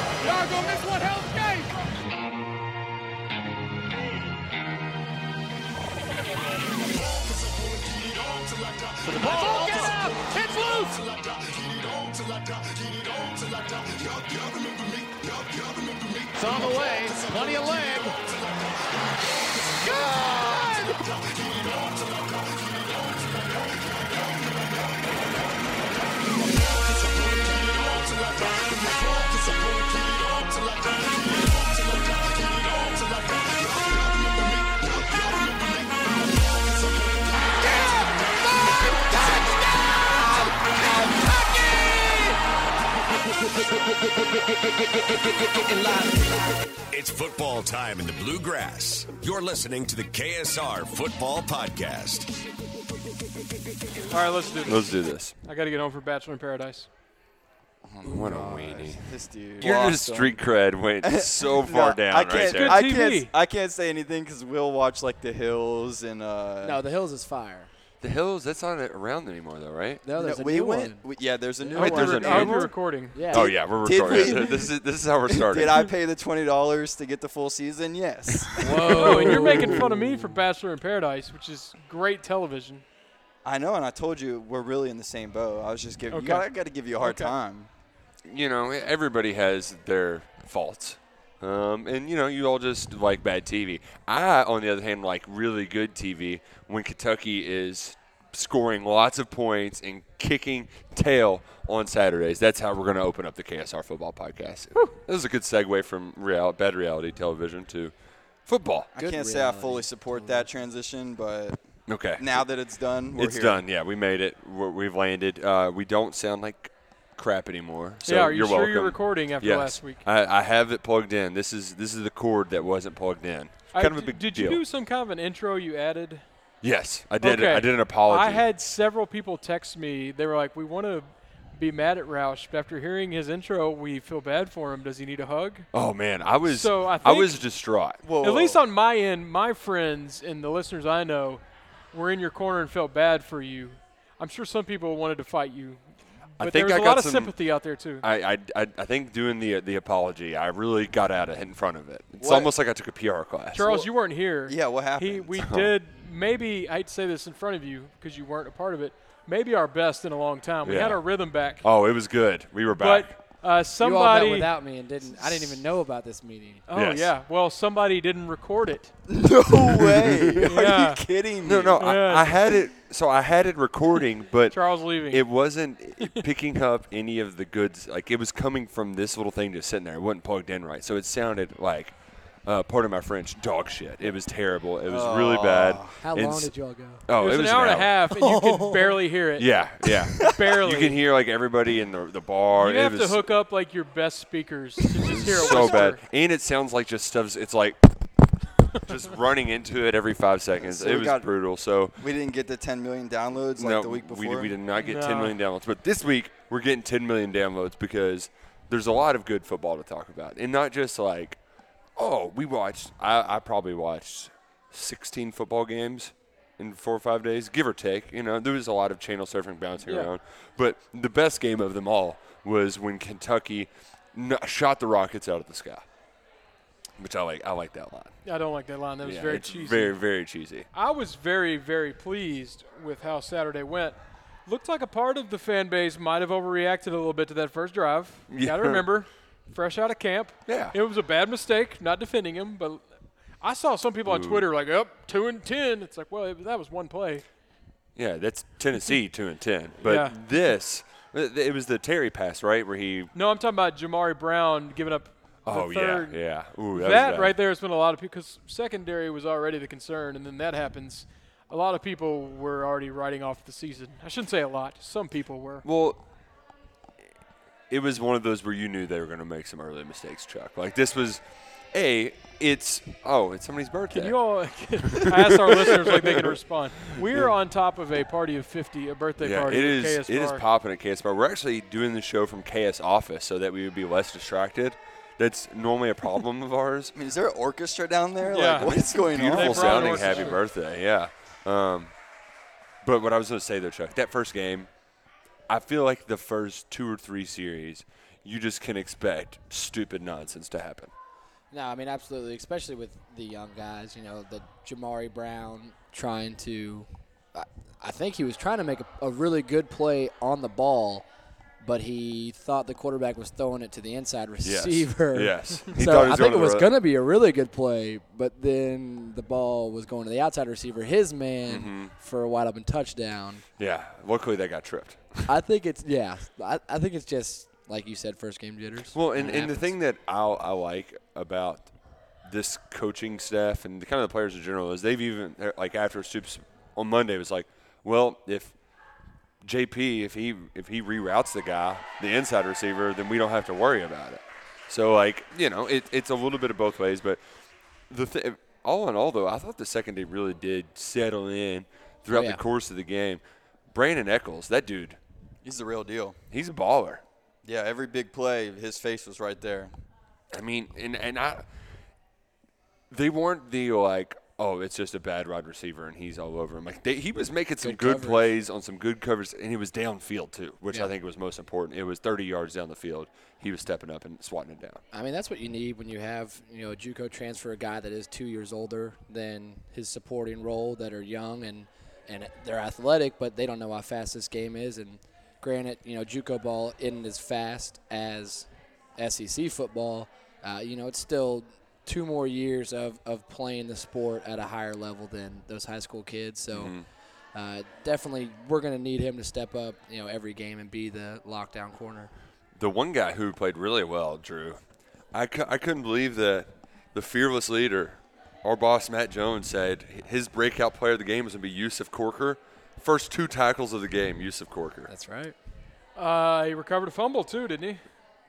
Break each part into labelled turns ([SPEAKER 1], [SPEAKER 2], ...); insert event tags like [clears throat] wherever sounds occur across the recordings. [SPEAKER 1] on this one. Hell's Gate. Let's all get up. It's loose. It's on the way. Plenty of leg. Good.
[SPEAKER 2] It's football time in the bluegrass. You're listening to the KSR Football Podcast.
[SPEAKER 1] All right, let's do this.
[SPEAKER 3] Let's do this.
[SPEAKER 1] I got to get home for Bachelor in Paradise.
[SPEAKER 3] What a weenie.
[SPEAKER 4] This dude.
[SPEAKER 3] Your
[SPEAKER 4] Lost him.
[SPEAKER 3] street cred went [laughs] so
[SPEAKER 4] No,
[SPEAKER 3] far down
[SPEAKER 4] I can't,
[SPEAKER 3] right there.
[SPEAKER 4] I
[SPEAKER 1] Good
[SPEAKER 4] can't,
[SPEAKER 1] TV.
[SPEAKER 4] I can't say anything because we'll watch like The Hills and uh.
[SPEAKER 5] No, Oh, The Hills is fire.
[SPEAKER 3] the hills, that's not around anymore, though, right?
[SPEAKER 5] No,
[SPEAKER 4] no,
[SPEAKER 5] there's a
[SPEAKER 4] we
[SPEAKER 5] new
[SPEAKER 4] went.
[SPEAKER 5] one.
[SPEAKER 4] we- yeah, there's a new
[SPEAKER 3] Wait,
[SPEAKER 4] one.
[SPEAKER 3] there's a
[SPEAKER 1] I hope
[SPEAKER 3] new
[SPEAKER 1] you're
[SPEAKER 3] one?
[SPEAKER 1] recording.
[SPEAKER 5] Yeah.
[SPEAKER 3] Oh, yeah, we're
[SPEAKER 4] Did
[SPEAKER 3] recording. [laughs]
[SPEAKER 4] we-
[SPEAKER 3] this, is, this is how we're starting.
[SPEAKER 4] Did I pay the twenty dollars to get the full season? Yes.
[SPEAKER 1] Whoa. Oh, and you're making fun of me for Bachelor in Paradise, which is great television.
[SPEAKER 4] I know, and I told you we're really in the same boat. I was just giving.
[SPEAKER 1] Okay.
[SPEAKER 4] You gotta, I got to give you a hard
[SPEAKER 1] Okay.
[SPEAKER 4] time.
[SPEAKER 3] you know, everybody has their faults. Um, and you know, you all just like bad TV. I, on the other hand, like really good TV when Kentucky is scoring lots of points and kicking tail on Saturdays. That's how we're going to open up the KSR football podcast. This is a good segue from real bad reality television to football.
[SPEAKER 4] I can't say I fully support that transition, but
[SPEAKER 3] Okay,
[SPEAKER 4] now that it's done, we're
[SPEAKER 3] it's
[SPEAKER 4] here.
[SPEAKER 3] done. Yeah, we made it. We're, we've landed. Uh, we don't sound like crap anymore. So
[SPEAKER 1] yeah, are you
[SPEAKER 3] you're
[SPEAKER 1] sure
[SPEAKER 3] welcome.
[SPEAKER 1] you're recording after
[SPEAKER 3] yes.
[SPEAKER 1] last week?
[SPEAKER 3] I, I have it plugged in. This is this is the cord that wasn't plugged in.
[SPEAKER 1] I-
[SPEAKER 3] Kind of a
[SPEAKER 1] d-
[SPEAKER 3] big
[SPEAKER 1] did
[SPEAKER 3] deal.
[SPEAKER 1] you do some kind of an intro you added?
[SPEAKER 3] yes, I did.
[SPEAKER 1] Okay.
[SPEAKER 3] I did an apology.
[SPEAKER 1] I had several people text me. They were like, "We want to be mad at Roush, but after hearing his intro, we feel bad for him. Does he need a hug?"
[SPEAKER 3] oh man, I was.
[SPEAKER 1] So, I
[SPEAKER 3] I
[SPEAKER 1] think-
[SPEAKER 3] was distraught.
[SPEAKER 4] Whoa,
[SPEAKER 1] At
[SPEAKER 3] Oh.
[SPEAKER 1] least on my end, my friends and the listeners I know were in your corner and felt bad for you. I'm sure some people wanted to fight you, but
[SPEAKER 3] I
[SPEAKER 1] there
[SPEAKER 3] think
[SPEAKER 1] was
[SPEAKER 3] I
[SPEAKER 1] a
[SPEAKER 3] got
[SPEAKER 1] lot of
[SPEAKER 3] some.
[SPEAKER 1] sympathy out there too.
[SPEAKER 3] I, I, I I think doing the the apology, I really got out of in front of it. It's
[SPEAKER 4] What?
[SPEAKER 3] almost like I took a PR class.
[SPEAKER 1] Charles,
[SPEAKER 4] Well,
[SPEAKER 1] you weren't here.
[SPEAKER 4] yeah, what
[SPEAKER 1] He,
[SPEAKER 3] [laughs]
[SPEAKER 4] happened?
[SPEAKER 1] we did maybe I'd say this in front of you because you weren't a part of it. Maybe our best in a long time. We had
[SPEAKER 3] Yeah.
[SPEAKER 1] our rhythm back,
[SPEAKER 3] Oh, it was good. We were back.
[SPEAKER 1] but uh,
[SPEAKER 5] You all met
[SPEAKER 1] somebody.
[SPEAKER 5] without me and didn't. I didn't even know about this meeting.
[SPEAKER 1] oh
[SPEAKER 3] Yes.
[SPEAKER 1] yeah. Well, somebody didn't record it.
[SPEAKER 3] [laughs]
[SPEAKER 4] No way. Are
[SPEAKER 1] Yeah.
[SPEAKER 4] you kidding me?
[SPEAKER 3] no, no,
[SPEAKER 1] Yeah.
[SPEAKER 3] I, I had it. So I had
[SPEAKER 1] [laughs]
[SPEAKER 3] it recording, but
[SPEAKER 1] Charles leaving.
[SPEAKER 3] it wasn't picking up any of the goods. Like it was coming from this little thing just sitting there. It wasn't plugged in right, so it sounded like uh, part of my French dog shit. It was terrible. It was really bad.
[SPEAKER 5] How
[SPEAKER 3] And
[SPEAKER 5] long
[SPEAKER 3] s-
[SPEAKER 5] did y'all go?
[SPEAKER 3] Oh,
[SPEAKER 1] it was, an, hour and a half, and you could
[SPEAKER 3] [laughs]
[SPEAKER 1] barely hear it.
[SPEAKER 3] Yeah, yeah.
[SPEAKER 1] [laughs] barely.
[SPEAKER 3] you can hear like everybody in the the bar.
[SPEAKER 1] You
[SPEAKER 3] it
[SPEAKER 1] have
[SPEAKER 3] was
[SPEAKER 1] to hook up like your best speakers to just hear a
[SPEAKER 3] [laughs] so
[SPEAKER 1] whisper.
[SPEAKER 3] bad, and it sounds like just stuffs.
[SPEAKER 1] [laughs]
[SPEAKER 3] It's like just running into it every five seconds.
[SPEAKER 4] So
[SPEAKER 3] it
[SPEAKER 4] we
[SPEAKER 3] was
[SPEAKER 4] got-
[SPEAKER 3] brutal. So.
[SPEAKER 4] We didn't get the 10 million downloads like the week
[SPEAKER 3] we-
[SPEAKER 4] before.
[SPEAKER 3] We, did not get 10
[SPEAKER 1] No.
[SPEAKER 3] million downloads. But this week, we're getting 10 million downloads because there's a lot of good football to talk about. And not just like, oh, we watched, I, I probably watched 16 football games in four or five days, give or take. You know, there was a lot of channel surfing bouncing
[SPEAKER 1] Yeah.
[SPEAKER 3] around. But the best game of them all was when Kentucky n- shot the Rockets out of the sky. Which I like. I like that line.
[SPEAKER 1] I don't like that line. That was
[SPEAKER 3] Yeah,
[SPEAKER 1] very
[SPEAKER 3] it's
[SPEAKER 1] cheesy.
[SPEAKER 3] Very, very cheesy.
[SPEAKER 1] I was very, very pleased with how Saturday went. Looked like a part of the fan base might have overreacted a little bit to that first drive.
[SPEAKER 3] Yeah.
[SPEAKER 1] Got to remember, fresh out of camp.
[SPEAKER 3] Yeah.
[SPEAKER 1] It was a bad mistake, not defending him, but I saw some people on Twitter like, up, two and 10. It's like, well, it, that was one play.
[SPEAKER 3] Yeah, that's Tennessee two
[SPEAKER 1] [laughs]
[SPEAKER 3] and ten. But
[SPEAKER 1] Yeah.
[SPEAKER 3] this, it it was the Terry pass, right, where he.
[SPEAKER 1] No, I'm talking about Jamari Brown giving up. the
[SPEAKER 3] Oh yeah,
[SPEAKER 1] third.
[SPEAKER 3] yeah. Ooh, that, was
[SPEAKER 1] That
[SPEAKER 3] bad.
[SPEAKER 1] right there has been a lot of people because secondary was already the concern, and then that happens. A lot of people were already writing off the season. I shouldn't say a lot. Some people were.
[SPEAKER 3] Well, it was one of those where you knew they were going to make some early mistakes, Chuck. Like this was, a. It's oh, it's somebody's birthday.
[SPEAKER 1] Can you all [laughs] I
[SPEAKER 3] [laughs]
[SPEAKER 1] asked our listeners like they can respond? We're on top of a party of 50, a birthday
[SPEAKER 3] yeah,
[SPEAKER 1] party. at
[SPEAKER 3] it is. It is
[SPEAKER 1] KSR.
[SPEAKER 3] popping at KS Bar. We're actually doing the show from KS office so that we would be less distracted. That's normally a problem of ours.
[SPEAKER 4] I mean, is there an orchestra down there?
[SPEAKER 1] Yeah.
[SPEAKER 4] Like, what is going
[SPEAKER 3] beautiful
[SPEAKER 4] on?
[SPEAKER 1] They brought an
[SPEAKER 3] sounding happy
[SPEAKER 1] orchestra.
[SPEAKER 3] birthday. Yeah. Um, but what I was going to say though, Chuck, that first game, I feel like the first two or three series, you just can expect stupid nonsense to happen.
[SPEAKER 5] No, I mean absolutely, especially with the young guys. You know, the Jamari Brown trying to. I, I think he was trying to make a, a really good play on the ball, but he thought the quarterback was throwing it to the inside receiver.
[SPEAKER 3] Yes.
[SPEAKER 5] [laughs]
[SPEAKER 3] He
[SPEAKER 5] so
[SPEAKER 3] thought he was going
[SPEAKER 5] I think
[SPEAKER 3] to
[SPEAKER 5] it
[SPEAKER 3] the
[SPEAKER 5] was
[SPEAKER 3] ru-
[SPEAKER 5] going to be a really good play, but then the ball was going to the outside receiver, his man,
[SPEAKER 3] Mm-hmm.
[SPEAKER 5] for a wide open touchdown.
[SPEAKER 3] Yeah. Luckily, that got tripped.
[SPEAKER 5] I think it's yeah. I, I think it's just like you said, first game jitters.
[SPEAKER 3] Well, and,
[SPEAKER 5] It
[SPEAKER 3] and the
[SPEAKER 5] happens.
[SPEAKER 3] thing that I, I like about this coaching staff and the kind of the players in general is they've even they're, like after Stoops on Monday was like, well, if JP if he if he reroutes the guy, the inside receiver, then we don't have to worry about it. So like you know, it, it's a little bit of both ways, but the th- all in all though, I thought the secondary really did settle in throughout
[SPEAKER 5] Oh, yeah.
[SPEAKER 3] the course of the game. Brandon Eccles, that dude,
[SPEAKER 4] He's the real deal.
[SPEAKER 3] he's a baller.
[SPEAKER 4] Yeah, every big play, his face was right there.
[SPEAKER 3] I mean, and and I, they weren't the like, oh, it's just a bad wide receiver and he's all over him. Like they, he was making some
[SPEAKER 5] Good
[SPEAKER 3] good,
[SPEAKER 5] coverage.
[SPEAKER 3] plays on some good covers, and he was downfield too, which I
[SPEAKER 5] Yeah.
[SPEAKER 3] think was most important. It was 30 yards down the field. He was stepping up and swatting it down.
[SPEAKER 5] I mean, that's what you need when you have, you know, a JUCO transfer, a guy that is two years older than his supporting role, that are young and and they're athletic, but they don't know how fast this game is. And granted, you know, JUCO ball isn't as fast as SEC football. Uh, you know, it's still two more years of, of playing the sport at a higher level than those high school kids. So. Uh, definitely, we're going to need him to step up, you know, every game and be the lockdown corner.
[SPEAKER 3] The one guy who played really well, Drew, I, cou- I couldn't believe that the fearless leader, our boss Matt Jones, said his breakout player of the game was going to be Yusuf Corker. First two tackles of the game, Yusuf Corker.
[SPEAKER 5] That's right.
[SPEAKER 1] Uh, he recovered a fumble too, didn't he?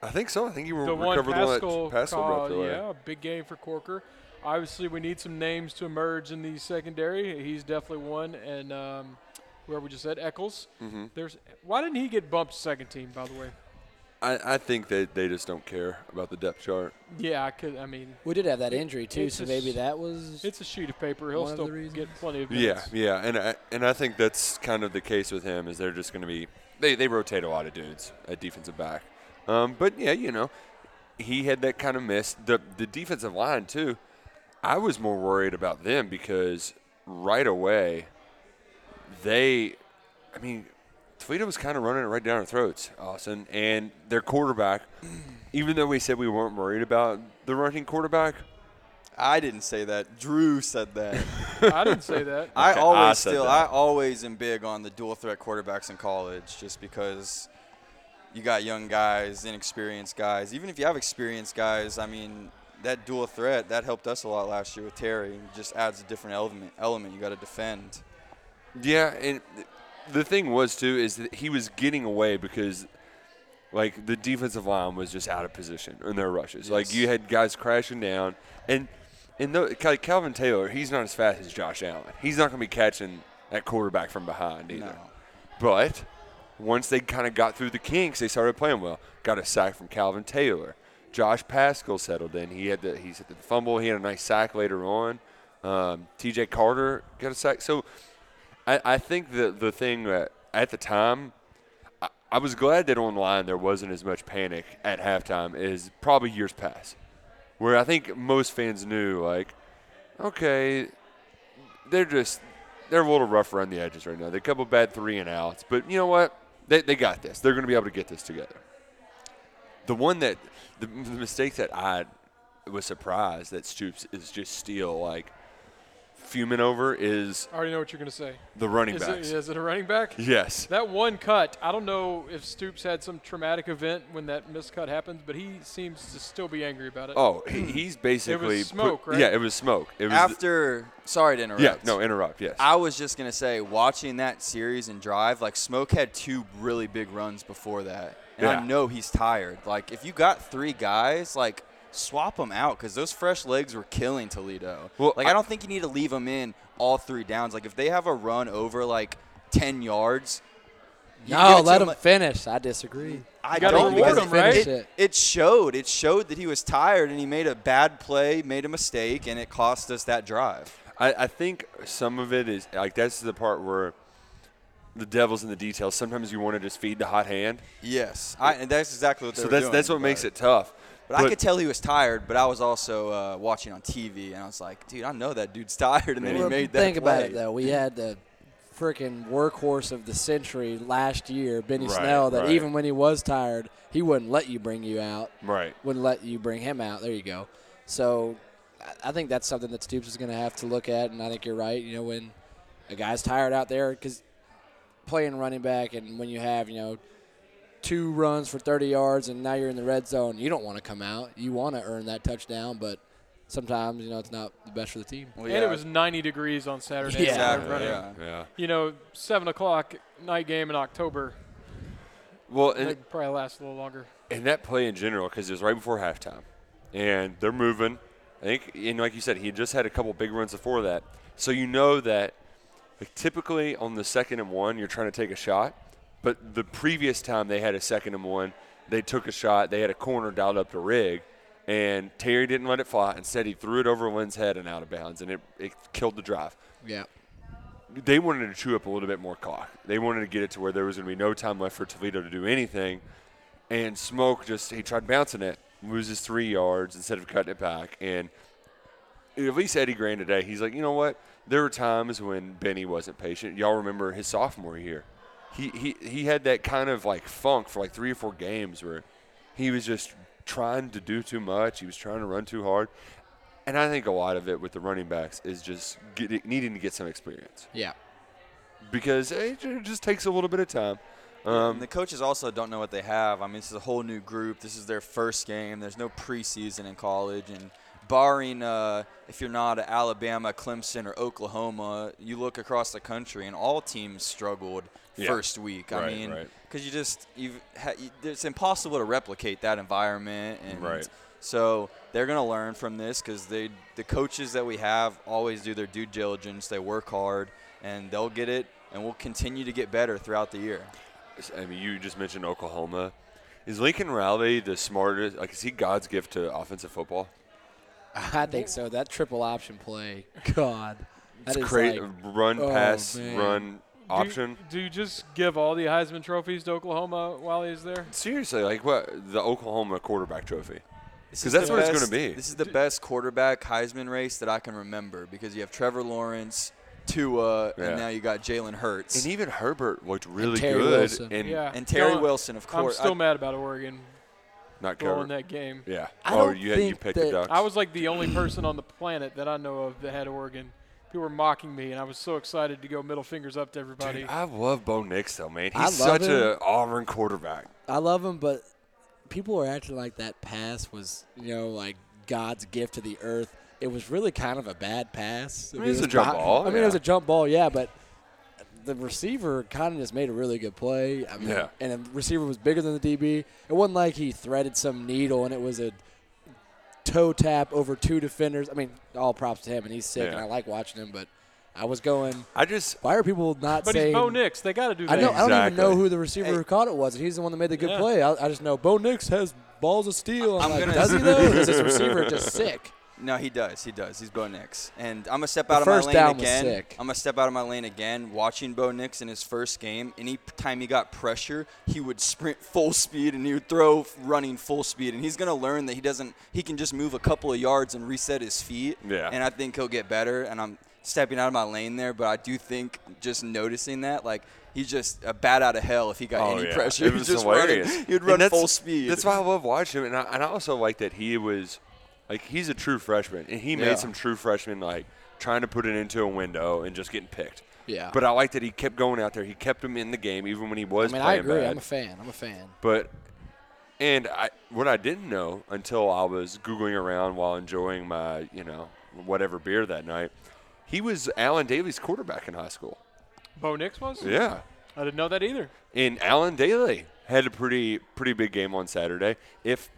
[SPEAKER 3] I think so. I think you were
[SPEAKER 1] the one
[SPEAKER 3] recovered the one
[SPEAKER 1] Pascal,
[SPEAKER 3] that Pascal
[SPEAKER 1] call,
[SPEAKER 3] broke away.
[SPEAKER 1] yeah, big game for Corker. Obviously, we need some names to emerge in the secondary. He's definitely one, and um, where we just said Eccles.
[SPEAKER 3] Mm-hmm.
[SPEAKER 1] There's why didn't he get bumped to second team? By the way,
[SPEAKER 3] I, I think that they just don't care about the depth chart.
[SPEAKER 1] yeah, I could. I mean,
[SPEAKER 5] We did have that injury too,
[SPEAKER 1] it's
[SPEAKER 5] so
[SPEAKER 1] a
[SPEAKER 5] maybe
[SPEAKER 1] s-
[SPEAKER 5] that was.
[SPEAKER 1] it's a sheet of paper. He'll
[SPEAKER 5] One of the
[SPEAKER 1] still get
[SPEAKER 5] reasons.
[SPEAKER 1] plenty of
[SPEAKER 3] Yeah,
[SPEAKER 1] minutes.
[SPEAKER 3] yeah, and I, and I think that's kind of the case with him is they're just going to be they, they rotate a lot of dudes at defensive back, um, but yeah, you know, he had that kind of miss the the defensive line too. I was more worried about them because right away they, I mean, Toledo was kind of running it right down our throats, Austin, and their quarterback. [clears throat] Even though we said we weren't worried about the running quarterback,
[SPEAKER 4] I didn't say that. Drew
[SPEAKER 3] [laughs]
[SPEAKER 4] said that.
[SPEAKER 1] I didn't say that.
[SPEAKER 4] I
[SPEAKER 3] Okay, I
[SPEAKER 4] always
[SPEAKER 3] said
[SPEAKER 4] still
[SPEAKER 3] that.
[SPEAKER 4] I always am big on the dual threat quarterbacks in college just because you got young guys, inexperienced guys. Even if you have experienced guys, I mean that dual threat that helped us a lot last year with Terry. It just adds a different element element you got to defend.
[SPEAKER 3] Yeah, and th- the thing was too is that he was getting away because like the defensive line was just out of position in their rushes. Like you had guys crashing down, and and though, like Calvin Taylor, he's not as fast as Josh Allen. He's not going to be catching that quarterback from behind either.
[SPEAKER 4] No.
[SPEAKER 3] But once they kind of got through the kinks, they started playing well. Got a sack from Calvin Taylor. Josh Pascal settled in. He had the he hit the fumble. He had a nice sack later on. Um, T.J. Carter got a sack. So I, I think the the thing that at the time, I, I was glad that online there wasn't as much panic at halftime as probably years past, where I think most fans knew like, okay, they're just they're a little rough around the edges right now. They're a couple bad three and outs, but you know what? They they got this. They're going to be able to get this together. The one that the, the mistake that I was surprised that Stoops is just still like fuming over is
[SPEAKER 1] I already know what you're gonna say.
[SPEAKER 3] the running
[SPEAKER 1] Is it,
[SPEAKER 3] backs.
[SPEAKER 1] is it a running back?
[SPEAKER 3] Yes.
[SPEAKER 1] That one cut, I don't know if Stoops had some traumatic event when that miscut happens, but he seems to still be angry about it.
[SPEAKER 3] Oh, he, he's basically put-
[SPEAKER 1] smoke, right?
[SPEAKER 3] Yeah, it was smoke. It was the-
[SPEAKER 4] After sorry to interrupt.
[SPEAKER 3] yeah, no, interrupt. Yes.
[SPEAKER 4] I was just gonna say, watching that series and drive, like Smoke had two really big runs before that, and
[SPEAKER 3] Yeah.
[SPEAKER 4] I know he's tired. Like if you got three guys, like swap them out because those fresh legs were killing Toledo.
[SPEAKER 3] Well,
[SPEAKER 4] like
[SPEAKER 3] I-
[SPEAKER 4] I, don't think you need to leave them in all three downs. Like if they have a run over like ten yards, you give
[SPEAKER 5] No,
[SPEAKER 4] it to
[SPEAKER 5] let
[SPEAKER 4] 'em,
[SPEAKER 5] him finish. I disagree.
[SPEAKER 4] I
[SPEAKER 1] gotta
[SPEAKER 4] don't
[SPEAKER 1] reward
[SPEAKER 4] because
[SPEAKER 1] 'em, right?
[SPEAKER 4] It, it, it showed. It showed that he was tired and he made a bad play, made a mistake, and it cost us that drive.
[SPEAKER 3] I, I think some of it is like that's the part where the devil's in the details. Sometimes you want to just feed the hot hand.
[SPEAKER 4] Yes, I, and that's exactly what they
[SPEAKER 3] So
[SPEAKER 4] were
[SPEAKER 3] that's
[SPEAKER 4] doing,
[SPEAKER 3] that's what makes
[SPEAKER 4] but-
[SPEAKER 3] it tough.
[SPEAKER 4] But, I could tell he was tired, but I was also uh, watching on TV, and I was like, dude, I know that dude's [laughs] tired, and then
[SPEAKER 5] Well,
[SPEAKER 4] he made that
[SPEAKER 5] Think about
[SPEAKER 4] play.
[SPEAKER 5] it though. We had the freaking workhorse of the century last year, Benny
[SPEAKER 3] Right,
[SPEAKER 5] Snell. That
[SPEAKER 3] right.
[SPEAKER 5] even when he was tired, he wouldn't let you bring you out.
[SPEAKER 3] Right.
[SPEAKER 5] Wouldn't let you bring him out. There you go. So, I- I think that's something that Stoops is going to have to look at, and I think you're right. You know, when a guy's tired out there, because playing running back, and when you have you know two runs for 30 yards, and now you're in the red zone, you don't want to come out. You want to earn that touchdown, but sometimes you know it's not the best for the team.
[SPEAKER 4] Well,
[SPEAKER 1] And it was 90 degrees on Saturday.
[SPEAKER 5] Yeah.
[SPEAKER 1] so they're
[SPEAKER 4] exactly.
[SPEAKER 1] running,
[SPEAKER 4] Yeah.
[SPEAKER 3] Yeah.
[SPEAKER 1] You know, seven o'clock night game in October.
[SPEAKER 3] Well, and,
[SPEAKER 1] It probably lasts a little longer.
[SPEAKER 3] and that play in general, because it was right before halftime, and they're moving. I think, and like you said, he had just had a couple big runs before that, so you know that. Like typically on the second and one, you're trying to take a shot, but the previous time they had a second and one, they took a shot. They had a corner dialed up to rig, and Terry didn't let it fly. Instead, he threw it over Lynn's head and out of bounds, and it, it killed the drive.
[SPEAKER 5] Yeah.
[SPEAKER 3] they wanted to chew up a little bit more clock. They wanted to get it to where there was going to be no time left for Toledo to do anything. And Smoke just he tried bouncing it, loses three yards instead of cutting it back. And at least Eddie Grant today, he's like, you know what? There were times when Benny wasn't patient. Y'all remember his sophomore year. He, he, he had that kind of like funk for like three or four games where he was just trying to do too much. He was trying to run too hard. And I think a lot of it with the running backs is just getting, needing to get some experience
[SPEAKER 5] Yeah. [laughs]
[SPEAKER 3] because it ju- just takes a little bit of time. Um,
[SPEAKER 4] And the coaches also don't know what they have. I mean, this is a whole new group. This is their first game. There's no preseason in college, and barring uh, if you're not at Alabama, Clemson, or Oklahoma, you look across the country, and all teams struggled
[SPEAKER 3] Yeah.
[SPEAKER 4] first week. I
[SPEAKER 3] Right,
[SPEAKER 4] mean,
[SPEAKER 3] right.
[SPEAKER 4] because you just you've ha- you, it's impossible to replicate that environment, and
[SPEAKER 3] Right.
[SPEAKER 4] so they're gonna learn from this because they the coaches that we have always do their due diligence. They work hard, and they'll get it. And we'll continue to get better throughout the year.
[SPEAKER 3] I mean, you just mentioned Oklahoma. Is Lincoln Riley the smartest? Like, is he God's gift to offensive football?
[SPEAKER 5] I think so. That triple option play, God,
[SPEAKER 3] It's
[SPEAKER 5] that is
[SPEAKER 3] cra-
[SPEAKER 5] like-
[SPEAKER 3] run,
[SPEAKER 5] oh,
[SPEAKER 3] pass,
[SPEAKER 5] man.
[SPEAKER 3] run
[SPEAKER 1] Do you-
[SPEAKER 3] option.
[SPEAKER 1] Do you, just give all the Heisman trophies to Oklahoma while he's there?
[SPEAKER 3] Seriously, like what the Oklahoma quarterback trophy?
[SPEAKER 4] This
[SPEAKER 3] 'Cause
[SPEAKER 4] is
[SPEAKER 3] that's
[SPEAKER 4] the
[SPEAKER 3] what it's
[SPEAKER 4] best-
[SPEAKER 3] gonna be.
[SPEAKER 4] This is the best quarterback Heisman race that I can remember because you have Trevor Lawrence, Tua,
[SPEAKER 3] Yeah.
[SPEAKER 4] and now you got Jalen Hurts
[SPEAKER 3] And
[SPEAKER 4] and,
[SPEAKER 3] even Herbert looked really
[SPEAKER 5] Terry
[SPEAKER 3] good.
[SPEAKER 5] Wilson.
[SPEAKER 3] And
[SPEAKER 1] Yeah.
[SPEAKER 4] Terry
[SPEAKER 1] No,
[SPEAKER 4] Wilson, of
[SPEAKER 1] I'm
[SPEAKER 4] course.
[SPEAKER 1] still mad about Oregon
[SPEAKER 3] not
[SPEAKER 1] blowing
[SPEAKER 3] covered.
[SPEAKER 1] that game.
[SPEAKER 3] Yeah.
[SPEAKER 5] I
[SPEAKER 3] oh,
[SPEAKER 5] don't
[SPEAKER 3] you had you
[SPEAKER 5] think
[SPEAKER 3] picked the
[SPEAKER 5] that-
[SPEAKER 3] Ducks.
[SPEAKER 1] I was like the only person on the planet that I know of that had Oregon. People were mocking me, and I was so excited to go middle fingers up to everybody.
[SPEAKER 3] Dude, I love Bo Nix though, man. He's
[SPEAKER 5] I love
[SPEAKER 3] such a Auburn quarterback.
[SPEAKER 5] I love him, but people are acting like that pass was, you know, like God's gift to the earth. It was really kind of a bad pass. I
[SPEAKER 3] mean, it's a jump
[SPEAKER 5] not-
[SPEAKER 3] ball,
[SPEAKER 5] I mean, it was
[SPEAKER 3] yeah.
[SPEAKER 5] a jump ball, yeah, but the receiver kind of just made a really good play. I mean,
[SPEAKER 3] Yeah.
[SPEAKER 5] And the receiver was bigger than the DB. It wasn't like he threaded some needle and it was a toe tap over two defenders. I mean, all props to him, and he's sick,
[SPEAKER 3] Yeah.
[SPEAKER 5] and I like watching him, but I was going,
[SPEAKER 3] I just
[SPEAKER 5] why are people not
[SPEAKER 1] but
[SPEAKER 5] saying.
[SPEAKER 1] he's Bo Nix. They got to do that.
[SPEAKER 5] I know. I don't even know
[SPEAKER 3] Exactly.
[SPEAKER 5] who the receiver who caught it was, and he's the one that made the good
[SPEAKER 1] Yeah.
[SPEAKER 5] play. I, I just know Bo Nix has balls of steel. I'm,
[SPEAKER 4] I'm
[SPEAKER 5] like,
[SPEAKER 4] gonna-
[SPEAKER 5] does he though? Is this receiver just sick?
[SPEAKER 4] no, he does. He does. He's Bo Nix. And I'm going to step out of
[SPEAKER 5] first
[SPEAKER 4] my lane
[SPEAKER 5] down was
[SPEAKER 4] again.
[SPEAKER 5] sick.
[SPEAKER 4] I'm going to step out of my lane again. Watching Bo Nix in his first game, any time he got pressure, he would sprint full speed and he would throw f- running full speed. And he's going to learn that he doesn't, he can just move a couple of yards and reset his feet.
[SPEAKER 3] Yeah.
[SPEAKER 4] And I think he'll get better. And I'm stepping out of my lane there, but I do think just noticing that, like, he's just a bat out of hell if he got
[SPEAKER 3] Oh,
[SPEAKER 4] any
[SPEAKER 3] yeah.
[SPEAKER 4] pressure. [laughs]
[SPEAKER 3] It was
[SPEAKER 4] just
[SPEAKER 3] hilarious.
[SPEAKER 4] Running, he'd
[SPEAKER 3] And
[SPEAKER 4] run
[SPEAKER 3] that's-
[SPEAKER 4] full speed.
[SPEAKER 3] That's why I love watching him, and I, and I also like that he was, like, he's a true freshman, and he made
[SPEAKER 4] Yeah.
[SPEAKER 3] some true freshmen like trying to put it into a window and just getting picked.
[SPEAKER 5] Yeah.
[SPEAKER 3] But I like that he kept going out there. He kept him in the game even when he
[SPEAKER 5] I
[SPEAKER 3] was
[SPEAKER 5] mean, I
[SPEAKER 3] playing
[SPEAKER 5] agree.
[SPEAKER 3] bad.
[SPEAKER 5] I'm a fan. I'm a fan.
[SPEAKER 3] But and I what I didn't know until I was googling around while enjoying my you know whatever beer that night, he was Allen Daly's quarterback in high school.
[SPEAKER 1] Bo Nix was.
[SPEAKER 3] Yeah.
[SPEAKER 1] I didn't know that either.
[SPEAKER 3] And Allen Daly had a pretty pretty big game on Saturday. If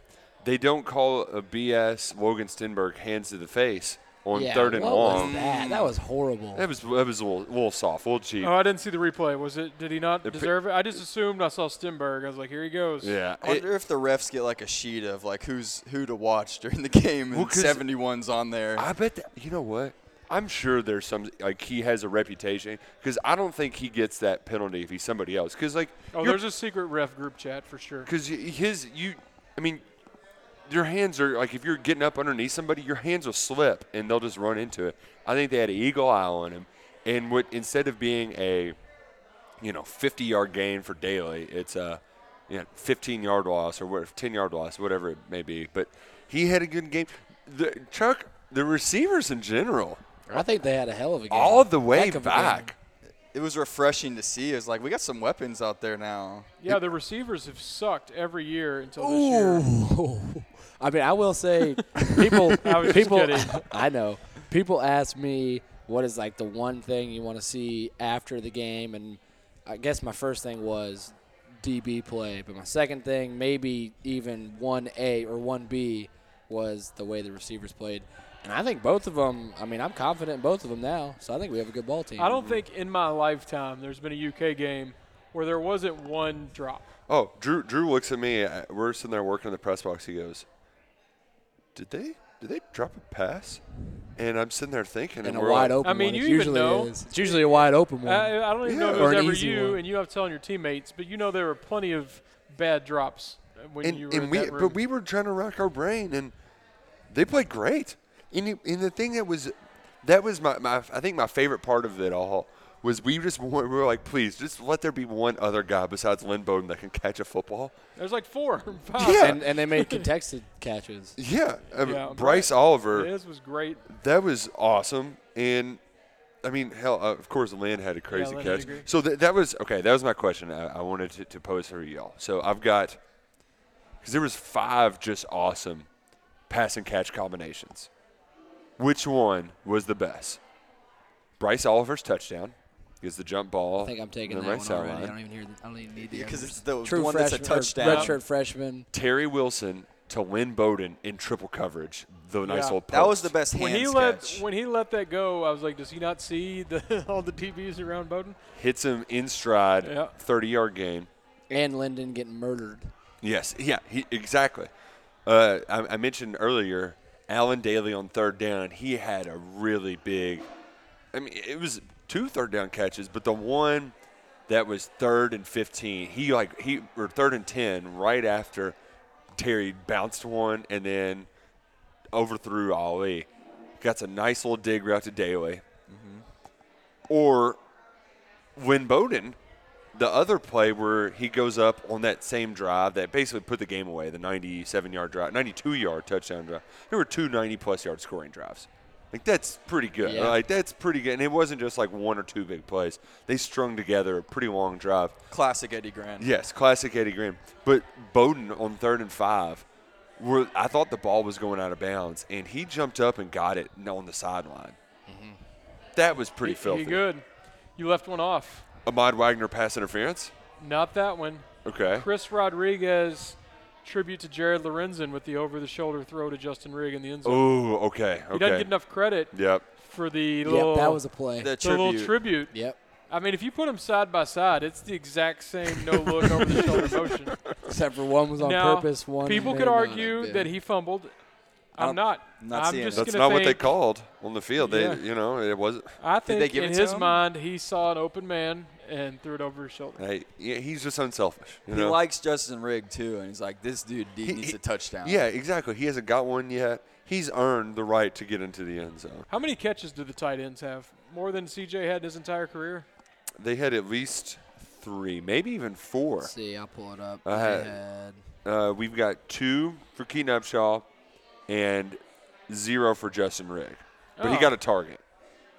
[SPEAKER 3] they don't call a BS Logan Stenberg hands to the face on
[SPEAKER 5] yeah,
[SPEAKER 3] third and
[SPEAKER 5] what
[SPEAKER 3] long,
[SPEAKER 5] was that? That was horrible.
[SPEAKER 3] that was that was a little, little soft, a little cheap.
[SPEAKER 1] Oh, I didn't see the replay. Was it? Did he not
[SPEAKER 3] pi-
[SPEAKER 1] deserve it? I just assumed I saw Stenberg. I was like, here he goes.
[SPEAKER 3] yeah.
[SPEAKER 4] I wonder if the refs get like a sheet of like who's who to watch during the game,
[SPEAKER 3] Well,
[SPEAKER 4] and
[SPEAKER 3] 'cause-
[SPEAKER 4] seventy one's on there.
[SPEAKER 3] I bet that you know what? I'm sure there's some like he has a reputation because I don't think he gets that penalty if he's somebody else. Because like
[SPEAKER 1] Oh,
[SPEAKER 3] you're
[SPEAKER 1] there's a secret ref group chat for sure.
[SPEAKER 3] Because his, you, I mean, your hands are like if you're getting up underneath somebody, your hands will slip and they'll just run into it. I think they had an eagle eye on him, and what instead of being a, you know, 50 yard gain for Daly, it's a, you know, 15 yard loss or what, 10 yard loss, whatever it may be. But he had a good game. The Chuck, the receivers in general,
[SPEAKER 5] I think they had a hell of a game.
[SPEAKER 3] all the way
[SPEAKER 5] Heck of a game.
[SPEAKER 3] back.
[SPEAKER 4] It was refreshing to see. It's like we got some weapons out there now.
[SPEAKER 1] Yeah, the receivers have sucked every year until this year.
[SPEAKER 5] I mean, I will say,
[SPEAKER 1] [laughs]
[SPEAKER 5] people,
[SPEAKER 1] I was just
[SPEAKER 5] people,
[SPEAKER 1] kidding.
[SPEAKER 5] [laughs] I know. People ask me what is like the one thing you want to see after the game, and I guess my first thing was DB play, but my second thing, maybe even one A or one B, was the way the receivers played. And I think both of them. I mean, I'm confident in both of them now, so I think we have a good ball team.
[SPEAKER 1] I don't think in my lifetime there's been a UK game where there wasn't one drop.
[SPEAKER 3] Oh, Drew. Drew looks at me. uh, We're sitting there working in the press box. He goes, "Did they? Did they drop a pass?" And I'm sitting there thinking,
[SPEAKER 5] And a
[SPEAKER 3] we're
[SPEAKER 5] wide
[SPEAKER 3] like,
[SPEAKER 5] open
[SPEAKER 1] I mean,
[SPEAKER 5] one.
[SPEAKER 1] you
[SPEAKER 5] it
[SPEAKER 1] even
[SPEAKER 5] usually
[SPEAKER 1] know. Uh,
[SPEAKER 5] is. It's usually a wide open one.
[SPEAKER 1] I, I don't even know if it
[SPEAKER 5] Yeah. Or
[SPEAKER 1] was
[SPEAKER 5] an
[SPEAKER 1] ever
[SPEAKER 5] easy
[SPEAKER 1] you,
[SPEAKER 5] one.
[SPEAKER 1] and you have telling your teammates, but you know there were plenty of bad drops when
[SPEAKER 3] And,
[SPEAKER 1] you were in
[SPEAKER 3] and we,
[SPEAKER 1] that room.
[SPEAKER 3] but we were trying to rack our brain, and they played great. And, you- and the thing that was, that was my, my, I think my favorite part of it all was we just [laughs] wa- we were like, please, just let there be one other guy besides Lynn Bowden that can catch a football.
[SPEAKER 1] There's like four,
[SPEAKER 5] [laughs]
[SPEAKER 1] or five.
[SPEAKER 3] Yeah.
[SPEAKER 5] and, and
[SPEAKER 1] [laughs]
[SPEAKER 5] they made contested catches.
[SPEAKER 3] Yeah, I mean,
[SPEAKER 1] Yeah,
[SPEAKER 3] Bryce
[SPEAKER 1] Bryce-
[SPEAKER 3] Oliver.
[SPEAKER 1] This was great.
[SPEAKER 3] That was awesome, and I mean, hell, uh, of course, Lynn had a crazy
[SPEAKER 1] Lynn had a
[SPEAKER 3] catch.
[SPEAKER 1] great-
[SPEAKER 3] So th- that was okay. That was my question. I, I wanted to, to pose for y'all. So I've got because there was five just awesome pass and catch combinations. Which one was the best? Bryce Oliver's touchdown gets the jump ball.
[SPEAKER 5] I think I'm taking
[SPEAKER 3] on
[SPEAKER 5] that
[SPEAKER 3] the
[SPEAKER 5] one
[SPEAKER 3] right side
[SPEAKER 5] already. I
[SPEAKER 3] line.
[SPEAKER 5] don't even hear. The, I don't even need the
[SPEAKER 4] Because
[SPEAKER 5] others.
[SPEAKER 4] it's the,
[SPEAKER 5] true
[SPEAKER 4] the one that's
[SPEAKER 5] freshman,
[SPEAKER 4] a
[SPEAKER 5] or
[SPEAKER 4] touchdown.
[SPEAKER 5] redshirt freshman.
[SPEAKER 3] Terry Wilson to Lynn Bowden in triple coverage. The nice
[SPEAKER 1] Yeah.
[SPEAKER 3] old
[SPEAKER 4] That was
[SPEAKER 3] post.
[SPEAKER 4] the best hand
[SPEAKER 1] When he let
[SPEAKER 4] catch.
[SPEAKER 1] when he let that go, I was like, does he not see the, [laughs] all the DBs around Bowden?
[SPEAKER 3] hits him in stride,
[SPEAKER 1] Yeah.
[SPEAKER 3] 30 yard gain.
[SPEAKER 5] and Linden getting murdered.
[SPEAKER 3] Yes. Yeah. He, exactly. Uh, I, I mentioned earlier, Allen Daly on third down. He had a really big. I mean, it was two third down catches, but the one that was third and fifteen, he like he or third and ten, right after Terry bounced one and then overthrew Ali. Got a nice little dig route to Daly. Or when Bowden the other play where he goes up on that same drive that basically put the game away, the 97 yard drive, 92 yard touchdown drive. There were two 90 plus yard scoring drives. Like that's pretty good.
[SPEAKER 5] Yeah.
[SPEAKER 3] Like that's pretty good. And it wasn't just like one or two big plays. They strung together a pretty long drive.
[SPEAKER 4] Classic Eddie Grant.
[SPEAKER 3] Yes, classic Eddie Graham. But Bowden on third and five, where I thought the ball was going out of bounds, and he jumped up and got it on the sideline. That was pretty
[SPEAKER 1] He
[SPEAKER 3] filthy.
[SPEAKER 1] good. You left one off.
[SPEAKER 3] Ahmad Wagner pass interference.
[SPEAKER 1] Not that one.
[SPEAKER 3] Okay.
[SPEAKER 1] Chris Rodriguez tribute to Jared Lorenzen with the over the shoulder throw to Justin Rigg in the end zone.
[SPEAKER 3] Oh, okay. Okay.
[SPEAKER 1] He doesn't get enough credit
[SPEAKER 3] Yep.
[SPEAKER 1] for the little
[SPEAKER 5] Yep, that was a play.
[SPEAKER 4] The
[SPEAKER 1] the little
[SPEAKER 4] tribute.
[SPEAKER 1] tribute.
[SPEAKER 5] yep,
[SPEAKER 1] I mean, if you put them side by side, it's the exact same
[SPEAKER 4] [laughs]
[SPEAKER 1] no look over the shoulder motion.
[SPEAKER 5] except for one was on
[SPEAKER 1] now,
[SPEAKER 5] purpose. One
[SPEAKER 1] people
[SPEAKER 5] may
[SPEAKER 1] could
[SPEAKER 5] not
[SPEAKER 1] argue
[SPEAKER 5] have been.
[SPEAKER 1] that he fumbled. I'm
[SPEAKER 4] I'm
[SPEAKER 1] not.
[SPEAKER 4] not
[SPEAKER 1] I'm
[SPEAKER 4] seeing
[SPEAKER 1] just
[SPEAKER 4] it.
[SPEAKER 3] That's
[SPEAKER 1] gonna
[SPEAKER 3] not what they
[SPEAKER 1] think-
[SPEAKER 3] called on the field. They,
[SPEAKER 1] Yeah.
[SPEAKER 3] you know, it wasn't.
[SPEAKER 1] I
[SPEAKER 4] they
[SPEAKER 1] think
[SPEAKER 4] give
[SPEAKER 1] in
[SPEAKER 4] it to
[SPEAKER 1] his
[SPEAKER 4] him?
[SPEAKER 1] mind, he saw an open man and threw it over his shoulder.
[SPEAKER 3] Hey, yeah, he's just unselfish. You
[SPEAKER 4] He
[SPEAKER 3] know?
[SPEAKER 4] likes Justin Rigg too, and he's like, this dude D
[SPEAKER 3] He-
[SPEAKER 4] needs
[SPEAKER 3] he-
[SPEAKER 4] a touchdown.
[SPEAKER 3] Yeah, exactly. He hasn't got one yet. He's earned the right to get into the end zone.
[SPEAKER 1] How many catches do the tight ends have? More than CJ had in his entire career.
[SPEAKER 3] They had at least three, maybe even four.
[SPEAKER 5] Let's see, I'll pull it up.
[SPEAKER 3] I
[SPEAKER 5] They
[SPEAKER 3] had-
[SPEAKER 5] had-
[SPEAKER 3] Uh, we've got two for Keaton Upshaw and zero for Justin Rigg. But he
[SPEAKER 1] Oh.
[SPEAKER 3] got a target.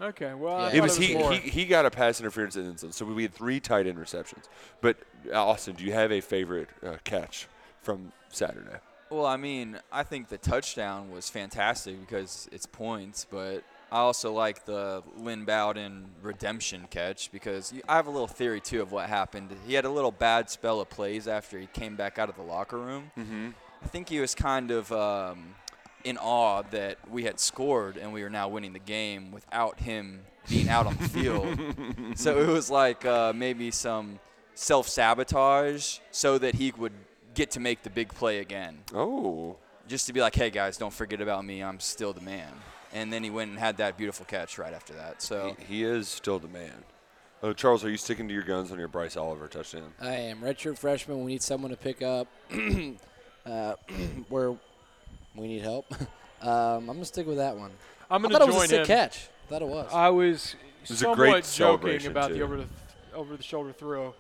[SPEAKER 1] Okay, well, I
[SPEAKER 5] Yeah.
[SPEAKER 1] thought
[SPEAKER 3] It was, he,
[SPEAKER 1] more.
[SPEAKER 3] he. He got a pass interference in the end zone, so we had three tight interceptions. But uh, Austin, do you have a favorite uh, catch from Saturday?
[SPEAKER 4] Well, I mean, I think the touchdown was fantastic because it's points, but I also like the Lynn Bowden redemption catch because you- I have a little theory too of what happened. He had a little bad spell of plays after he came back out of the locker room. Mm-hmm. I think he was kind of um, in awe that we had scored and we were now winning the game without him being out on the field. So it was like uh, maybe some self sabotage so that he would get to make the big play again
[SPEAKER 3] Oh,
[SPEAKER 4] just to be like, hey guys, don't forget about me. I'm still the man. and then he went and had that beautiful catch right after that. So
[SPEAKER 3] He, he is still the man. Oh, Charles, are you sticking to your guns on your Bryce Oliver touchdown?
[SPEAKER 5] I am redshirt freshman. We need someone to pick up [clears throat] uh, [clears throat] where we need help. [laughs] Um, I'm gonna stick with that one.
[SPEAKER 1] I'm
[SPEAKER 5] I
[SPEAKER 1] going
[SPEAKER 5] thought
[SPEAKER 1] to
[SPEAKER 5] it was
[SPEAKER 1] join
[SPEAKER 5] a
[SPEAKER 1] Uh,
[SPEAKER 5] sick
[SPEAKER 1] him.
[SPEAKER 5] catch. Thought it was.
[SPEAKER 1] I was
[SPEAKER 3] was a
[SPEAKER 1] somewhat
[SPEAKER 3] great
[SPEAKER 1] joking
[SPEAKER 3] celebration,
[SPEAKER 1] about the
[SPEAKER 3] too.
[SPEAKER 1] over the th- over the shoulder throw.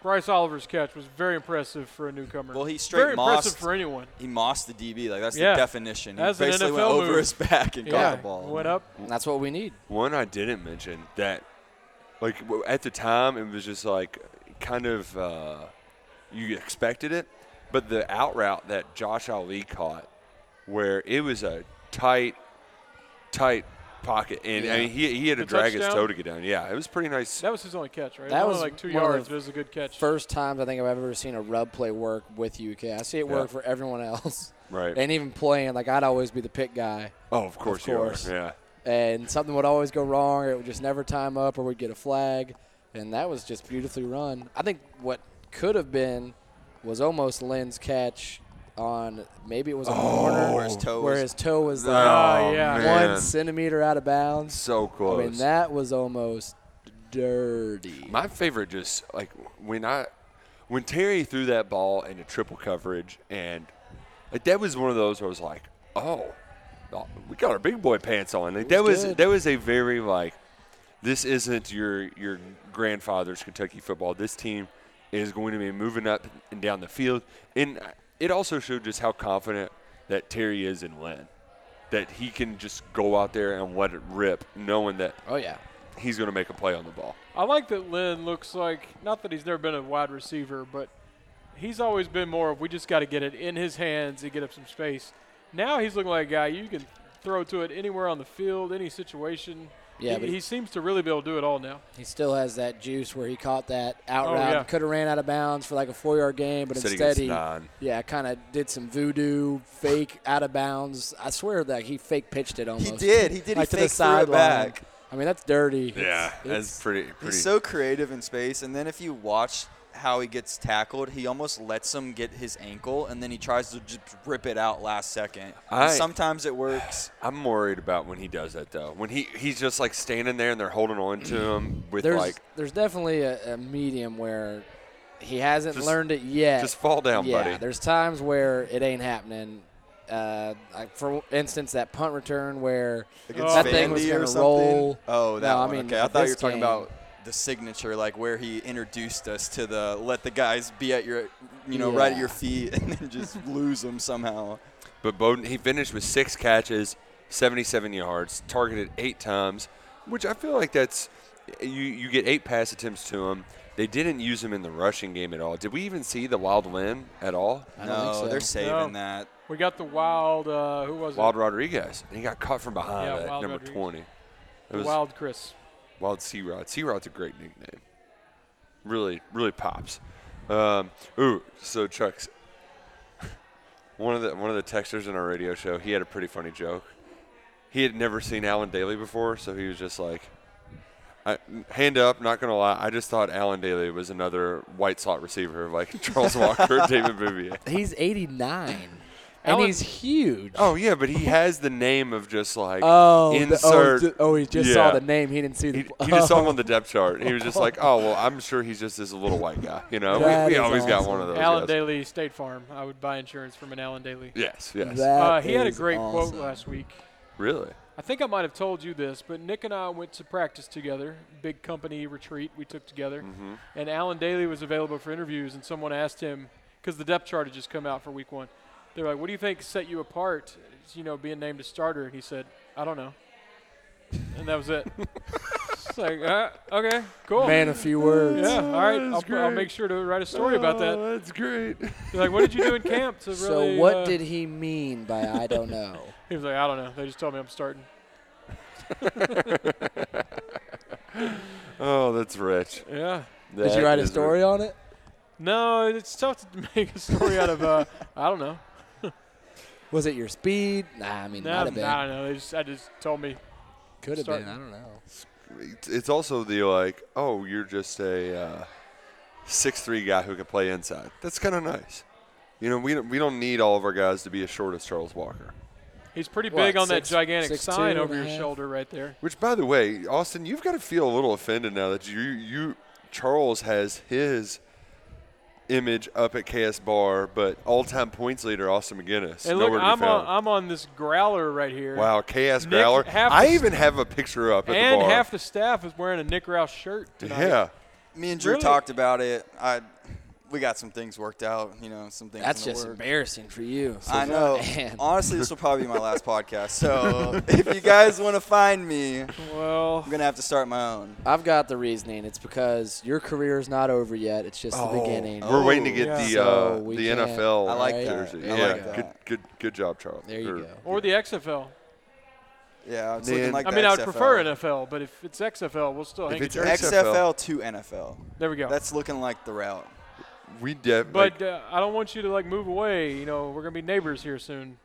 [SPEAKER 1] Bryce Oliver's catch was very impressive for a newcomer.
[SPEAKER 4] Well, he straight
[SPEAKER 1] very impressive
[SPEAKER 4] mossed-
[SPEAKER 1] for anyone.
[SPEAKER 4] he mossed the DB. Like that's
[SPEAKER 1] Yeah.
[SPEAKER 4] the definition. He
[SPEAKER 1] That's an
[SPEAKER 4] basically went
[SPEAKER 1] NFL
[SPEAKER 4] over
[SPEAKER 1] move.
[SPEAKER 4] his back and
[SPEAKER 1] yeah,
[SPEAKER 4] got the ball.
[SPEAKER 1] went up.
[SPEAKER 5] And that's what we need.
[SPEAKER 3] One I didn't mention that, like w- at the time, it was just like kind of uh, you expected it, but the out route that Josh Ali caught, where it was a tight, tight pocket, and I mean he, he had to
[SPEAKER 1] The
[SPEAKER 3] drag his
[SPEAKER 1] touchdown?
[SPEAKER 3] toe to get down. Yeah, it was pretty nice.
[SPEAKER 1] That was his only catch, right?
[SPEAKER 5] That
[SPEAKER 1] Only
[SPEAKER 5] was
[SPEAKER 1] like two
[SPEAKER 5] one of
[SPEAKER 1] yards,
[SPEAKER 5] the
[SPEAKER 1] but it was a good catch.
[SPEAKER 5] First times I think I've ever seen a rub play work with UK. I see it work
[SPEAKER 3] Yeah.
[SPEAKER 5] for everyone else.
[SPEAKER 3] Right.
[SPEAKER 5] And even playing, like I'd always be the pick guy.
[SPEAKER 3] oh, of course,
[SPEAKER 5] course.
[SPEAKER 3] you are. Yeah.
[SPEAKER 5] and something would always go wrong, or it would just never time up, or we'd get a flag, and that was just beautifully run. I think what could have been was almost Lynn's catch on maybe it was a corner
[SPEAKER 4] Where his toe
[SPEAKER 5] where
[SPEAKER 4] was-
[SPEAKER 5] his toe was
[SPEAKER 3] Oh,
[SPEAKER 5] like
[SPEAKER 1] yeah.
[SPEAKER 5] one
[SPEAKER 3] man.
[SPEAKER 5] centimeter out of bounds.
[SPEAKER 3] so close.
[SPEAKER 5] I mean, that was almost dirty.
[SPEAKER 3] My favorite, just like when I, when Terry threw that ball into triple coverage, and like that was one of those where I was like, oh, oh, we got our big boy pants on. Like that
[SPEAKER 5] was
[SPEAKER 3] was
[SPEAKER 5] good.
[SPEAKER 3] that was a very like, this isn't your your grandfather's Kentucky football. This team is going to be moving up and down the field, and it also showed just how confident that Terry is in Lynn. That he can just go out there and let it rip, knowing that
[SPEAKER 5] Oh yeah,
[SPEAKER 3] he's going to make a play on the ball.
[SPEAKER 1] I like that Lynn looks like not that he's never been a wide receiver, but he's always been more of we just got to get it in his hands and get up some space. Now he's looking like a guy you can throw to it anywhere on the field, any situation.
[SPEAKER 5] Yeah,
[SPEAKER 1] he,
[SPEAKER 5] but
[SPEAKER 1] he seems to really be able to do it all now.
[SPEAKER 5] he still has that juice where he caught that out
[SPEAKER 1] Oh,
[SPEAKER 5] route.
[SPEAKER 1] yeah.
[SPEAKER 5] Could have ran out of bounds for like a four-yard gain, but
[SPEAKER 3] Said he
[SPEAKER 5] instead
[SPEAKER 3] gets
[SPEAKER 5] he,
[SPEAKER 3] nine.
[SPEAKER 5] yeah, kind of did some voodoo fake out of bounds. I swear that he fake pitched it almost.
[SPEAKER 4] did. He did. He
[SPEAKER 5] Like to the
[SPEAKER 4] fake threw it
[SPEAKER 5] sideline.
[SPEAKER 4] back.
[SPEAKER 5] I mean, that's dirty.
[SPEAKER 3] Yeah,
[SPEAKER 5] It's-
[SPEAKER 3] that's pretty. pretty
[SPEAKER 4] He's so creative in space, and then if you watch how he gets tackled, he almost lets him get his ankle, and then he tries to just rip it out last second. And
[SPEAKER 3] I-
[SPEAKER 4] sometimes it works.
[SPEAKER 3] I'm worried about when he does that though. When he he's just like standing there and they're holding on to him with
[SPEAKER 5] there's
[SPEAKER 3] like
[SPEAKER 5] there's definitely a, a medium where he hasn't
[SPEAKER 3] Just-
[SPEAKER 5] learned it yet.
[SPEAKER 3] just fall down,
[SPEAKER 5] yeah,
[SPEAKER 3] buddy.
[SPEAKER 5] there's times where it ain't happening. Uh, like for instance, that punt return where
[SPEAKER 4] Against
[SPEAKER 5] that thing was
[SPEAKER 4] Vandy or
[SPEAKER 5] gonna
[SPEAKER 4] something.
[SPEAKER 5] roll.
[SPEAKER 4] Oh, that
[SPEAKER 5] no,
[SPEAKER 4] one.
[SPEAKER 5] I mean,
[SPEAKER 4] okay, I thought you were
[SPEAKER 5] this
[SPEAKER 4] talking
[SPEAKER 5] game-
[SPEAKER 4] about the signature, like where he introduced us to the let the guys be at your, you know, right at
[SPEAKER 5] Yeah.
[SPEAKER 4] your feet, and then
[SPEAKER 5] [laughs]
[SPEAKER 4] just lose them somehow.
[SPEAKER 3] But Bowden he finished with six catches, 77 yards, targeted eight times, which I feel like that's you you get eight pass attempts to him. They didn't use him in the rushing game at all. Did we even see the wild limb at all?
[SPEAKER 5] I don't
[SPEAKER 4] no,
[SPEAKER 5] think so.
[SPEAKER 4] they're
[SPEAKER 1] No.
[SPEAKER 4] saving that.
[SPEAKER 1] We got the wild. Uh, who was
[SPEAKER 3] Wild
[SPEAKER 1] it?
[SPEAKER 3] Rodriguez, and he got caught from behind
[SPEAKER 1] Yeah,
[SPEAKER 3] at
[SPEAKER 1] Wild
[SPEAKER 3] number
[SPEAKER 1] Rodriguez.
[SPEAKER 3] 20. It was
[SPEAKER 1] wild Chris.
[SPEAKER 3] Wild Sea Rod. Sea Rod's a great nickname. Really, really pops. Um, ooh, so Chuck's [laughs] one of the one of the texters in our radio show. He had a pretty funny joke. He had never seen Alan Daly before, so he was just like, I, "Hand up, not gonna lie. I just thought Alan Daly was another white slot receiver like [laughs] Charles Walker, or David Bouvier."
[SPEAKER 5] [laughs] He's 89,
[SPEAKER 3] [laughs]
[SPEAKER 5] and
[SPEAKER 1] Alan-
[SPEAKER 5] he's huge.
[SPEAKER 3] Oh yeah, but he has the name of just like
[SPEAKER 5] Oh, the- oh,
[SPEAKER 3] insert.
[SPEAKER 5] ju- oh, he just saw
[SPEAKER 3] Yeah.
[SPEAKER 5] the name. He didn't see the. [laughs] Oh,
[SPEAKER 3] He, he just saw him on the depth chart. He was just like, "Oh well, I'm sure he's just this little white guy." You know,
[SPEAKER 5] That
[SPEAKER 3] we, we
[SPEAKER 5] is
[SPEAKER 3] always got
[SPEAKER 5] awesome.
[SPEAKER 3] one of those.
[SPEAKER 1] Allen
[SPEAKER 3] guys.
[SPEAKER 1] Daly, State Farm. I would buy insurance from an Allen Daly.
[SPEAKER 3] Yes, yes.
[SPEAKER 5] That
[SPEAKER 1] Uh, he had a
[SPEAKER 5] is
[SPEAKER 1] great
[SPEAKER 5] awesome.
[SPEAKER 1] quote last week.
[SPEAKER 3] really?
[SPEAKER 1] I think I might have told you this, but Nick and I went to practice together, big company retreat we took together, and Alan Daly was available for interviews, and someone asked him because the depth chart had just come out for week one. They're like, "What do you think set you apart? You know, being named a starter?" And he said, "I don't know," and that was it. it's like, uh, okay,
[SPEAKER 3] Oh.
[SPEAKER 1] cool.
[SPEAKER 5] Man, a few words.
[SPEAKER 1] yeah, all right. I'll,
[SPEAKER 3] That's
[SPEAKER 1] put- I'll
[SPEAKER 3] great.
[SPEAKER 1] make sure to write a story about that.
[SPEAKER 5] Oh,
[SPEAKER 3] That's great.
[SPEAKER 1] They're like, "What did you do in camp?" To really,
[SPEAKER 5] Uh. so what
[SPEAKER 1] uh,
[SPEAKER 5] did he mean by I
[SPEAKER 3] [laughs]
[SPEAKER 5] don't know?
[SPEAKER 1] He was like, "I don't know." They just told me I'm starting.
[SPEAKER 3] [laughs] Oh, that's rich.
[SPEAKER 1] Yeah.
[SPEAKER 5] Did
[SPEAKER 3] That
[SPEAKER 5] you write a
[SPEAKER 3] is
[SPEAKER 5] story
[SPEAKER 3] rich.
[SPEAKER 5] on it?
[SPEAKER 1] No, it's tough to [laughs] make a story out of. Uh, I don't
[SPEAKER 5] [laughs]
[SPEAKER 1] know.
[SPEAKER 5] Was it your speed? Nah, I mean,
[SPEAKER 1] No,
[SPEAKER 5] might
[SPEAKER 1] I
[SPEAKER 5] have
[SPEAKER 1] don't
[SPEAKER 5] been.
[SPEAKER 1] know. They just, I just told me.
[SPEAKER 5] Could have
[SPEAKER 1] Start-
[SPEAKER 5] been. I don't know.
[SPEAKER 3] It's- It's also the like, oh, you're just a uh, six-three guy who can play inside. That's kind of nice. You know, we don't- we don't need all of our guys to be as short as Charles Walker.
[SPEAKER 1] He's pretty
[SPEAKER 5] What,
[SPEAKER 1] big on
[SPEAKER 5] six-
[SPEAKER 1] that gigantic
[SPEAKER 5] six
[SPEAKER 1] sign
[SPEAKER 5] two
[SPEAKER 1] over
[SPEAKER 5] and a
[SPEAKER 1] your
[SPEAKER 5] half?
[SPEAKER 1] shoulder right there.
[SPEAKER 3] Which, by the way, Austin, you've got to feel a little offended now that you you Charles has his image up at KS Bar, but all-time points leader Austin McGinnis
[SPEAKER 1] And look,
[SPEAKER 3] nowhere to
[SPEAKER 1] I'm
[SPEAKER 3] be found.
[SPEAKER 1] on, I'm on this growler right here.
[SPEAKER 3] wow, KS Growler.
[SPEAKER 1] half
[SPEAKER 3] I
[SPEAKER 1] the-
[SPEAKER 3] even have a picture up at
[SPEAKER 1] And
[SPEAKER 3] the bar.
[SPEAKER 1] half the staff is wearing a Nick Rouse shirt tonight.
[SPEAKER 3] yeah.
[SPEAKER 4] Me and Drew
[SPEAKER 1] Really?
[SPEAKER 4] talked about it. I, we got some things worked out. You know, some things.
[SPEAKER 5] That's
[SPEAKER 4] in the
[SPEAKER 5] just [laughs]
[SPEAKER 4] works.
[SPEAKER 5] embarrassing for you.
[SPEAKER 4] I know.
[SPEAKER 5] Man.
[SPEAKER 4] Honestly, this will probably be my
[SPEAKER 5] [laughs]
[SPEAKER 4] last podcast. So if you guys want to find me, I'm
[SPEAKER 1] Well,
[SPEAKER 4] gonna have to start my own.
[SPEAKER 5] I've got the reasoning. It's because your career is not over yet. It's just
[SPEAKER 3] Oh,
[SPEAKER 5] the beginning.
[SPEAKER 3] We're waiting to get
[SPEAKER 1] yeah.
[SPEAKER 3] the
[SPEAKER 5] So
[SPEAKER 3] uh,
[SPEAKER 5] we
[SPEAKER 3] the
[SPEAKER 5] can't-
[SPEAKER 3] NFL.
[SPEAKER 4] I like that.
[SPEAKER 3] jersey.
[SPEAKER 4] I like
[SPEAKER 3] yeah,
[SPEAKER 4] that.
[SPEAKER 3] good good good job, Charles.
[SPEAKER 5] There you
[SPEAKER 3] Or-
[SPEAKER 5] go.
[SPEAKER 1] or the XFL.
[SPEAKER 4] Yeah, it's
[SPEAKER 3] Man.
[SPEAKER 4] looking like
[SPEAKER 1] I
[SPEAKER 4] the
[SPEAKER 1] mean, I would
[SPEAKER 4] XFL.
[SPEAKER 1] prefer NFL, but if it's XFL, we'll still hang it.
[SPEAKER 3] it's
[SPEAKER 1] there.
[SPEAKER 4] XFL to NFL.
[SPEAKER 1] There we go.
[SPEAKER 4] That's looking like the route.
[SPEAKER 3] We def-
[SPEAKER 1] but
[SPEAKER 3] like,
[SPEAKER 1] uh, I don't want you to like move away. You know, we're gonna be neighbors here soon.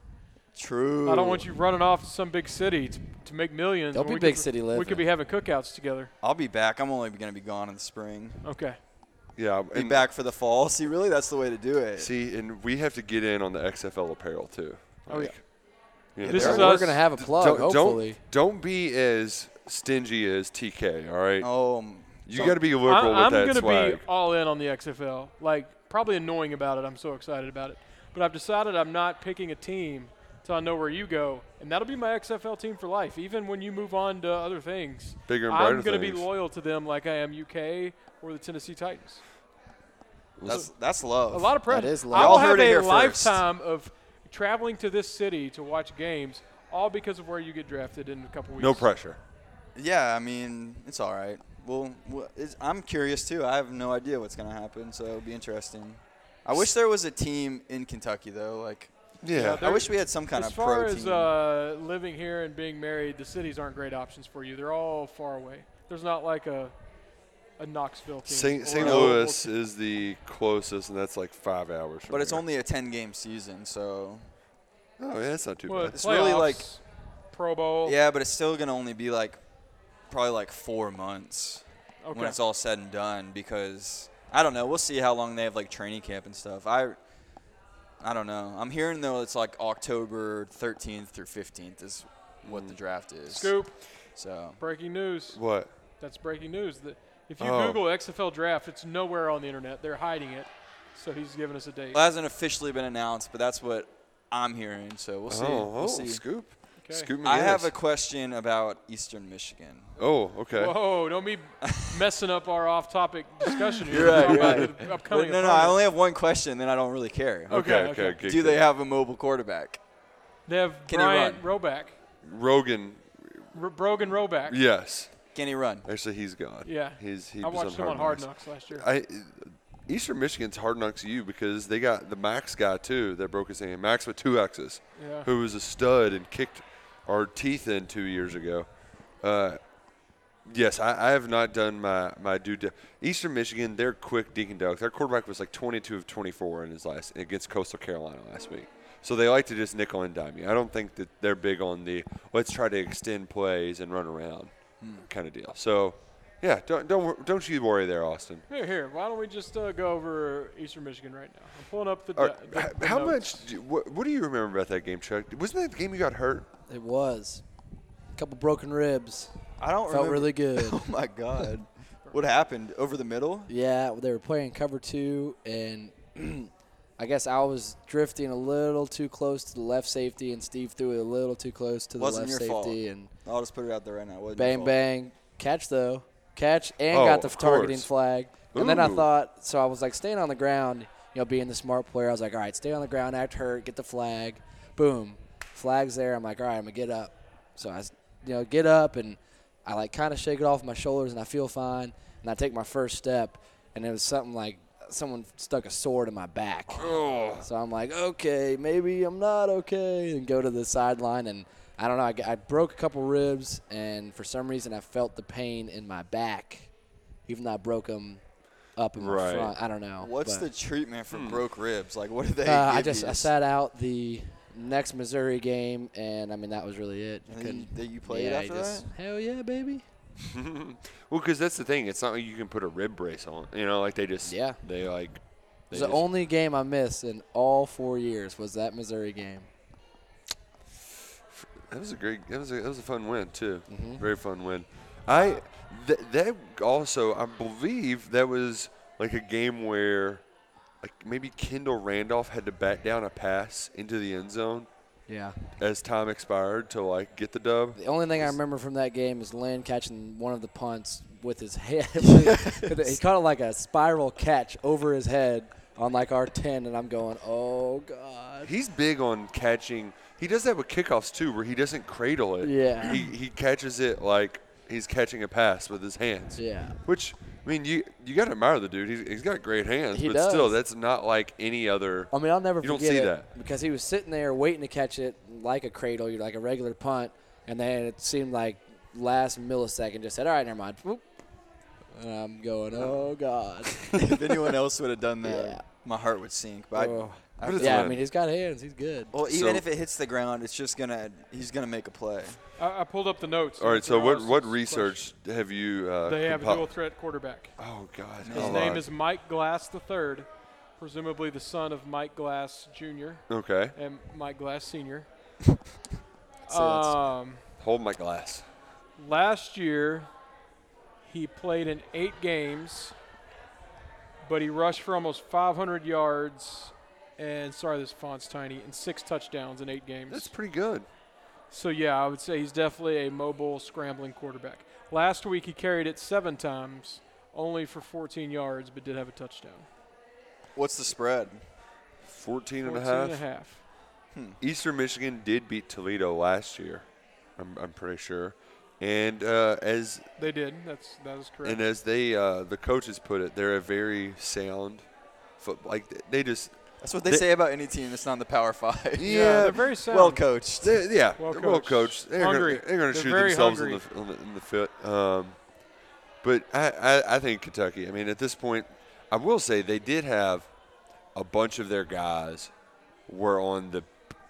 [SPEAKER 4] True.
[SPEAKER 1] I don't want you running off to some big city to, to make 1000000s
[SPEAKER 5] Don't
[SPEAKER 1] when
[SPEAKER 5] be
[SPEAKER 1] we
[SPEAKER 5] big
[SPEAKER 1] could-
[SPEAKER 5] city
[SPEAKER 1] We
[SPEAKER 5] living.
[SPEAKER 1] could be having cookouts together.
[SPEAKER 4] I'll be back. I'm only gonna be gone in the spring.
[SPEAKER 1] Okay.
[SPEAKER 3] yeah,
[SPEAKER 4] Be
[SPEAKER 3] and
[SPEAKER 4] back for the fall. See, really, that's the way to do it.
[SPEAKER 3] see, and we have to get in on the XFL apparel too.
[SPEAKER 1] Oh yeah.
[SPEAKER 3] You know,
[SPEAKER 1] This
[SPEAKER 5] We're
[SPEAKER 1] is
[SPEAKER 5] going
[SPEAKER 1] us.
[SPEAKER 5] to have a plug,
[SPEAKER 3] don't,
[SPEAKER 5] hopefully.
[SPEAKER 3] don't don't be as stingy as TK. All right,
[SPEAKER 4] Oh,
[SPEAKER 3] you got to be liberal
[SPEAKER 1] I, am
[SPEAKER 3] with that
[SPEAKER 1] gonna
[SPEAKER 3] swag.
[SPEAKER 1] be all in on the XFL. Like probably annoying about it. I'm so excited about it. But I've decided I'm not picking a team till I know where you go, and that'll be my XFL team for life. Even when you move on to other things,
[SPEAKER 3] Bigger and
[SPEAKER 1] I'm
[SPEAKER 3] brighter
[SPEAKER 1] gonna be
[SPEAKER 3] things.
[SPEAKER 1] loyal to them, like I am UK or the Tennessee Titans.
[SPEAKER 4] that's that's love.
[SPEAKER 1] A lot of pressure.
[SPEAKER 5] is
[SPEAKER 1] I
[SPEAKER 5] love.
[SPEAKER 1] will
[SPEAKER 4] Y'all
[SPEAKER 1] have
[SPEAKER 4] heard it
[SPEAKER 1] a
[SPEAKER 4] here first.
[SPEAKER 1] lifetime of traveling to this city to watch games, all because of where you get drafted in a couple weeks.
[SPEAKER 3] no pressure.
[SPEAKER 4] Yeah, I mean, it's all right. Well, well, it's, I'm curious too. I have no idea what's gonna happen, so it'll be interesting. I wish there was a team in Kentucky though. Like,
[SPEAKER 3] Yeah,
[SPEAKER 4] I wish we had some kind
[SPEAKER 1] As
[SPEAKER 4] of pro
[SPEAKER 1] far as
[SPEAKER 4] team.
[SPEAKER 1] uh, living here and being married, the cities aren't great options for you. They're all far away. There's not like a a Knoxville team. or
[SPEAKER 3] St. St.
[SPEAKER 1] a-
[SPEAKER 3] Louis is the closest, and that's like five hours. From
[SPEAKER 4] but it's
[SPEAKER 3] here.
[SPEAKER 4] only a 10 game season, so
[SPEAKER 3] Oh, yeah, that's not too
[SPEAKER 1] Well,
[SPEAKER 3] bad.
[SPEAKER 4] It's really
[SPEAKER 1] playoffs,
[SPEAKER 4] like-
[SPEAKER 1] Pro Bowl.
[SPEAKER 4] yeah. But it's still gonna only be like probably like four months
[SPEAKER 1] Okay.
[SPEAKER 4] when it's all said and done because I don't know. We'll see how long they have like training camp and stuff. I I don't know. I'm hearing though it's like October 13th through 15th is what the draft is.
[SPEAKER 1] Scoop.
[SPEAKER 4] So
[SPEAKER 1] Breaking news.
[SPEAKER 3] What?
[SPEAKER 1] That's breaking news. The- if you
[SPEAKER 3] Oh.
[SPEAKER 1] Google XFL draft, it's nowhere on the internet. They're hiding it. So he's giving us a date.
[SPEAKER 4] Well, it hasn't officially been announced, but that's what I'm hearing. So we'll see.
[SPEAKER 3] oh,
[SPEAKER 4] we'll
[SPEAKER 3] oh,
[SPEAKER 4] see.
[SPEAKER 3] scoop.
[SPEAKER 1] Okay.
[SPEAKER 3] Scoop
[SPEAKER 4] I have a
[SPEAKER 3] McGinnis.
[SPEAKER 4] question about Eastern Michigan.
[SPEAKER 3] Oh, okay.
[SPEAKER 1] Whoa, don't
[SPEAKER 4] [laughs]
[SPEAKER 1] be messing up our off topic discussion here.
[SPEAKER 4] You're right,
[SPEAKER 1] Talk
[SPEAKER 4] you're
[SPEAKER 1] about
[SPEAKER 4] right.
[SPEAKER 1] the
[SPEAKER 4] Well,
[SPEAKER 1] upcoming
[SPEAKER 4] no, no, I
[SPEAKER 1] opponent.
[SPEAKER 4] only have one question, then I don't really care.
[SPEAKER 3] Okay,
[SPEAKER 1] Okay,
[SPEAKER 3] okay, okay.
[SPEAKER 1] okay.
[SPEAKER 4] Do they have a mobile quarterback?
[SPEAKER 1] They have
[SPEAKER 4] Can he
[SPEAKER 1] Bryant
[SPEAKER 4] run?
[SPEAKER 1] Roback.
[SPEAKER 3] Rogan?
[SPEAKER 1] R- Brogan Roback.
[SPEAKER 3] Yes.
[SPEAKER 4] Can he run?
[SPEAKER 3] Actually, he's gone.
[SPEAKER 1] Yeah.
[SPEAKER 3] He's. He
[SPEAKER 1] I
[SPEAKER 3] was
[SPEAKER 1] watched him on Hard Knocks last year.
[SPEAKER 3] I, Eastern Michigan's hard knocks you because they got the Max guy too that broke his hand. Max with two X's,
[SPEAKER 1] Yeah.
[SPEAKER 3] who was a stud and kicked our teeth in two years ago. Uh, yes, I, I have not done my my due. Di- Eastern Michigan, they're quick Deacon Ducks. Their quarterback was like 22 of 24 in his last against Coastal Carolina last week. So they like to just nickel and dime you. I don't think that they're big on the let's try to extend plays and run around kind of deal. So, yeah, don't don't wor- don't you worry there, Austin.
[SPEAKER 1] here, here. Why don't we just uh, go over Eastern Michigan right now? I'm pulling up the.
[SPEAKER 3] All
[SPEAKER 1] the-
[SPEAKER 3] right,
[SPEAKER 1] the
[SPEAKER 3] h- how
[SPEAKER 1] notes.
[SPEAKER 3] much? Do, what, what do you remember about that game, Chuck? Wasn't that the game you got hurt?
[SPEAKER 5] It was. A couple broken ribs.
[SPEAKER 4] I don't
[SPEAKER 5] Felt
[SPEAKER 4] remember.
[SPEAKER 5] really
[SPEAKER 4] [laughs]
[SPEAKER 5] good. [laughs]
[SPEAKER 4] Oh my God. what happened over the middle?
[SPEAKER 5] Yeah, they were playing cover two, and [clears throat] I guess I was drifting a little too close to the left safety, and Steve threw it a little too close to the
[SPEAKER 4] Wasn't
[SPEAKER 5] left
[SPEAKER 4] your fault.
[SPEAKER 5] safety, and
[SPEAKER 4] I'll just put it out there right now. Wasn't your
[SPEAKER 5] bang
[SPEAKER 4] fault.
[SPEAKER 5] bang catch though catch and
[SPEAKER 3] Oh,
[SPEAKER 5] got the
[SPEAKER 3] of
[SPEAKER 5] targeting
[SPEAKER 3] course.
[SPEAKER 5] flag. And then I
[SPEAKER 3] Ooh.
[SPEAKER 5] thought, so I was like staying on the ground, you know, being the smart player. I was like, all right, stay on the ground, act hurt, get the flag. Boom, flag's there. I'm like, all right, I'm gonna get up. So I, s- you know, get up and I like kind of shake it off my shoulders and I feel fine. And I take my first step, and it was something like someone stuck a sword in my back. So I'm like, okay, maybe I'm not okay, and go to the sideline, and I don't know. I, g- I broke a couple ribs, and for some reason, I felt the pain in my back, even though I broke them up in
[SPEAKER 3] Right.
[SPEAKER 5] my front. I don't know.
[SPEAKER 4] What's
[SPEAKER 5] but,
[SPEAKER 4] the treatment for broke ribs? Like, what do they?
[SPEAKER 5] Uh, I
[SPEAKER 4] give
[SPEAKER 5] just
[SPEAKER 4] you?
[SPEAKER 5] I sat out the next Missouri game, and I mean that was really it. I
[SPEAKER 4] And then you-
[SPEAKER 5] couldn't-
[SPEAKER 4] then you played
[SPEAKER 5] yeah, I
[SPEAKER 4] after
[SPEAKER 5] just, Hell yeah, baby.
[SPEAKER 3] Well, because that's the thing. It's not like you can put a rib brace on. You know, like they just.
[SPEAKER 5] Yeah.
[SPEAKER 3] They like.
[SPEAKER 5] It
[SPEAKER 3] They
[SPEAKER 5] was the
[SPEAKER 3] just-
[SPEAKER 5] only game I missed in all four years was that Missouri game.
[SPEAKER 3] That was a great. That was a, that was a fun win too.
[SPEAKER 5] Mm-hmm.
[SPEAKER 3] Very fun win. I th- that also I believe that was like a game where like maybe Kendall Randolph had to bat down a pass into the end zone
[SPEAKER 5] Yeah.
[SPEAKER 3] as time expired to like get the dub.
[SPEAKER 5] The only thing I remember from that game is Lynn catching one of the punts with his [laughs] head.
[SPEAKER 4] [laughs]
[SPEAKER 5] he caught it like a spiral catch over his head on like our 10, and I'm going, oh, God.
[SPEAKER 3] He's big on catching. He does that with kickoffs too, where he doesn't cradle it.
[SPEAKER 5] Yeah.
[SPEAKER 3] He he catches it like he's catching a pass with his hands.
[SPEAKER 5] Yeah.
[SPEAKER 3] Which I mean, you you gotta admire the dude. He's, he's got great hands,
[SPEAKER 5] He
[SPEAKER 3] but still,
[SPEAKER 5] does.
[SPEAKER 3] that's not like any other.
[SPEAKER 5] I mean, I'll never
[SPEAKER 3] You don't
[SPEAKER 5] forget
[SPEAKER 3] see
[SPEAKER 5] it
[SPEAKER 3] that.
[SPEAKER 5] because he was sitting there waiting to catch it like a cradle, like a regular punt, and then it seemed like last millisecond just said, all right, never mind. Whoop. And I'm going, oh,
[SPEAKER 3] [laughs]
[SPEAKER 5] God. [laughs]
[SPEAKER 4] if anyone else would have done that,
[SPEAKER 5] Yeah.
[SPEAKER 4] my heart would sink. But
[SPEAKER 5] Oh.
[SPEAKER 4] I, I,
[SPEAKER 5] yeah, I
[SPEAKER 3] Lynn.
[SPEAKER 5] mean, he's got hands. He's good.
[SPEAKER 4] well, even
[SPEAKER 3] So-
[SPEAKER 4] if it hits the ground, it's just gonna he's gonna make a play.
[SPEAKER 1] I, I pulled up the notes.
[SPEAKER 3] All right, so what
[SPEAKER 1] Ross's
[SPEAKER 3] what
[SPEAKER 1] question.
[SPEAKER 3] research have you? Uh,
[SPEAKER 1] They have a
[SPEAKER 3] compi-
[SPEAKER 1] dual threat quarterback.
[SPEAKER 3] Oh God,
[SPEAKER 1] His
[SPEAKER 3] Oh,
[SPEAKER 1] name
[SPEAKER 3] God.
[SPEAKER 1] is Mike Glass III, presumably the son of Mike Glass Jr.
[SPEAKER 3] okay.
[SPEAKER 1] and Mike Glass
[SPEAKER 3] [laughs]
[SPEAKER 1] Sr.
[SPEAKER 5] So that's-
[SPEAKER 1] Um,
[SPEAKER 3] Hold my glass.
[SPEAKER 1] last year, he played in eight games, but he rushed for almost 500 yards. And sorry, this font's tiny. And six touchdowns in eight games.
[SPEAKER 3] That's pretty good.
[SPEAKER 1] So yeah, I would say he's definitely a mobile scrambling quarterback. Last week he carried it seven times, only for 14 yards, but did have a touchdown.
[SPEAKER 4] What's the spread?
[SPEAKER 3] 14 and a
[SPEAKER 1] 14
[SPEAKER 3] half.
[SPEAKER 1] and a half.
[SPEAKER 3] Eastern Michigan did beat Toledo last year. I'm, I'm pretty sure. And uh, as
[SPEAKER 1] They did. That's that is correct.
[SPEAKER 3] and as they uh, the coaches put it, they're a very sound football. Like th- they just
[SPEAKER 4] That's what they,
[SPEAKER 3] They-
[SPEAKER 4] say about any team that's not in the Power Five.
[SPEAKER 1] yeah,
[SPEAKER 4] [laughs]
[SPEAKER 1] they're very sound.
[SPEAKER 4] well coached.
[SPEAKER 3] They, yeah,
[SPEAKER 1] Well
[SPEAKER 3] they're well
[SPEAKER 1] coached.
[SPEAKER 3] coached. They're
[SPEAKER 1] Hungry.
[SPEAKER 3] Gonna, they're going to
[SPEAKER 1] They're
[SPEAKER 3] shoot
[SPEAKER 1] very
[SPEAKER 3] themselves in
[SPEAKER 1] hungry.
[SPEAKER 3] the, on the in the foot. Um, but I, I, I think Kentucky. I mean, at this point, I will say they did have a bunch of their guys were on the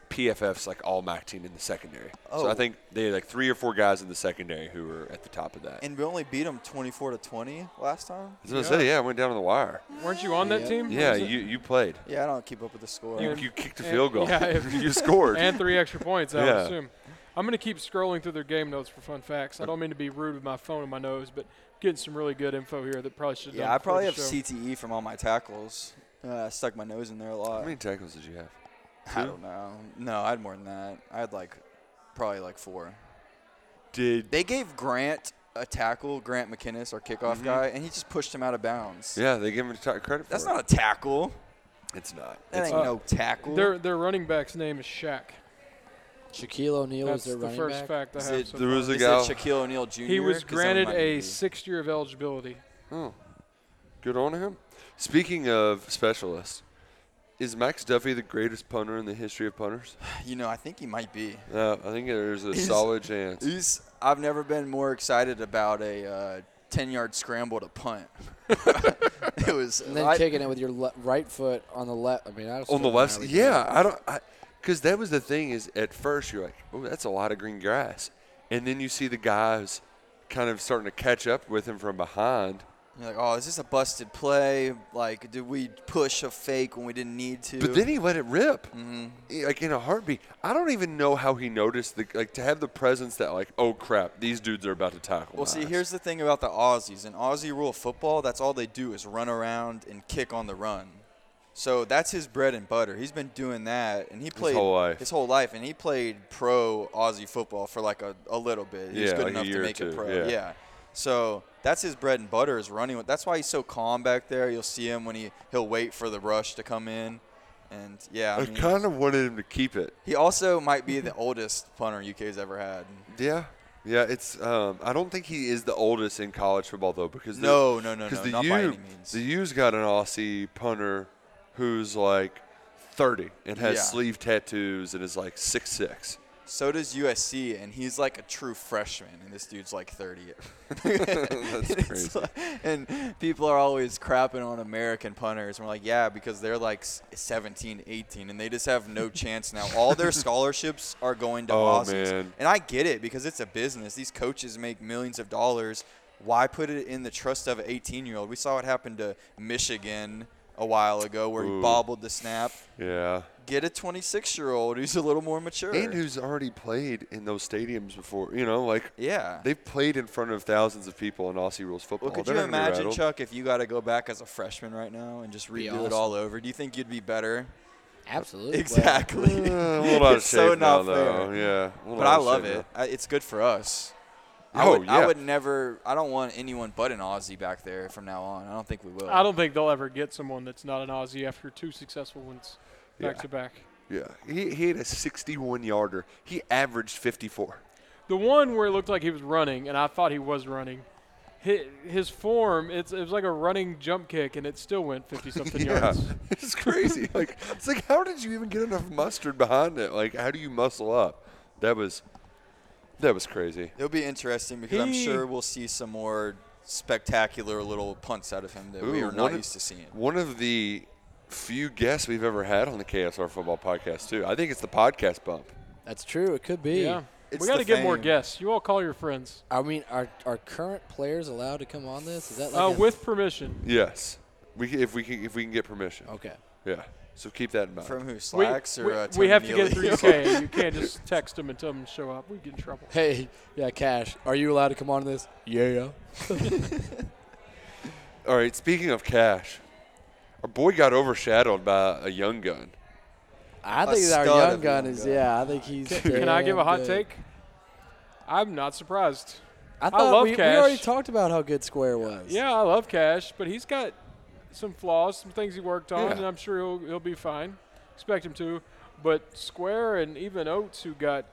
[SPEAKER 3] PFF's like all MAC team in the secondary. So I
[SPEAKER 4] Oh.
[SPEAKER 3] think they had like three or four guys in the secondary who were at the top of that.
[SPEAKER 4] And we only beat them 24 to 20 last time.
[SPEAKER 3] I was gonna say, yeah, I went down on the wire.
[SPEAKER 4] Oh
[SPEAKER 1] Weren't you on that team?
[SPEAKER 3] Yeah,
[SPEAKER 1] Was it-
[SPEAKER 3] you, you played.
[SPEAKER 4] Yeah, I don't keep up with the score.
[SPEAKER 3] You,
[SPEAKER 1] And-
[SPEAKER 3] you kicked a
[SPEAKER 1] and-
[SPEAKER 3] field goal. [laughs]
[SPEAKER 1] yeah, if-
[SPEAKER 3] you scored.
[SPEAKER 1] and three extra points, I
[SPEAKER 3] Yeah.
[SPEAKER 1] would assume. I'm going to keep scrolling through their game notes for fun facts. I don't mean to be rude with my phone in my nose, but getting some really good info here that probably should.
[SPEAKER 4] yeah, I probably have
[SPEAKER 1] show.
[SPEAKER 4] CTE from all my tackles. Uh, I stuck my nose in there a lot.
[SPEAKER 3] How many tackles did you have?
[SPEAKER 4] I don't know. No, I had more than that. I had like probably like four.
[SPEAKER 3] Did
[SPEAKER 4] They gave Grant a tackle, Grant McKinnis, our kickoff guy, and he just pushed him out of bounds.
[SPEAKER 3] Mm-hmm. yeah, they give him t- credit for
[SPEAKER 4] That's
[SPEAKER 3] it.
[SPEAKER 4] not a tackle.
[SPEAKER 3] It's not.
[SPEAKER 4] That
[SPEAKER 3] It's
[SPEAKER 4] ain't no tackle.
[SPEAKER 1] Their their running back's name is Shaq.
[SPEAKER 5] Shaquille O'Neal
[SPEAKER 1] That's
[SPEAKER 5] is their
[SPEAKER 1] the
[SPEAKER 5] running
[SPEAKER 1] first
[SPEAKER 5] back.
[SPEAKER 1] fact I
[SPEAKER 4] Is
[SPEAKER 1] have.
[SPEAKER 4] it-
[SPEAKER 1] so
[SPEAKER 3] there was
[SPEAKER 1] far.
[SPEAKER 3] a
[SPEAKER 4] They
[SPEAKER 3] guy.
[SPEAKER 4] said Shaquille O'Neal Jr.
[SPEAKER 1] he was
[SPEAKER 4] 'Cause that
[SPEAKER 1] granted
[SPEAKER 4] might
[SPEAKER 1] a
[SPEAKER 4] be-
[SPEAKER 1] sixth year of eligibility.
[SPEAKER 3] Good on him. Speaking of specialists, is Max Duffy the greatest punter in the history of
[SPEAKER 4] [sighs]
[SPEAKER 3] punters?
[SPEAKER 4] You know, I think he might be.
[SPEAKER 3] Uh, I think there's a
[SPEAKER 4] He's-
[SPEAKER 3] solid chance.
[SPEAKER 4] He's. I've never been more excited about a uh, ten-yard scramble to punt. [laughs] it was.
[SPEAKER 5] And then
[SPEAKER 4] I-
[SPEAKER 5] kicking it with your le- right foot on the left. I mean, I was
[SPEAKER 3] On the
[SPEAKER 5] still
[SPEAKER 3] left,
[SPEAKER 5] mad with
[SPEAKER 3] yeah.
[SPEAKER 5] that.
[SPEAKER 3] I don't, because that was the thing. Is at first you're like, oh, that's a lot of green grass, and then you see the guys kind of starting to catch up with him from behind.
[SPEAKER 4] You're like, oh, is this a busted play? Like, did we push a fake when we didn't need to?
[SPEAKER 3] But then he let it rip,
[SPEAKER 4] Mm-hmm.
[SPEAKER 3] I- like in a heartbeat. I don't even know how he noticed the like to have the presence that like, oh crap, these dudes are about to tackle.
[SPEAKER 4] well, see,
[SPEAKER 3] us."
[SPEAKER 4] here's the thing about the Aussies. In Aussie rule of football, that's all they do is run around and kick on the run. So that's his bread and butter. He's been doing that, and he played
[SPEAKER 3] whole life.
[SPEAKER 4] his whole life, and he played pro Aussie football for like a, a little bit. He was
[SPEAKER 3] Yeah,
[SPEAKER 4] good
[SPEAKER 3] like a
[SPEAKER 4] enough
[SPEAKER 3] year
[SPEAKER 4] to
[SPEAKER 3] or
[SPEAKER 4] make
[SPEAKER 3] two,
[SPEAKER 4] it pro.
[SPEAKER 3] yeah.
[SPEAKER 4] yeah. So that's his bread and butter is running. That's why he's so calm back there. You'll see him when he he'll wait for the rush to come in, and yeah, I
[SPEAKER 3] I
[SPEAKER 4] mean,
[SPEAKER 3] kind of wanted him to keep it.
[SPEAKER 4] He also might be the oldest punter UK's ever had.
[SPEAKER 3] Yeah. Yeah, it's. Um, I don't think he is the oldest in college football though, because the-
[SPEAKER 4] No, no, no, no,
[SPEAKER 3] the
[SPEAKER 4] not
[SPEAKER 3] U,
[SPEAKER 4] by any means.
[SPEAKER 3] the U's got an Aussie punter who's like 30 and has
[SPEAKER 4] Yeah.
[SPEAKER 3] sleeve tattoos and is like six six.
[SPEAKER 4] So does USC, and he's like a true freshman, and this dude's like [laughs] 30.
[SPEAKER 3] That's
[SPEAKER 4] It's
[SPEAKER 3] crazy.
[SPEAKER 4] like- and people are always crapping on American punters, and we're like, yeah, because they're like s- 17, 18, and they just have no chance now.
[SPEAKER 3] [laughs]
[SPEAKER 4] All their scholarships are going to
[SPEAKER 3] Oh,
[SPEAKER 4] Aussies.
[SPEAKER 3] man.
[SPEAKER 4] And I get it because it's a business. These coaches make millions of dollars. Why put it in the trust of an 18 year old? We saw what happened to Michigan a while ago where he
[SPEAKER 3] Ooh.
[SPEAKER 4] bobbled the snap.
[SPEAKER 3] yeah.
[SPEAKER 4] get a 26 year old who's a little more mature.
[SPEAKER 6] and who's already played in those stadiums before. You know, like
[SPEAKER 4] Yeah.
[SPEAKER 6] they've played in front of thousands of people in Aussie rules football.
[SPEAKER 4] well, could
[SPEAKER 6] Oh, They're
[SPEAKER 4] you
[SPEAKER 6] not gonna be
[SPEAKER 4] imagine,
[SPEAKER 6] rattled.
[SPEAKER 3] [laughs]
[SPEAKER 4] Chuck, if you got to go back as a freshman right now and just
[SPEAKER 5] Be
[SPEAKER 4] redo it
[SPEAKER 5] awesome.
[SPEAKER 4] all over? Do you think you'd be better?
[SPEAKER 5] Absolutely. [laughs] Well,
[SPEAKER 4] Exactly.
[SPEAKER 6] Uh, a little out of
[SPEAKER 4] [laughs] It's so
[SPEAKER 6] shape now,
[SPEAKER 4] not fair.
[SPEAKER 6] though. Yeah, a little out
[SPEAKER 4] But I
[SPEAKER 6] of
[SPEAKER 4] love
[SPEAKER 6] shape
[SPEAKER 4] it. I, it's good for us. I
[SPEAKER 6] Oh,
[SPEAKER 4] would, I
[SPEAKER 6] yeah.
[SPEAKER 4] would never. I don't want anyone but an Aussie back there from now on. I don't think we will.
[SPEAKER 1] I don't think they'll ever get someone that's not an Aussie after two successful ones back
[SPEAKER 6] Yeah.
[SPEAKER 1] to back.
[SPEAKER 6] now. Yeah, he he had a 61 yarder. He averaged 54.
[SPEAKER 1] The one where it looked like he was running, and I thought he was running. His, his form, it's, it was like a running jump kick, and it still went 50
[SPEAKER 4] [laughs]
[SPEAKER 1] something
[SPEAKER 6] Yeah,
[SPEAKER 1] yards.
[SPEAKER 6] [laughs] it's crazy. like it's like how did you even get enough mustard behind it? Like how do you muscle up? That was that was crazy.
[SPEAKER 4] It'll be interesting because I'm
[SPEAKER 1] He-
[SPEAKER 4] sure we'll see some more spectacular little punts out of him that we
[SPEAKER 6] Ooh,
[SPEAKER 4] are
[SPEAKER 6] one
[SPEAKER 4] not
[SPEAKER 6] of-
[SPEAKER 4] used to seeing.
[SPEAKER 6] One of the few guests we've ever had on the KSR football podcast too. I think it's the podcast bump.
[SPEAKER 5] That's true. It could be.
[SPEAKER 1] Yeah.
[SPEAKER 4] It's
[SPEAKER 1] we got to
[SPEAKER 4] the
[SPEAKER 1] get more
[SPEAKER 4] fame.
[SPEAKER 1] guests. You all call your friends.
[SPEAKER 5] I mean, are are current players allowed to come on this? Is that like
[SPEAKER 1] Uh,
[SPEAKER 5] a-
[SPEAKER 1] with permission.
[SPEAKER 6] Yes, we c- if we can if we can get permission.
[SPEAKER 5] Okay. [laughs]
[SPEAKER 6] Yeah. So keep that in mind.
[SPEAKER 4] From who?
[SPEAKER 1] We,
[SPEAKER 4] Slacks or
[SPEAKER 1] we-
[SPEAKER 4] uh,
[SPEAKER 1] we
[SPEAKER 4] Tony
[SPEAKER 1] have to get
[SPEAKER 4] Neely?
[SPEAKER 1] through
[SPEAKER 4] [laughs]
[SPEAKER 1] UK. You can't just text them and tell them to show up. We get in trouble.
[SPEAKER 5] Hey, yeah, Cash. Are you allowed to come on this? Yeah.
[SPEAKER 6] All right. Speaking of cash, our boy got overshadowed by a young gun.
[SPEAKER 5] I
[SPEAKER 4] A
[SPEAKER 5] think our
[SPEAKER 4] stud of a
[SPEAKER 5] young gun
[SPEAKER 4] young
[SPEAKER 5] is.
[SPEAKER 4] gun.
[SPEAKER 5] Yeah, I think he's.
[SPEAKER 1] [laughs] Can I give a
[SPEAKER 5] damn
[SPEAKER 1] hot
[SPEAKER 5] good.
[SPEAKER 1] take? I'm not surprised.
[SPEAKER 5] I thought
[SPEAKER 1] love
[SPEAKER 5] we,
[SPEAKER 1] Cash.
[SPEAKER 5] we already talked about how good Square was.
[SPEAKER 1] Yeah, I love Cash, but he's got some flaws, some things he worked on,
[SPEAKER 6] Yeah.
[SPEAKER 1] and I'm sure he'll he'll be fine. Expect him to. But Square and even Oates, who got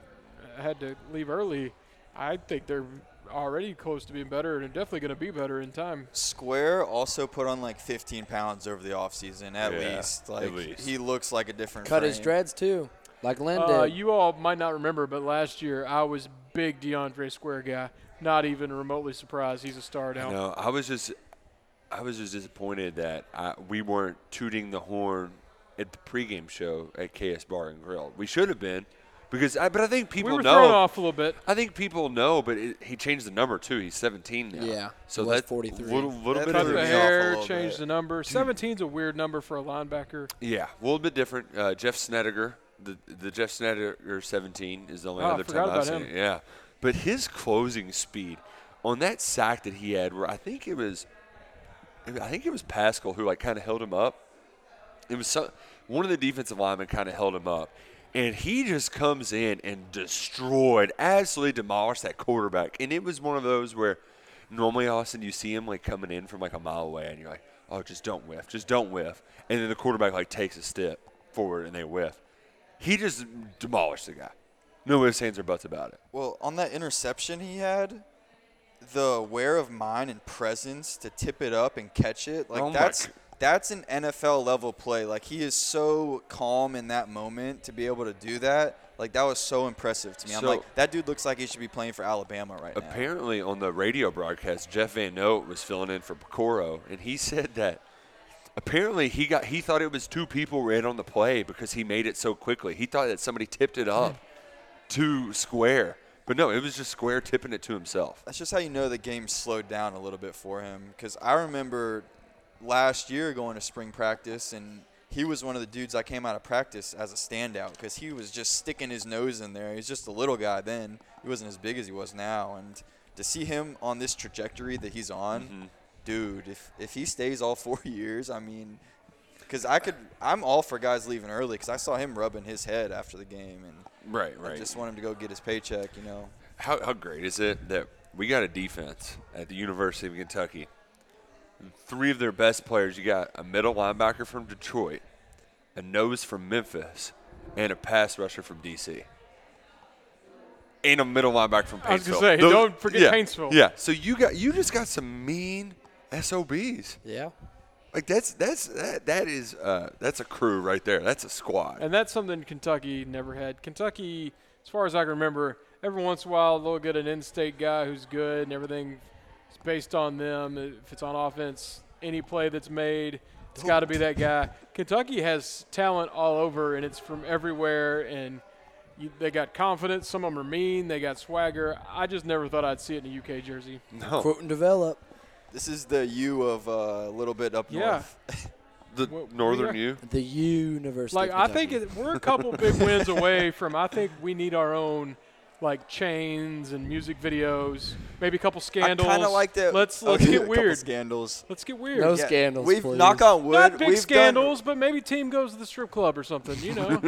[SPEAKER 1] uh, had to leave early, I think they're already close to being better and definitely going to be better in time.
[SPEAKER 4] Square also put on like 15 pounds over the offseason, at
[SPEAKER 3] Yeah,
[SPEAKER 4] least.
[SPEAKER 3] at
[SPEAKER 4] Like
[SPEAKER 3] least.
[SPEAKER 4] he looks like a different.
[SPEAKER 5] Cut his
[SPEAKER 4] frame.
[SPEAKER 5] dreads too, like Lynn
[SPEAKER 1] Uh,
[SPEAKER 5] did.
[SPEAKER 1] you all might not remember, but last year I was big DeAndre Square guy. Not even remotely surprised he's a star now.
[SPEAKER 3] No, I was just, I was just disappointed that I, we weren't tooting the horn at the pregame show at KS Bar and Grill. We should have been, because I, but I think
[SPEAKER 1] We
[SPEAKER 3] people
[SPEAKER 1] were thrown
[SPEAKER 3] know.
[SPEAKER 1] off a little bit.
[SPEAKER 3] I think people know, but it, he changed the number too. He's 17 now.
[SPEAKER 5] Yeah,
[SPEAKER 3] so
[SPEAKER 5] he was
[SPEAKER 3] that's
[SPEAKER 5] 43.
[SPEAKER 3] Little, little
[SPEAKER 4] That
[SPEAKER 3] bit
[SPEAKER 1] Cut
[SPEAKER 3] of
[SPEAKER 4] threw
[SPEAKER 1] the
[SPEAKER 4] me off a
[SPEAKER 1] hair,
[SPEAKER 4] little
[SPEAKER 1] change
[SPEAKER 4] bit.
[SPEAKER 1] the number. 17's a weird number for a linebacker.
[SPEAKER 3] yeah, a little bit different. Uh, Jeff Snedeker, the the Jeff Snedeker 17 is the only
[SPEAKER 1] Oh, I
[SPEAKER 3] other
[SPEAKER 1] forgot
[SPEAKER 3] time I've
[SPEAKER 1] about
[SPEAKER 3] seen
[SPEAKER 1] him.
[SPEAKER 3] it. Yeah, but his closing speed on that sack that he had, where I think it was, I think it was Pascal who like kind of held him up. It was some, one of the defensive linemen kind of held him up, and he just comes in and destroyed, absolutely demolished that quarterback. And it was one of those where normally, Austin, you see him like coming in from like a mile away, and you're like, oh, just don't whiff, just don't whiff. And then the quarterback like takes a step forward and they whiff. He just demolished the guy. No ifs, ands, or buts about it.
[SPEAKER 4] Well, on that interception he had, the wear of mind and presence to tip it up and catch it, like
[SPEAKER 3] Oh my
[SPEAKER 4] that's
[SPEAKER 3] g-
[SPEAKER 4] that's an NFL level play. Like he is so calm in that moment to be able to do that. Like that was so impressive to me. I'm
[SPEAKER 3] So-
[SPEAKER 4] like, that dude looks like he should be playing for Alabama right now.
[SPEAKER 3] Apparently, on the radio broadcast, Jeff Van Note was filling in for Picoro, and he said that apparently he got he thought it was two people ran on the play because he made it so quickly. He thought that somebody tipped it up to Square, but no, it was just Square tipping it to himself.
[SPEAKER 4] that's just how you know the game slowed down a little bit for him. Because I remember last year going to spring practice, and he was one of the dudes I came out of practice as a standout because he was just sticking his nose in there. He's just a little guy then. He wasn't as big as he was now, and to see him on this trajectory that he's on,
[SPEAKER 3] Mm-hmm.
[SPEAKER 4] dude, if if he stays all [laughs] four years, I mean. Cause I could, I'm all for guys leaving early. Cause I saw him rubbing his head after the game, and
[SPEAKER 3] Right,
[SPEAKER 4] I just want him to go get his paycheck. You know,
[SPEAKER 3] how, how great is it that we got a defense at the University of Kentucky? Three of their best players. You got a middle linebacker from Detroit, a nose from Memphis, and a pass rusher from DC. And a middle linebacker from Painesville.
[SPEAKER 1] I was gonna say, don't forget
[SPEAKER 3] yeah,
[SPEAKER 1] Painesville.
[SPEAKER 3] Yeah. So you got you just got some mean SOBs.
[SPEAKER 5] yeah.
[SPEAKER 3] Like that's that's that, that is uh, that's a crew right there. That's a squad.
[SPEAKER 1] And that's something Kentucky never had. Kentucky, as far as I can remember, every once in a while they'll get an in-state guy who's good and everything is based on them. If it's on offense, any play that's made, it's got to be that guy. Kentucky has talent all over, and it's from everywhere. And you, they got confidence. Some of them are mean. They got swagger. I just never thought I'd see it in a UK jersey.
[SPEAKER 4] Oh.
[SPEAKER 5] Quote and develop.
[SPEAKER 4] This is the U of a uh, little bit up
[SPEAKER 1] Yeah.
[SPEAKER 4] north.
[SPEAKER 3] The
[SPEAKER 1] Well, we
[SPEAKER 3] Northern
[SPEAKER 1] are-
[SPEAKER 3] U.
[SPEAKER 5] The University.
[SPEAKER 1] Like
[SPEAKER 5] of
[SPEAKER 1] I think
[SPEAKER 5] Kentucky.
[SPEAKER 1] it,
[SPEAKER 4] [laughs]
[SPEAKER 1] we're a couple big wins away from. I think we need our own like chains and music videos, maybe a couple scandals.
[SPEAKER 4] I kind of like that.
[SPEAKER 1] Let's let's
[SPEAKER 4] Okay, [laughs] a
[SPEAKER 1] get
[SPEAKER 4] couple
[SPEAKER 1] weird.
[SPEAKER 4] Scandals.
[SPEAKER 1] Let's get weird.
[SPEAKER 5] No scandals,
[SPEAKER 4] We've
[SPEAKER 5] please.
[SPEAKER 4] knock on wood.
[SPEAKER 1] Not big
[SPEAKER 4] we've
[SPEAKER 1] scandals, but maybe team goes to the strip club or something. You
[SPEAKER 4] [laughs]
[SPEAKER 1] know,
[SPEAKER 4] Done,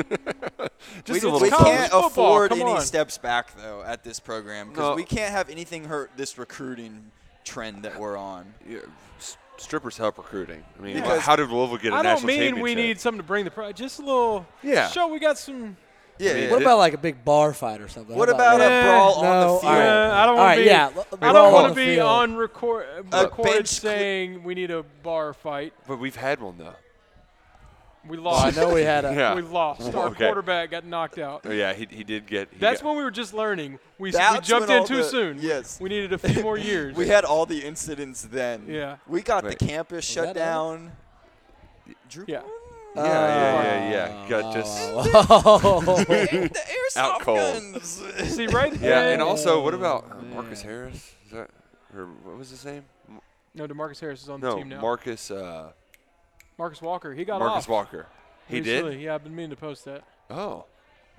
[SPEAKER 4] we
[SPEAKER 1] a little
[SPEAKER 4] we
[SPEAKER 1] college
[SPEAKER 4] can't
[SPEAKER 1] football,
[SPEAKER 4] afford
[SPEAKER 1] come
[SPEAKER 4] any
[SPEAKER 1] on.
[SPEAKER 4] steps back though at this program because
[SPEAKER 3] No.
[SPEAKER 4] we can't have anything hurt this recruiting trend that we're on.
[SPEAKER 3] Yeah, s- strippers help recruiting. I mean,
[SPEAKER 4] Because-
[SPEAKER 3] how did Louisville get a
[SPEAKER 1] I don't
[SPEAKER 3] national
[SPEAKER 1] mean we
[SPEAKER 3] championship?
[SPEAKER 1] need something to bring the pro- just a little
[SPEAKER 3] Yeah.
[SPEAKER 1] show. We got some.
[SPEAKER 4] Yeah.
[SPEAKER 3] mean,
[SPEAKER 4] yeah.
[SPEAKER 5] What
[SPEAKER 3] it-
[SPEAKER 5] about like a big bar fight or something?
[SPEAKER 4] What
[SPEAKER 5] How
[SPEAKER 4] about
[SPEAKER 5] that?
[SPEAKER 1] Yeah.
[SPEAKER 4] a brawl on
[SPEAKER 5] No,
[SPEAKER 4] the
[SPEAKER 5] all
[SPEAKER 4] field?
[SPEAKER 5] right.
[SPEAKER 1] eh, Yeah, I don't
[SPEAKER 5] All
[SPEAKER 1] want
[SPEAKER 5] right,
[SPEAKER 1] to be.
[SPEAKER 5] yeah, l-
[SPEAKER 1] I
[SPEAKER 5] brawl
[SPEAKER 1] don't
[SPEAKER 5] on
[SPEAKER 1] want to
[SPEAKER 5] the
[SPEAKER 1] be
[SPEAKER 5] field.
[SPEAKER 1] on record.
[SPEAKER 4] A
[SPEAKER 1] Record
[SPEAKER 4] bench cl-
[SPEAKER 1] saying we need a bar fight.
[SPEAKER 3] But we've had one though.
[SPEAKER 1] We
[SPEAKER 5] Oh, I
[SPEAKER 1] lost.
[SPEAKER 5] know we
[SPEAKER 1] [laughs]
[SPEAKER 5] had a.
[SPEAKER 3] Yeah.
[SPEAKER 1] We lost. Our
[SPEAKER 3] Okay.
[SPEAKER 1] quarterback got knocked out.
[SPEAKER 3] Oh, yeah, he, he did get. He
[SPEAKER 1] That's
[SPEAKER 3] got,
[SPEAKER 1] when we were just learning. We, s- we
[SPEAKER 4] That's
[SPEAKER 1] jumped
[SPEAKER 4] when
[SPEAKER 1] in
[SPEAKER 4] all
[SPEAKER 1] too
[SPEAKER 4] the-
[SPEAKER 1] soon. We-
[SPEAKER 4] yes.
[SPEAKER 1] We needed a few
[SPEAKER 4] [laughs]
[SPEAKER 1] more years.
[SPEAKER 4] We had all the incidents then.
[SPEAKER 1] Yeah.
[SPEAKER 4] We got
[SPEAKER 3] Right.
[SPEAKER 4] the campus shut
[SPEAKER 5] that
[SPEAKER 4] down. Drew
[SPEAKER 1] yeah.
[SPEAKER 3] yeah, yeah, yeah, yeah. Got just.
[SPEAKER 5] Oh.
[SPEAKER 4] the airsoft
[SPEAKER 3] Out cold.
[SPEAKER 4] guns.
[SPEAKER 1] See, right
[SPEAKER 3] [laughs] Yeah,
[SPEAKER 1] then.
[SPEAKER 3] and also, what about uh, Marcus Harris? Is that or what was his name? M-
[SPEAKER 1] no, Demarcus Harris is on the
[SPEAKER 3] No,
[SPEAKER 1] team now.
[SPEAKER 3] Marcus. Uh,
[SPEAKER 1] Marcus Walker. He got
[SPEAKER 3] Marcus
[SPEAKER 1] off.
[SPEAKER 3] Walker. He
[SPEAKER 1] recently.
[SPEAKER 3] did.
[SPEAKER 1] Yeah, I've been meaning to post that.
[SPEAKER 3] Oh,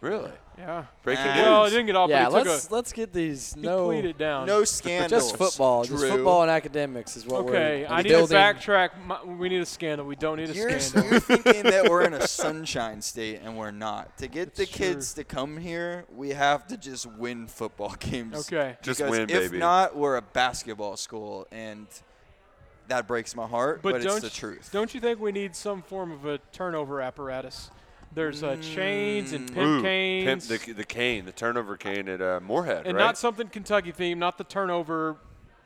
[SPEAKER 3] really?
[SPEAKER 1] Yeah.
[SPEAKER 3] Breaking
[SPEAKER 4] Ah.
[SPEAKER 3] news.
[SPEAKER 1] Well, he didn't get off,
[SPEAKER 5] yeah,
[SPEAKER 1] but he took
[SPEAKER 5] let's let's get these
[SPEAKER 1] a.
[SPEAKER 5] no
[SPEAKER 1] He pleaded down.
[SPEAKER 4] No scandals.
[SPEAKER 5] just football, just
[SPEAKER 4] Drew.
[SPEAKER 5] football and academics is what
[SPEAKER 1] Okay,
[SPEAKER 5] we're
[SPEAKER 1] I need
[SPEAKER 5] building.
[SPEAKER 1] to backtrack. My, we need a scandal. We don't need a
[SPEAKER 4] You're, [laughs]
[SPEAKER 1] scandal. [laughs]
[SPEAKER 4] you're thinking that we're in a sunshine state and we're not. To get the
[SPEAKER 1] It's true.
[SPEAKER 4] kids to come here, we have to just win football [laughs] games.
[SPEAKER 1] Okay.
[SPEAKER 3] Just
[SPEAKER 4] Because
[SPEAKER 3] win,
[SPEAKER 4] if
[SPEAKER 3] baby.
[SPEAKER 4] not, we're a basketball school, and that breaks my heart. But,
[SPEAKER 1] don't
[SPEAKER 4] it's the
[SPEAKER 1] you-
[SPEAKER 4] truth.
[SPEAKER 1] Don't you think we need some form of a turnover apparatus? There's uh, chains and pimp
[SPEAKER 3] Mm. Ooh,
[SPEAKER 1] canes,
[SPEAKER 3] Pimp the, the cane, the turnover cane at uh, Moorhead,
[SPEAKER 1] and
[SPEAKER 3] right?
[SPEAKER 1] not something Kentucky theme, not the turnover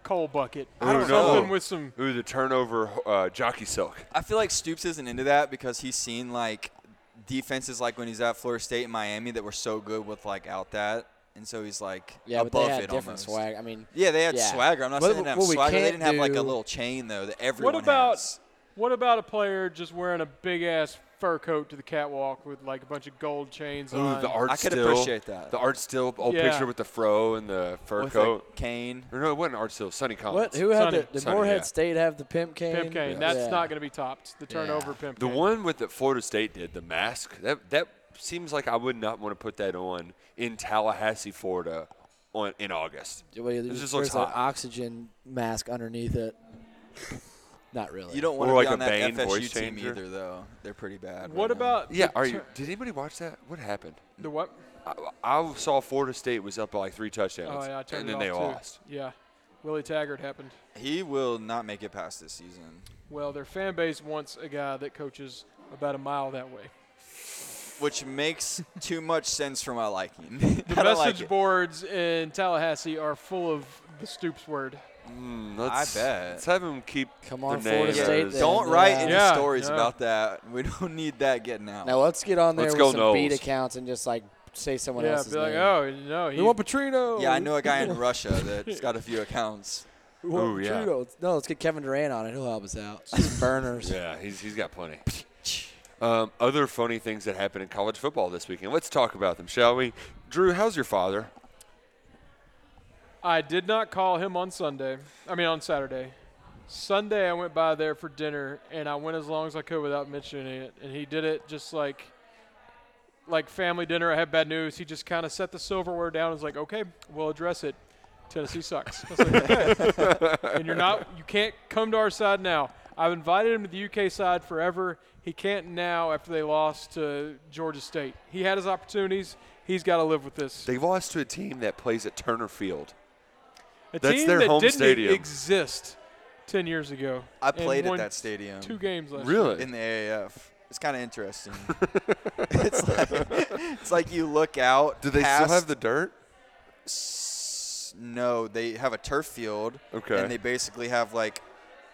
[SPEAKER 1] coal bucket.
[SPEAKER 3] Ooh, no.
[SPEAKER 1] Something with some.
[SPEAKER 3] Ooh, the turnover uh, jockey silk.
[SPEAKER 4] I feel like Stoops isn't into that because he's seen like defenses like when he's at Florida State and Miami that were so good with like out that, and so he's like
[SPEAKER 5] Yeah,
[SPEAKER 4] above
[SPEAKER 5] but they had
[SPEAKER 4] it
[SPEAKER 5] different
[SPEAKER 4] almost.
[SPEAKER 5] swag. I mean,
[SPEAKER 4] Yeah, they had
[SPEAKER 5] Yeah.
[SPEAKER 4] swagger. I'm not
[SPEAKER 5] What-
[SPEAKER 4] saying they didn't have
[SPEAKER 5] what we
[SPEAKER 4] swagger. They
[SPEAKER 5] can't
[SPEAKER 4] didn't have like
[SPEAKER 5] do-
[SPEAKER 4] a little chain though that everyone
[SPEAKER 1] What about
[SPEAKER 4] has.
[SPEAKER 1] what about a player just wearing a big ass fur coat to the catwalk with like a bunch of gold chains
[SPEAKER 3] Ooh,
[SPEAKER 1] on?
[SPEAKER 3] the art
[SPEAKER 4] I could
[SPEAKER 3] still-
[SPEAKER 4] appreciate that.
[SPEAKER 3] The art still old
[SPEAKER 1] Yeah.
[SPEAKER 3] picture with the fro and the fur
[SPEAKER 4] with
[SPEAKER 3] coat.
[SPEAKER 4] a cane?
[SPEAKER 3] or no, it wasn't art still. Sonny Collins.
[SPEAKER 5] what? Who had
[SPEAKER 1] Sonny.
[SPEAKER 5] the? Did
[SPEAKER 3] Sonny,
[SPEAKER 5] Moorhead
[SPEAKER 3] yeah.
[SPEAKER 5] State have the pimp cane?
[SPEAKER 1] pimp cane. That's not going to be topped. The turnover pimp
[SPEAKER 3] The
[SPEAKER 1] cane.
[SPEAKER 3] one with that Florida State did, the mask. That that seems like I would not want to put that on in Tallahassee, Florida, on in August.
[SPEAKER 5] Well,
[SPEAKER 3] It
[SPEAKER 5] there's-
[SPEAKER 3] just looks
[SPEAKER 5] there's an
[SPEAKER 3] hot.
[SPEAKER 5] oxygen mask underneath it. Not really.
[SPEAKER 4] You don't want
[SPEAKER 3] Or
[SPEAKER 4] to
[SPEAKER 3] like
[SPEAKER 4] be
[SPEAKER 3] a
[SPEAKER 4] on that
[SPEAKER 3] Bane voice
[SPEAKER 4] FSU team
[SPEAKER 3] changer.
[SPEAKER 4] either, though. They're pretty bad.
[SPEAKER 1] What
[SPEAKER 4] right now.
[SPEAKER 1] about
[SPEAKER 3] Yeah.
[SPEAKER 1] The
[SPEAKER 3] Are
[SPEAKER 1] tur-
[SPEAKER 3] you? Did anybody watch that? What happened?
[SPEAKER 1] the what?
[SPEAKER 3] I, I saw Florida State was up by like three
[SPEAKER 1] Oh
[SPEAKER 3] touchdowns,
[SPEAKER 1] yeah, I turned
[SPEAKER 3] and
[SPEAKER 1] it
[SPEAKER 3] then
[SPEAKER 1] off
[SPEAKER 3] they
[SPEAKER 1] too.
[SPEAKER 3] lost.
[SPEAKER 1] Yeah, Willie Taggart happened.
[SPEAKER 4] He will not make it past this season.
[SPEAKER 1] Well, their fan base wants a guy that coaches about a mile that
[SPEAKER 3] [laughs]
[SPEAKER 1] way.
[SPEAKER 4] which
[SPEAKER 1] [laughs]
[SPEAKER 4] makes too much sense for my liking. [laughs] The
[SPEAKER 1] Message boards in Tallahassee are full of the Stoops word.
[SPEAKER 3] Mm, let's,
[SPEAKER 4] bet.
[SPEAKER 3] Let's have them keep
[SPEAKER 5] Come on,
[SPEAKER 3] the
[SPEAKER 5] Florida
[SPEAKER 3] name
[SPEAKER 5] State,
[SPEAKER 3] as-
[SPEAKER 5] then.
[SPEAKER 4] Don't write any
[SPEAKER 1] Yeah,
[SPEAKER 4] stories
[SPEAKER 1] no.
[SPEAKER 4] about that. [laughs] We don't need that getting out.
[SPEAKER 5] Now let's get on there
[SPEAKER 3] Let's
[SPEAKER 5] with
[SPEAKER 3] go
[SPEAKER 5] some
[SPEAKER 3] Knowles.
[SPEAKER 5] beat accounts and just like say someone
[SPEAKER 1] yeah,
[SPEAKER 5] else's
[SPEAKER 1] be like,
[SPEAKER 5] name.
[SPEAKER 1] oh no,
[SPEAKER 5] we
[SPEAKER 1] he,
[SPEAKER 5] want Petrino.
[SPEAKER 4] yeah, I know a guy
[SPEAKER 1] [laughs]
[SPEAKER 4] in Russia that's got a few accounts.
[SPEAKER 5] We want
[SPEAKER 3] Ooh, yeah.
[SPEAKER 5] Petrino. No, let's get Kevin Durant on it. He'll help us out. Burners.
[SPEAKER 3] [laughs] Yeah, he's he's got plenty. Um, other funny things that happened in college football this weekend. Let's talk about them, shall we? Drew, how's your father?
[SPEAKER 1] I did not call him on Sunday. I mean on Saturday. Sunday I went by there for dinner and I went as long as I could without mentioning it. And he did it just like like family dinner. I had bad news. He just kind of set the silverware down. and was like, okay, we'll address it. Tennessee sucks. I was like, "Okay." and you're not. You can't come to our side now. I've invited him to the UK side forever. He can't now after they lost to Georgia State. He had his opportunities. He's got to live with this.
[SPEAKER 3] They lost to a team that plays at Turner Field.
[SPEAKER 1] A
[SPEAKER 3] That's
[SPEAKER 1] team
[SPEAKER 3] their
[SPEAKER 1] that
[SPEAKER 3] home
[SPEAKER 1] didn't
[SPEAKER 3] stadium.
[SPEAKER 1] exist ten years ago.
[SPEAKER 4] I
[SPEAKER 1] and
[SPEAKER 4] played at
[SPEAKER 1] won
[SPEAKER 4] that stadium
[SPEAKER 1] Two games last year.
[SPEAKER 3] Really?
[SPEAKER 4] in the AAF. It's kind of interesting.
[SPEAKER 3] [laughs]
[SPEAKER 4] [laughs] it's, like, it's like you look out.
[SPEAKER 3] Do they
[SPEAKER 4] past-
[SPEAKER 3] still have the dirt?
[SPEAKER 4] S- No, they have a turf field.
[SPEAKER 3] Okay.
[SPEAKER 4] And they basically have like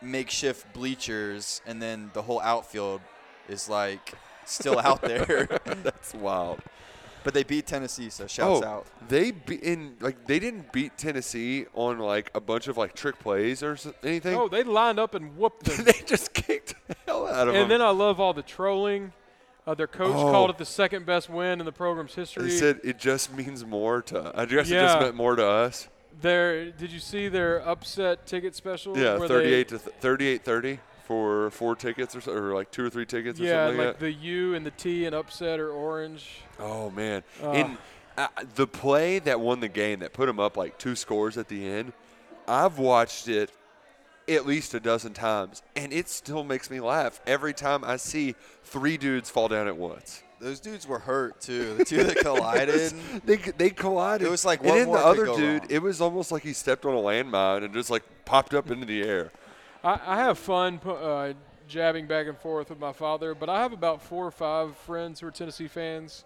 [SPEAKER 4] makeshift bleachers, and then the whole outfield is like
[SPEAKER 3] [laughs]
[SPEAKER 4] still out there.
[SPEAKER 3] That's wild.
[SPEAKER 4] but they beat Tennessee, so shouts
[SPEAKER 3] oh,
[SPEAKER 4] out.
[SPEAKER 3] they be in like they didn't beat Tennessee on like a bunch of like trick plays or so- anything. [laughs]
[SPEAKER 1] Oh, they lined up and whooped them.
[SPEAKER 3] they just kicked the hell out of
[SPEAKER 1] And
[SPEAKER 3] them.
[SPEAKER 1] then I love all the trolling. Uh, their coach
[SPEAKER 3] Oh.
[SPEAKER 1] called it the second best win in the program's history.
[SPEAKER 3] he said it just means more to. I guess it
[SPEAKER 1] Yeah.
[SPEAKER 3] just meant more to us.
[SPEAKER 1] their, did you see their upset ticket special?
[SPEAKER 3] Yeah,
[SPEAKER 1] where they-
[SPEAKER 3] thirty-eight to th- thirty-eight thirty. for four tickets or, so, or like two or three tickets
[SPEAKER 1] yeah,
[SPEAKER 3] or something
[SPEAKER 1] like
[SPEAKER 3] like that.
[SPEAKER 1] the U and the T and upset or orange.
[SPEAKER 3] Oh man! and uh, the play that won the game that put him up like two scores at the end, I've watched it at least a dozen times, and it still makes me laugh every time I see three dudes fall down at once.
[SPEAKER 4] Those dudes were hurt too. The two that
[SPEAKER 3] [laughs]
[SPEAKER 4] collided.
[SPEAKER 3] They they collided.
[SPEAKER 4] It was like
[SPEAKER 3] and
[SPEAKER 4] one
[SPEAKER 3] then
[SPEAKER 4] more
[SPEAKER 3] the
[SPEAKER 4] could
[SPEAKER 3] other
[SPEAKER 4] go
[SPEAKER 3] dude,
[SPEAKER 4] wrong.
[SPEAKER 3] it was almost like he stepped on a landmine and just like popped up into the air.
[SPEAKER 1] I, I have fun pu- uh, jabbing back and forth with my father, but I have about four or five friends who are Tennessee fans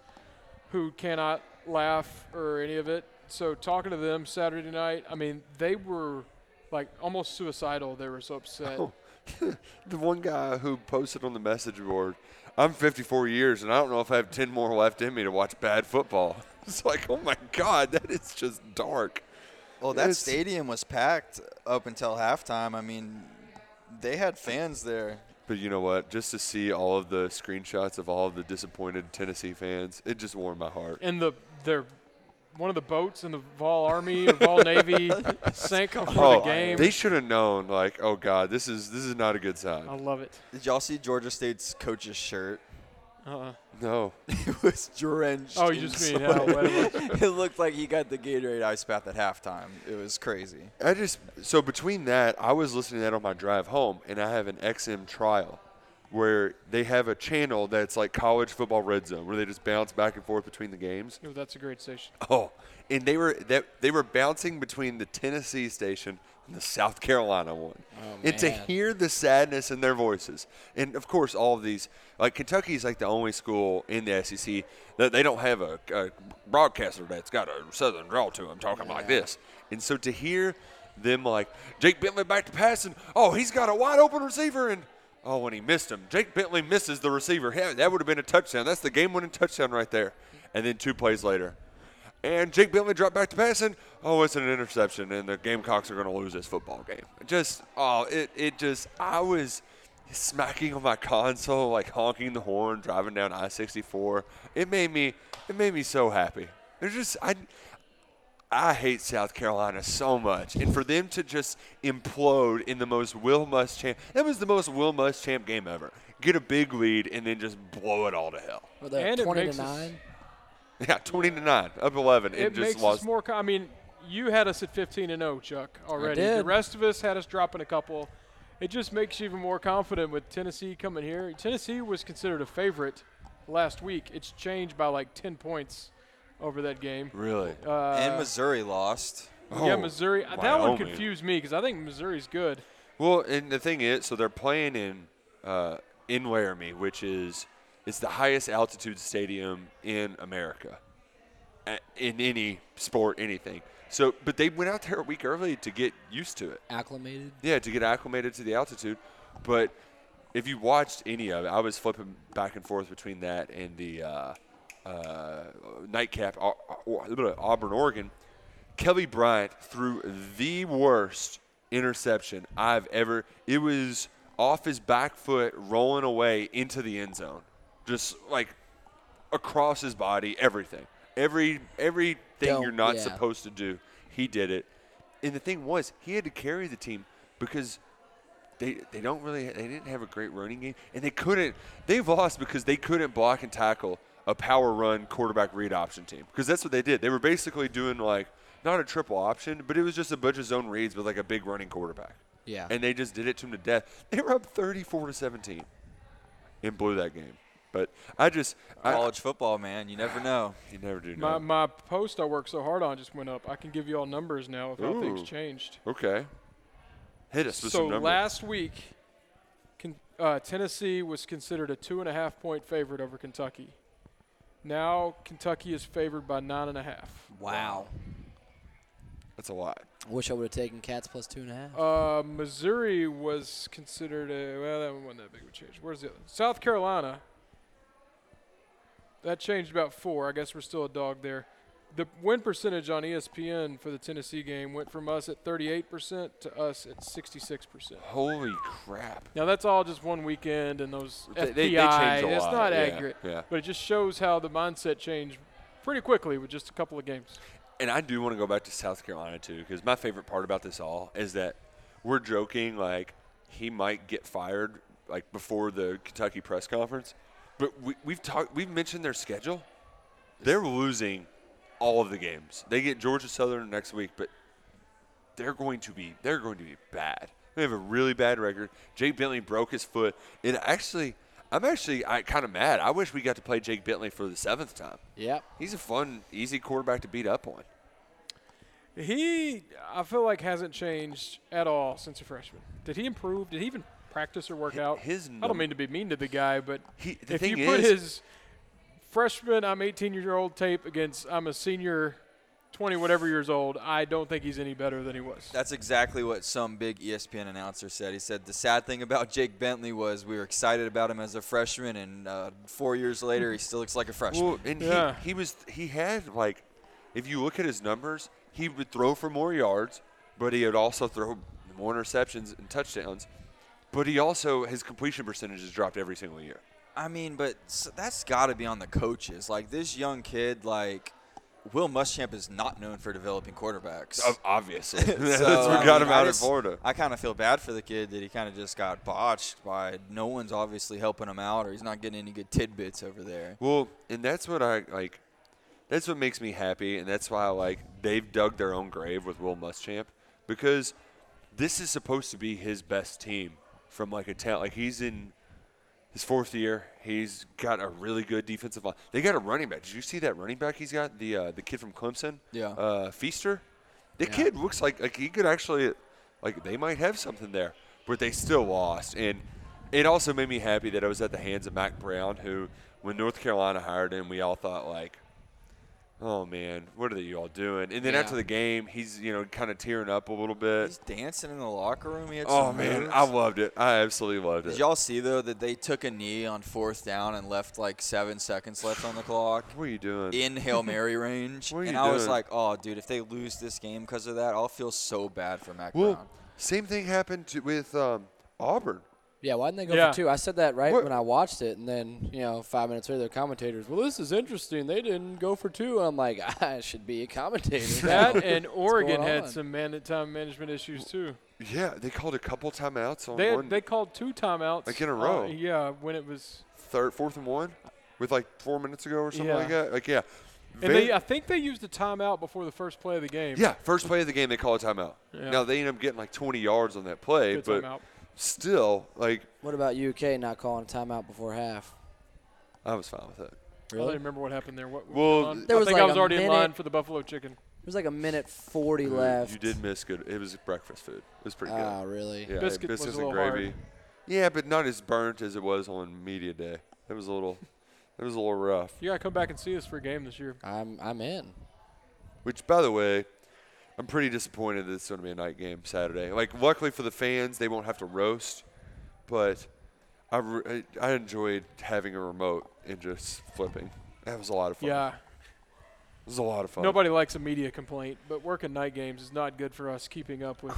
[SPEAKER 1] who cannot laugh or any of it. So talking to them Saturday night, I mean, they were like almost suicidal. They were so upset.
[SPEAKER 3] Oh. The one guy who posted on the message board, I'm 54 years and I don't know if I have 10 more left in me to watch bad football. [laughs] It's like, oh my God, that is just dark.
[SPEAKER 4] Well, that
[SPEAKER 3] It's-
[SPEAKER 4] stadium was packed up until halftime. I mean, they had fans there.
[SPEAKER 3] But you know what? Just to see all of the screenshots of all of the disappointed Tennessee fans, it just warmed my heart.
[SPEAKER 1] And the their one of the boats in the Vol Army or Vol
[SPEAKER 3] [laughs]
[SPEAKER 1] Navy sank before
[SPEAKER 3] Oh,
[SPEAKER 1] the game.
[SPEAKER 3] they should have known. Like, oh God, this is this is not a good
[SPEAKER 1] I
[SPEAKER 3] sign.
[SPEAKER 1] love it.
[SPEAKER 4] Did y'all see Georgia State's coach's shirt?
[SPEAKER 1] Uh-uh.
[SPEAKER 3] No,
[SPEAKER 4] [laughs] It was drenched.
[SPEAKER 1] Oh, you
[SPEAKER 4] in
[SPEAKER 1] just
[SPEAKER 4] sweat.
[SPEAKER 1] mean how wet it was.
[SPEAKER 4] [laughs] it looked like he got the Gatorade ice bath at halftime. It was crazy.
[SPEAKER 3] I just so between that, I was listening to that on my drive home, and I have an XM trial where they have a channel that's like college football red zone, where they just bounce back and forth between the games.
[SPEAKER 1] Oh, that's a great station.
[SPEAKER 3] Oh, and they were that they were bouncing between the Tennessee station and the South Carolina one, and to
[SPEAKER 5] man.
[SPEAKER 3] hear the sadness in their voices, and of course all of these, like Kentucky's like the only school in the SEC that they don't have a, a broadcaster that's got a southern draw to them talking like this, and so to hear them like Jake Bentley back to passing, oh he's got a wide open receiver and. Oh, when he missed him, Jake Bentley misses the receiver. Yeah, that would have been a touchdown. That's the game-winning touchdown right there. And then two plays later, and Jake Bentley dropped back to passing. Oh, it's an interception, and the Gamecocks are going to lose this football game. Just, oh, it, it just, I was smacking on my console, like honking the horn, driving down I-64. It made me, it made me so happy. There's just, I, I hate South Carolina so much, and for them to just implode in the most Will Muschamp, that was the most Will Muschamp game ever. Get a big lead and then just blow it all to hell. [laughs]
[SPEAKER 5] Were they
[SPEAKER 1] And it
[SPEAKER 5] 20
[SPEAKER 1] makes
[SPEAKER 5] to
[SPEAKER 1] us-
[SPEAKER 5] 9?
[SPEAKER 3] Yeah, 20 to nine, up 11, and
[SPEAKER 1] It
[SPEAKER 3] just
[SPEAKER 1] makes
[SPEAKER 3] lost.
[SPEAKER 1] us more. Co- I mean, you had us at 15 and 0, Chuck. Already, the
[SPEAKER 5] did.
[SPEAKER 1] rest of us had us dropping a couple. It just makes you even more confident with Tennessee coming here. Tennessee was considered a favorite last week. It's changed by like 10 points over that game.
[SPEAKER 3] really.
[SPEAKER 1] Uh,
[SPEAKER 4] and Missouri lost.
[SPEAKER 1] yeah,
[SPEAKER 3] Oh,
[SPEAKER 1] Missouri. uh, That one
[SPEAKER 3] Wyoming.
[SPEAKER 1] confused me because I think Missouri's good.
[SPEAKER 3] Well, and the thing is, so they're playing in uh, in Laramie, which is it's the highest altitude stadium in America, a- in any sport, anything. So, but they went out there a week early to get used to it.
[SPEAKER 5] Acclimated?
[SPEAKER 3] Yeah, to get acclimated to the altitude. But if you watched any of it, I was flipping back and forth between that and the uh, uh, nightcap Au- Au- Auburn, Oregon. Kelly Bryant threw the worst interception I've ever. It was off his back foot, rolling away into the end zone, just like across his body, everything, every everything
[SPEAKER 5] Don't-
[SPEAKER 3] you're not
[SPEAKER 5] yeah.
[SPEAKER 3] supposed to do, he did it. And the thing was, he had to carry the team because they they don't really they didn't have a great running game, and they couldn't. They've lost because they couldn't block and tackle a power run quarterback read option team because that's what they did. They were basically doing like not a triple option, but it was just a bunch of zone reads with like a big running quarterback.
[SPEAKER 5] Yeah.
[SPEAKER 3] and they just did it to him to death. They were up thirty-four to seventeen and blew that game. But I just I,
[SPEAKER 4] College football, man. You never know.
[SPEAKER 3] you never do
[SPEAKER 1] My,
[SPEAKER 3] know.
[SPEAKER 1] my post I worked so hard on just went up. I can give you all numbers now if how things
[SPEAKER 3] Ooh.
[SPEAKER 1] changed.
[SPEAKER 3] okay, hit us with
[SPEAKER 1] So
[SPEAKER 3] some numbers.
[SPEAKER 1] last week, Ken- uh, Tennessee was considered a two and a half point favorite over Kentucky. Now Kentucky is favored by nine and a half.
[SPEAKER 5] Wow.
[SPEAKER 3] that's a lot.
[SPEAKER 5] I wish I would have taken Cats plus two and a half.
[SPEAKER 1] Uh, Missouri was considered a well, that one wasn't that big of a change. Where's the other? South Carolina. That changed about four. I guess we're still a dog there. The win percentage on E ESPN for the Tennessee game went from us at 38% to us at 66%.
[SPEAKER 3] Holy crap!
[SPEAKER 1] Now that's all just one weekend and those
[SPEAKER 3] They- they-
[SPEAKER 1] FPI.
[SPEAKER 3] they change a
[SPEAKER 1] it's
[SPEAKER 3] lot,
[SPEAKER 1] not
[SPEAKER 3] yeah,
[SPEAKER 1] accurate,
[SPEAKER 3] yeah.
[SPEAKER 1] but it just shows how the mindset changed pretty quickly with just a couple of games.
[SPEAKER 3] and I do want to go back to South Carolina too, because my favorite part about this all is that we're joking like he might get fired like before the Kentucky press conference. But we, we've talked, we've mentioned their schedule. They're losing all of the games. They get Georgia Southern next week, but they're going to be they're going to be bad. They have a really bad record. Jake Bentley broke his foot. It actually, I'm actually I kind of mad. I wish we got to play Jake Bentley for the seventh time.
[SPEAKER 5] Yep.
[SPEAKER 3] He's a fun, easy quarterback to beat up on.
[SPEAKER 1] He, I feel like, hasn't changed at all since a freshman. Did he improve? Did he even practice or work out?
[SPEAKER 3] his
[SPEAKER 1] I don't
[SPEAKER 3] num-
[SPEAKER 1] mean to be mean to the guy, but
[SPEAKER 3] He- the
[SPEAKER 1] if
[SPEAKER 3] thing
[SPEAKER 1] you put
[SPEAKER 3] is-
[SPEAKER 1] his freshman, I'm 18 year old tape against I'm a senior, 20 whatever years old, I don't think he's any better than he was.
[SPEAKER 4] That's exactly what some big E ESPN announcer said. He said the sad thing about Jake Bentley was we were excited about him as a freshman, and uh, four years later he still looks like a freshman.
[SPEAKER 3] Well, and
[SPEAKER 1] Yeah.
[SPEAKER 3] he, he was he had like, if you look at his numbers, he would throw for more yards, but he would also throw more interceptions and touchdowns. But he also his completion percentage has dropped every single year.
[SPEAKER 4] I mean, but s that's got to be on the coaches. Like this young kid, like Will Muschamp is not known for developing quarterbacks.
[SPEAKER 3] Ob- Obviously, [laughs] that's
[SPEAKER 4] [laughs] So,
[SPEAKER 3] what
[SPEAKER 4] I
[SPEAKER 3] got
[SPEAKER 4] mean,
[SPEAKER 3] him
[SPEAKER 4] I
[SPEAKER 3] out of
[SPEAKER 4] just-
[SPEAKER 3] Florida.
[SPEAKER 4] I kind of feel bad for the kid that he kind of just got botched by no one's obviously helping him out, or he's not getting any good tidbits over there.
[SPEAKER 3] Well, and that's what I like. That's what makes me happy, and that's why like they've dug their own grave with Will Muschamp because this is supposed to be his best team from like a talent. Like he's in his fourth year, he's got a really good defensive line. They got a running back. Did you see that running back he's got? The uh, the kid from Clemson,
[SPEAKER 4] Yeah.
[SPEAKER 3] uh, Feaster. The kid looks like like he could actually like they might have something there, but they still lost. And it also made me happy that I was at the hands of Mac Brown, who when North Carolina hired him, we all thought like, oh man, what are you all doing? And then
[SPEAKER 5] Yeah.
[SPEAKER 3] after the game, he's you know kind of tearing up a little bit.
[SPEAKER 4] He's dancing in the locker room. He had
[SPEAKER 3] oh
[SPEAKER 4] some
[SPEAKER 3] man,
[SPEAKER 4] moves.
[SPEAKER 3] I loved it. I absolutely loved
[SPEAKER 4] Did
[SPEAKER 3] it.
[SPEAKER 4] y'all see though that they took a knee on fourth down and left like seven seconds left on the clock
[SPEAKER 3] What are you doing? [laughs]
[SPEAKER 4] in hail mary range?
[SPEAKER 3] What are
[SPEAKER 4] and
[SPEAKER 3] you
[SPEAKER 4] I was
[SPEAKER 3] doing?
[SPEAKER 4] like, oh, dude, if they lose this game because of that, I'll feel so bad for Mac
[SPEAKER 6] Well,
[SPEAKER 4] Brown. [laughs]
[SPEAKER 6] same thing happened to, with um, Auburn.
[SPEAKER 5] Yeah, why didn't they go
[SPEAKER 1] Yeah.
[SPEAKER 5] for two? I said that right
[SPEAKER 6] What-
[SPEAKER 5] when I watched it, and then you know, five minutes later, the commentators, well, this is interesting. They didn't go for two. I'm like, [laughs] I should be
[SPEAKER 1] [laughs]
[SPEAKER 5] a commentator.
[SPEAKER 1] that
[SPEAKER 3] [laughs]
[SPEAKER 5] What's
[SPEAKER 1] and Oregon
[SPEAKER 5] going
[SPEAKER 1] had
[SPEAKER 5] on?
[SPEAKER 1] some man time management issues too.
[SPEAKER 6] Yeah, they called a couple timeouts on
[SPEAKER 1] They
[SPEAKER 6] one
[SPEAKER 1] had, they called two timeouts
[SPEAKER 6] Like in a
[SPEAKER 1] uh,
[SPEAKER 6] row.
[SPEAKER 1] yeah, when it was,
[SPEAKER 6] third, fourth and one, with like four minutes ago or something
[SPEAKER 1] Yeah.
[SPEAKER 6] like that. Like yeah,
[SPEAKER 1] and
[SPEAKER 6] Very-
[SPEAKER 1] they uh, I think they used a timeout before the first play of the game.
[SPEAKER 6] yeah. First play of the game, they call a timeout.
[SPEAKER 1] Yeah.
[SPEAKER 6] Now they end up getting like 20 yards on that play,
[SPEAKER 1] Good
[SPEAKER 6] but
[SPEAKER 1] timeout.
[SPEAKER 6] still, like
[SPEAKER 5] What about UK not calling a timeout before half?
[SPEAKER 6] I was fine with it.
[SPEAKER 1] I
[SPEAKER 5] Really?
[SPEAKER 1] don't remember what happened there. What, what
[SPEAKER 6] Well,
[SPEAKER 1] was on?
[SPEAKER 5] there was
[SPEAKER 1] I think I
[SPEAKER 5] like
[SPEAKER 1] was
[SPEAKER 5] a
[SPEAKER 1] already in
[SPEAKER 5] minute-
[SPEAKER 1] line for the buffalo chicken.
[SPEAKER 5] It was like a minute forty
[SPEAKER 6] Good.
[SPEAKER 5] left.
[SPEAKER 6] You did miss good. It was breakfast food. It was pretty
[SPEAKER 5] Ah,
[SPEAKER 6] good.
[SPEAKER 5] really?
[SPEAKER 6] Yeah,
[SPEAKER 1] Biscuit was
[SPEAKER 6] biscuits
[SPEAKER 1] a
[SPEAKER 6] and
[SPEAKER 1] little
[SPEAKER 6] gravy.
[SPEAKER 1] hard.
[SPEAKER 6] Yeah, but not as burnt as it was on media day. It was a [laughs] little, it was a little rough.
[SPEAKER 1] You gotta come back and see us for a game this year.
[SPEAKER 5] I'm I'm in.
[SPEAKER 6] Which, by the way, I'm pretty disappointed that it's going to be a night game Saturday. Like, luckily for the fans, they won't have to roast, but I, re- I I enjoyed having a remote and just flipping. That was a lot of fun.
[SPEAKER 1] Yeah.
[SPEAKER 6] It was a lot of fun.
[SPEAKER 1] Nobody likes a media complaint, but working night games is not good for us keeping up with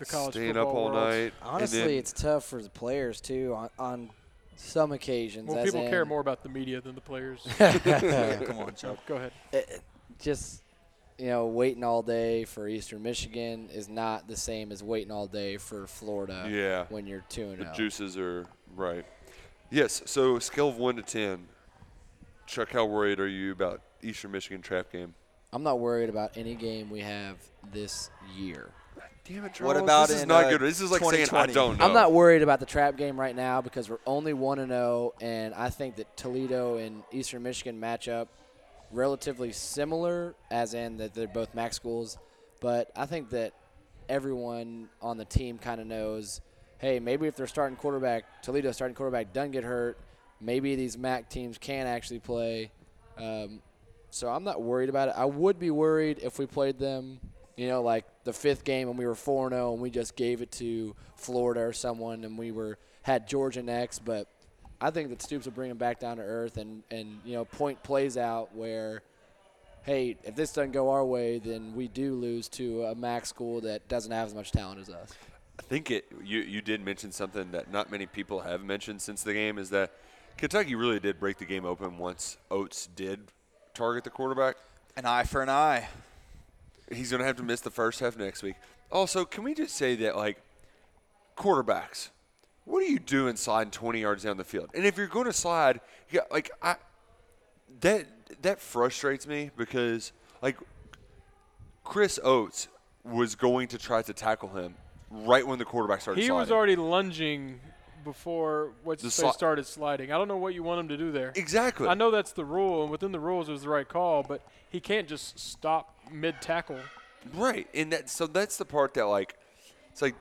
[SPEAKER 1] the college
[SPEAKER 6] Staying
[SPEAKER 1] football
[SPEAKER 6] up all
[SPEAKER 1] world.
[SPEAKER 6] night.
[SPEAKER 5] Honestly,
[SPEAKER 6] and then,
[SPEAKER 5] it's tough for the players too on, on some occasions.
[SPEAKER 1] Well,
[SPEAKER 5] as
[SPEAKER 1] people care
[SPEAKER 5] in-
[SPEAKER 1] more about the media than the
[SPEAKER 5] [laughs]
[SPEAKER 1] players.
[SPEAKER 4] Yeah, come
[SPEAKER 3] [laughs]
[SPEAKER 4] on, Chuck.
[SPEAKER 1] so go ahead.
[SPEAKER 5] just you know waiting all day for Eastern Michigan is not the same as waiting all day for Florida.
[SPEAKER 6] Yeah.
[SPEAKER 5] When you're two and
[SPEAKER 6] the
[SPEAKER 5] oh.
[SPEAKER 6] juices are right. Yes. So, scale of one to ten, Chuck, how worried are you about Eastern Michigan trap game?
[SPEAKER 5] I'm not worried about any game we have this year.
[SPEAKER 6] Damn it, Charles.
[SPEAKER 4] What about
[SPEAKER 6] this is
[SPEAKER 4] in,
[SPEAKER 6] not
[SPEAKER 4] uh,
[SPEAKER 6] good. This is like saying I
[SPEAKER 4] 2020?
[SPEAKER 6] don't know.
[SPEAKER 5] I'm not worried about the trap game right now because we're only one and zero, and I think that Toledo and Eastern Michigan match up relatively similar, as in that they're both MAC schools. But I think that everyone on the team kind of knows, hey, maybe if they're starting quarterback, Toledo starting quarterback doesn't get hurt, maybe these MAC teams can actually play. Um, so I'm not worried about it. I would be worried if we played them, you know, like the fifth game and we were 4 0 and we just gave it to Florida or someone and we were had Georgia next. But I think that Stoops will bring them back down to earth and, and you know, point plays out where, hey, if this doesn't go our way, then we do lose to a MAC school that doesn't have as much talent as us.
[SPEAKER 3] I think it. You you did mention something that not many people have mentioned since the game is that Kentucky really did break the game open once Oates did target the quarterback.
[SPEAKER 4] An eye for an eye.
[SPEAKER 3] He's going to have to miss the first half next week. Also, can we just say that like quarterbacks what are you doing sliding 20 yards down the field? And if you're going to slide, yeah, like I that that frustrates me because like Chris Oates was going to try to tackle him right when the quarterback started
[SPEAKER 1] He
[SPEAKER 3] sliding.
[SPEAKER 1] was already lunging before what
[SPEAKER 3] The
[SPEAKER 1] they
[SPEAKER 3] sli-
[SPEAKER 1] started sliding. I don't know what you want him to do there.
[SPEAKER 3] exactly.
[SPEAKER 1] I know that's the rule, and within the rules it was the right call, but he can't just stop mid tackle.
[SPEAKER 3] Right, and that so that's the part that like it's like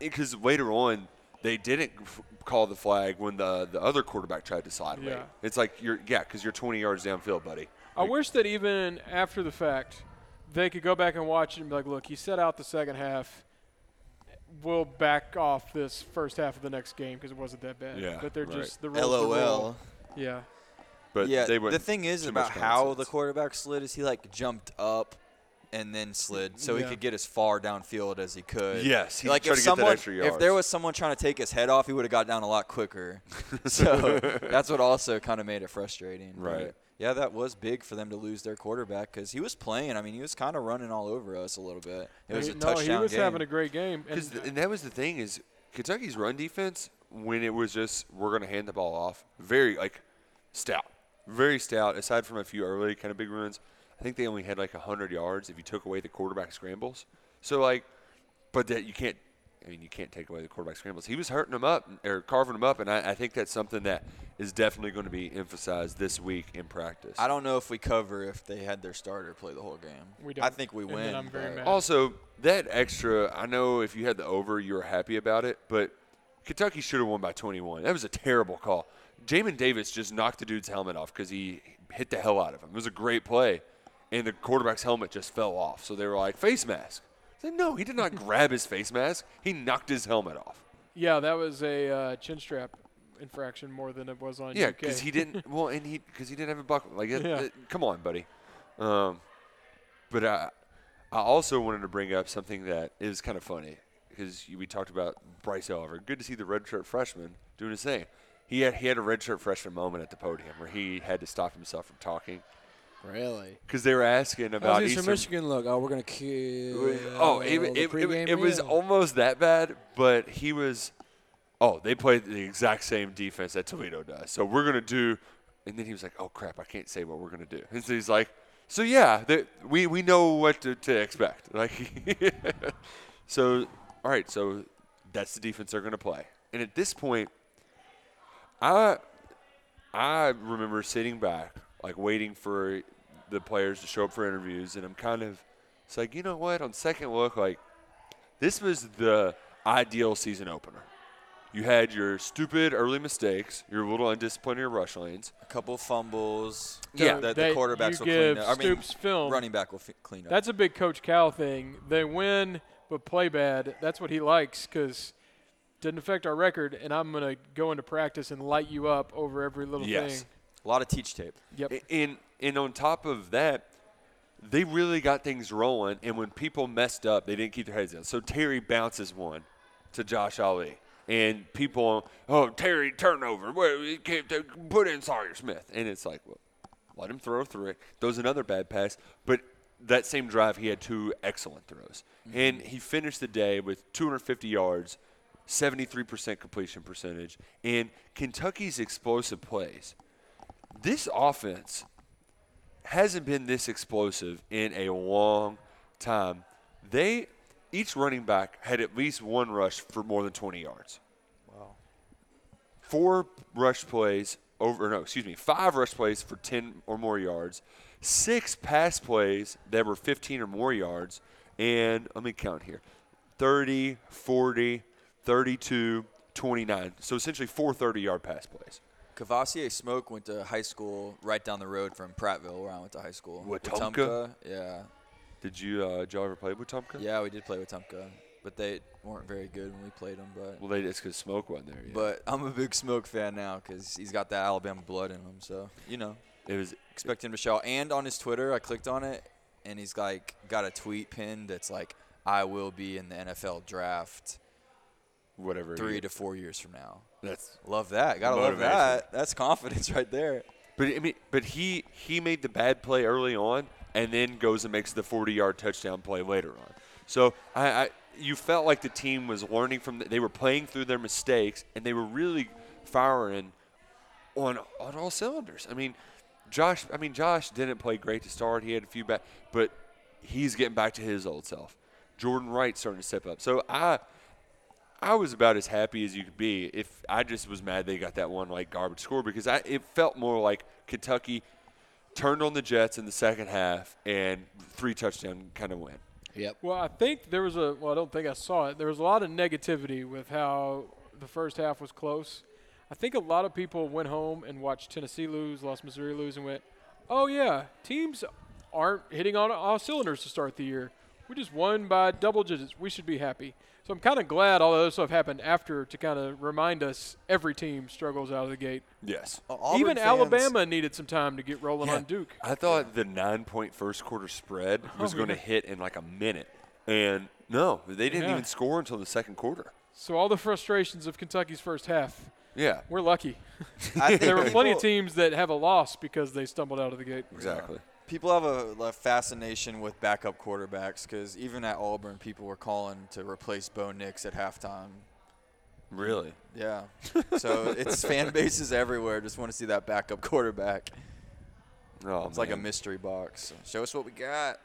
[SPEAKER 3] because later on they didn't f- call the flag when the the other quarterback tried to slide away.
[SPEAKER 1] Yeah.
[SPEAKER 3] It's like you're yeah because you're 20 yards downfield, buddy.
[SPEAKER 1] I wish that even after the fact, they could go back and watch it and be like, look, he set out the second half. We'll back off this first half of the next game because it wasn't that bad.
[SPEAKER 3] Yeah,
[SPEAKER 1] but they're
[SPEAKER 3] right.
[SPEAKER 1] just the rules. the
[SPEAKER 4] LOL.
[SPEAKER 1] rule. Yeah.
[SPEAKER 3] But
[SPEAKER 4] yeah,
[SPEAKER 3] they went
[SPEAKER 4] the thing is
[SPEAKER 3] too
[SPEAKER 4] about
[SPEAKER 3] much
[SPEAKER 4] how the
[SPEAKER 3] nonsense.
[SPEAKER 4] quarterback slid is he like jumped up and then slid, so
[SPEAKER 1] Yeah.
[SPEAKER 4] he could get as far downfield as he could.
[SPEAKER 3] Yes, he
[SPEAKER 4] like
[SPEAKER 3] tried
[SPEAKER 4] if
[SPEAKER 3] to get that
[SPEAKER 4] someone,
[SPEAKER 3] extra
[SPEAKER 4] if there
[SPEAKER 3] yards.
[SPEAKER 4] was someone trying to take his head off, he would have got down a lot
[SPEAKER 3] [laughs]
[SPEAKER 4] quicker. so that's what also kind of made it frustrating. but
[SPEAKER 3] Right.
[SPEAKER 4] yeah, that was big for them to lose their quarterback because he was playing. I mean, he was kind of running all over us a little bit. It was
[SPEAKER 1] He-
[SPEAKER 4] a
[SPEAKER 1] no, he
[SPEAKER 4] touchdown
[SPEAKER 1] was
[SPEAKER 4] game.
[SPEAKER 1] having a great game. And, uh,
[SPEAKER 3] 'Cause th- and that was the thing is Kentucky's run defense when it was just we're gonna hand the ball off very like stout, very stout. Aside from a few early kind of big runs, I think they only had like 100 yards if you took away the quarterback scrambles. So like, but that you can't. I mean, you can't take away the quarterback scrambles. He was hurting them up or carving them up, and I, I think that's something that is definitely going to be emphasized this week in practice.
[SPEAKER 4] I don't know if we cover if they had their starter play the whole game.
[SPEAKER 1] We
[SPEAKER 4] I
[SPEAKER 1] don't,
[SPEAKER 4] think we
[SPEAKER 1] and then
[SPEAKER 4] win.
[SPEAKER 1] I'm very
[SPEAKER 4] but-
[SPEAKER 1] mad.
[SPEAKER 3] Also, that extra, I know if you had the over, you were happy about it, but Kentucky should have won by 21. That was a terrible call. Jamin Davis just knocked the dude's helmet off because he hit the hell out of him. It was a great play, and the quarterback's helmet just fell off. So they were like, face mask. I said, no, he did not [laughs] grab his face mask. He knocked his helmet off.
[SPEAKER 1] yeah, that was a uh, chin strap infraction more than it was on
[SPEAKER 3] Yeah,
[SPEAKER 1] UK.
[SPEAKER 3] because he didn't. Well, and he because he didn't have a buckle. Like, it,
[SPEAKER 1] Yeah.
[SPEAKER 3] it- come on, buddy. Um, but I, I also wanted to bring up something that is kind of funny because we talked about Bryce Oliver. Good to see the redshirt freshman doing his thing. He had he had a redshirt freshman moment at the podium where he had to stop himself from talking
[SPEAKER 5] Really?
[SPEAKER 3] because they were asking about
[SPEAKER 5] How's Eastern
[SPEAKER 3] Uh, Eastern
[SPEAKER 5] Michigan look? Oh, we're gonna kill.
[SPEAKER 3] Oh, it,
[SPEAKER 5] the
[SPEAKER 3] it, it,
[SPEAKER 5] pregame
[SPEAKER 3] it was
[SPEAKER 5] meal.
[SPEAKER 3] almost that bad, but he was. Oh, they played the exact same defense that Toledo does. So we're gonna do, and then he was like, "Oh crap, I can't say what we're gonna do." And so he's like, "So yeah, the, we we know what to, to expect." [laughs] Like, so all right, so that's the defense they're gonna play. And at this point, I I remember sitting back, like waiting for the players to show up for interviews, and I'm kind of, it's like, you know what? On second look, like, this was the ideal season opener. You had your stupid early mistakes, your little undisciplined in your rush lanes.
[SPEAKER 4] a couple fumbles.
[SPEAKER 1] Yeah.
[SPEAKER 4] that
[SPEAKER 1] They-
[SPEAKER 4] the
[SPEAKER 1] you
[SPEAKER 4] quarterbacks will clean
[SPEAKER 1] give
[SPEAKER 4] up. I mean,
[SPEAKER 1] Stoops film.
[SPEAKER 4] running back will f- clean up.
[SPEAKER 1] That's a big Coach Cal thing. They win but play bad. That's what he likes because didn't affect our record, and I'm gonna go into practice and light you up over every little
[SPEAKER 3] Yes.
[SPEAKER 1] thing.
[SPEAKER 4] a lot of teach tape.
[SPEAKER 1] Yep.
[SPEAKER 3] A- And and on top of that, they really got things rolling. And when people messed up, they didn't keep their heads down. So Terry bounces one to Josh Ali, and people, oh Terry turnover, Well, you can't t- put in Sawyer Smith, and it's like, well, let him throw three. Throws another bad pass, but that same drive he had two excellent throws, and he finished the day with 250 yards. 73% completion percentage and Kentucky's explosive plays this offense hasn't been this explosive in a long time. They each running back had at least one rush for more than 20 yards. Wow. Four rush plays over no, excuse me, five rush plays for 10 or more yards, six pass plays that were 15 or more yards, and let me count here. 30, 40, 32, 29. So essentially four 30-yard pass plays.
[SPEAKER 4] Cavassier Smoke went to high school right down the road from Prattville, where I went to high school.
[SPEAKER 3] Wetumpka?
[SPEAKER 4] Yeah.
[SPEAKER 3] Did you uh, did y'all ever play with Tomka?
[SPEAKER 4] Yeah, we did play Wetumpka, but they weren't very good when we played them. But
[SPEAKER 3] Well, they just because smoke wasn't there. Yet.
[SPEAKER 4] but I'm a big Smoke fan now because he's got that Alabama blood in him. So you know,
[SPEAKER 3] it was
[SPEAKER 4] expect him to shout. And on his Twitter, I clicked on it, and he's like got a tweet pinned that's like, "I will be in the NFL draft
[SPEAKER 3] whatever.
[SPEAKER 4] three to four years from now."
[SPEAKER 3] that's.
[SPEAKER 4] Love that. Gotta
[SPEAKER 3] Motivation.
[SPEAKER 4] love that. That's confidence [laughs] right there.
[SPEAKER 3] But I mean, but he he made the bad play early on, and then goes and makes the 40-yard touchdown play later on. So I, I you felt like the team was learning from. The, they were playing through their mistakes, and they were really firing on on all cylinders. I mean, Josh. I mean, Josh didn't play great to start. He had a few bad, but he's getting back to his old self. Jordan Wright's starting to step up. So I. I was about as happy as you could be. If I just was mad they got that one like garbage score because I it felt more like Kentucky turned on the Jets in the second half and three touchdown kind of win.
[SPEAKER 5] Yep.
[SPEAKER 1] Well, I think there was a. Well, I don't think I saw it. There was a lot of negativity with how the first half was close. I think a lot of people went home and watched Tennessee lose, lost Missouri lose, and went, "Oh yeah, teams aren't hitting on all cylinders to start the year. We just won by double digits. We should be happy." So I'm kind of glad all of this stuff happened after to kind of remind us every team struggles out of the gate.
[SPEAKER 3] Yes.
[SPEAKER 4] Auburn
[SPEAKER 1] Even
[SPEAKER 4] fans-
[SPEAKER 1] Alabama needed some time to get rolling on Duke.
[SPEAKER 3] I thought the nine point first quarter
[SPEAKER 4] [laughs]
[SPEAKER 3] spread
[SPEAKER 4] Oh,
[SPEAKER 3] was going to hit in like a minute. And no, they didn't
[SPEAKER 1] Yeah.
[SPEAKER 3] even score until the second quarter.
[SPEAKER 1] So all the frustrations of Kentucky's first half,
[SPEAKER 3] Yeah.
[SPEAKER 1] we're lucky.
[SPEAKER 4] I
[SPEAKER 1] [laughs]
[SPEAKER 4] think
[SPEAKER 1] there
[SPEAKER 3] [laughs]
[SPEAKER 1] were plenty of
[SPEAKER 4] people-
[SPEAKER 1] teams that have a loss because they stumbled out of the gate.
[SPEAKER 3] Exactly.
[SPEAKER 4] People have a, a fascination with backup quarterbacks because even at Auburn, people were calling to replace Bo Nix at halftime.
[SPEAKER 3] Really?
[SPEAKER 4] Yeah, so
[SPEAKER 3] [laughs]
[SPEAKER 4] it's fan bases everywhere. Just want to see that backup quarterback.
[SPEAKER 3] No,
[SPEAKER 4] It's like a mystery box. Show us what we got.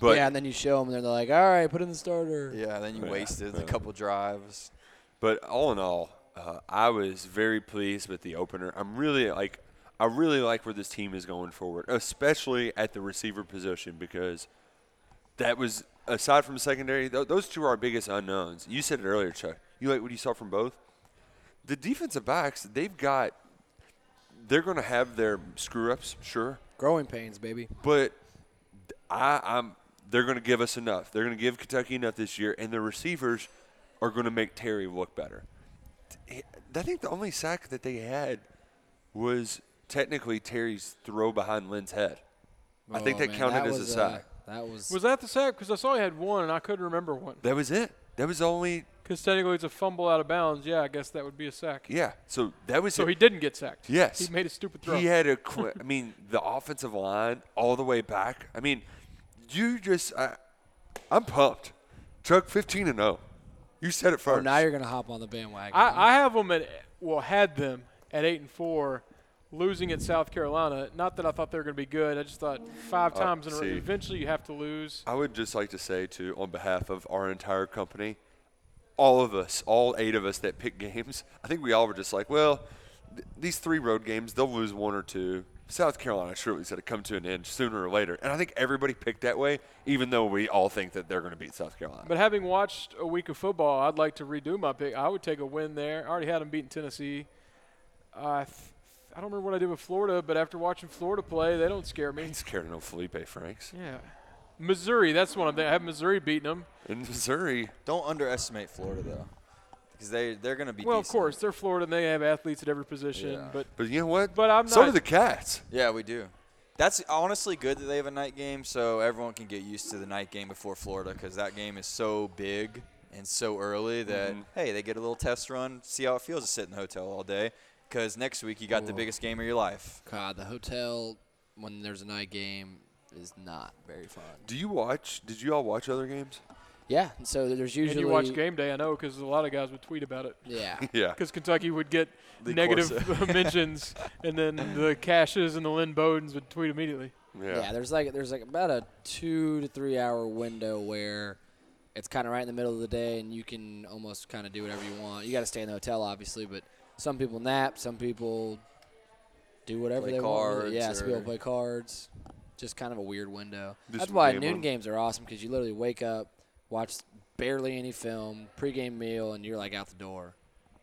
[SPEAKER 3] But
[SPEAKER 5] yeah, and then you show them, and they're like, "All right, put in the starter."
[SPEAKER 4] Yeah, then you
[SPEAKER 3] Yeah.
[SPEAKER 4] wasted
[SPEAKER 3] Yeah.
[SPEAKER 4] a couple drives.
[SPEAKER 3] But all in all, uh, I was very pleased with the opener. I'm really like, I really like where this team is going forward, especially at the receiver position because that was aside from secondary, th- those two are our biggest unknowns. You said it earlier, Chuck. You like what you saw from both. The defensive backs, they've got, they're going to have their screw ups, sure,
[SPEAKER 5] Growing pains, baby.
[SPEAKER 3] but I, I'm they're going to give us enough. They're going to give Kentucky enough this year, and the receivers are going to make Terry look better. T- I think the only sack that they had was technically Terry's throw behind Lynn's head. I think
[SPEAKER 5] Oh,
[SPEAKER 3] that
[SPEAKER 5] man,
[SPEAKER 3] counted as
[SPEAKER 5] was,
[SPEAKER 3] a
[SPEAKER 5] uh,
[SPEAKER 3] sack.
[SPEAKER 5] that was.
[SPEAKER 1] Was that the sack? Because I saw he had one and I couldn't remember one.
[SPEAKER 3] that was it. That was the only
[SPEAKER 1] Because technically it's a fumble out of bounds. Yeah, I guess that would be a sack.
[SPEAKER 3] yeah. So that was
[SPEAKER 1] So
[SPEAKER 3] it.
[SPEAKER 1] he didn't get sacked.
[SPEAKER 3] Yes.
[SPEAKER 1] He made a stupid throw.
[SPEAKER 3] He had a. qu- I mean, the offensive line all the way back. I mean, you just. I, I'm pumped.
[SPEAKER 6] Chuck, 15 and oh. 0.
[SPEAKER 3] You said it first.
[SPEAKER 5] oh, now you're gonna hop on the bandwagon.
[SPEAKER 1] I, I have them at well had them at eight and four, losing at South Carolina. Not that I thought they were going to be good. I just thought five
[SPEAKER 3] Uh,
[SPEAKER 1] times in a row.
[SPEAKER 6] see.
[SPEAKER 1] Eventually you have to lose.
[SPEAKER 6] I would just like to say, too, on behalf of our entire company, all of us, all eight of us that pick games, I think we all were just like, well, th- these three road games, they'll lose one or two. South Carolina surely is going to come to an end sooner or later. And I think everybody picked that way, even though we all think that they're going to beat South Carolina.
[SPEAKER 1] But having watched a week of football, I'd like to redo my pick. I would take a win there. I already had them beating Tennessee. I th- I don't remember what I did with Florida, but after watching Florida play, they don't scare me.
[SPEAKER 3] He's scared of no Felipe Franks.
[SPEAKER 1] Yeah. Missouri, that's one of them. I have Missouri beating them.
[SPEAKER 3] In Missouri,
[SPEAKER 4] Don't underestimate Florida though, because they they're gonna be.
[SPEAKER 1] Well, of
[SPEAKER 4] decent.
[SPEAKER 1] course, they're Florida and they have athletes at every position.
[SPEAKER 4] Yeah.
[SPEAKER 1] But
[SPEAKER 6] But you know what?
[SPEAKER 1] But I'm
[SPEAKER 6] so
[SPEAKER 1] not-
[SPEAKER 6] do the Cats.
[SPEAKER 4] Yeah, we do. That's honestly good that they have a night game, so everyone can get used to the night game before Florida, because that game is so big and so early that hey, they get a little test run, see how it feels to sit in the hotel all day. Because next week you got the biggest game of your life.
[SPEAKER 5] God, the hotel when there's a night game is not very fun.
[SPEAKER 6] Do you watch? Did you all watch other games?
[SPEAKER 5] Yeah, and so there's usually
[SPEAKER 1] and you watch game day, I know, because a lot of guys would tweet about it.
[SPEAKER 5] Yeah,
[SPEAKER 6] Yeah.
[SPEAKER 1] Because Kentucky would get
[SPEAKER 4] The
[SPEAKER 1] negative mentions, and then the Cashes and the Lynn Bowdens would tweet immediately.
[SPEAKER 5] yeah. There's like there's like about a two to three hour window where it's kind of right in the middle of the day, and you can almost kind of do whatever you want. You got to stay in the hotel, obviously, but some people nap, some people do whatever
[SPEAKER 4] Play
[SPEAKER 5] they want. with it.
[SPEAKER 4] cards
[SPEAKER 5] Yeah, some people
[SPEAKER 4] or-
[SPEAKER 5] play cards. Just kind of a weird window.
[SPEAKER 6] Do
[SPEAKER 5] That's
[SPEAKER 6] some
[SPEAKER 5] why
[SPEAKER 6] game
[SPEAKER 5] noon
[SPEAKER 6] on.
[SPEAKER 5] games are awesome because you literally wake up, watch barely any film, pregame meal, and you're like out the door.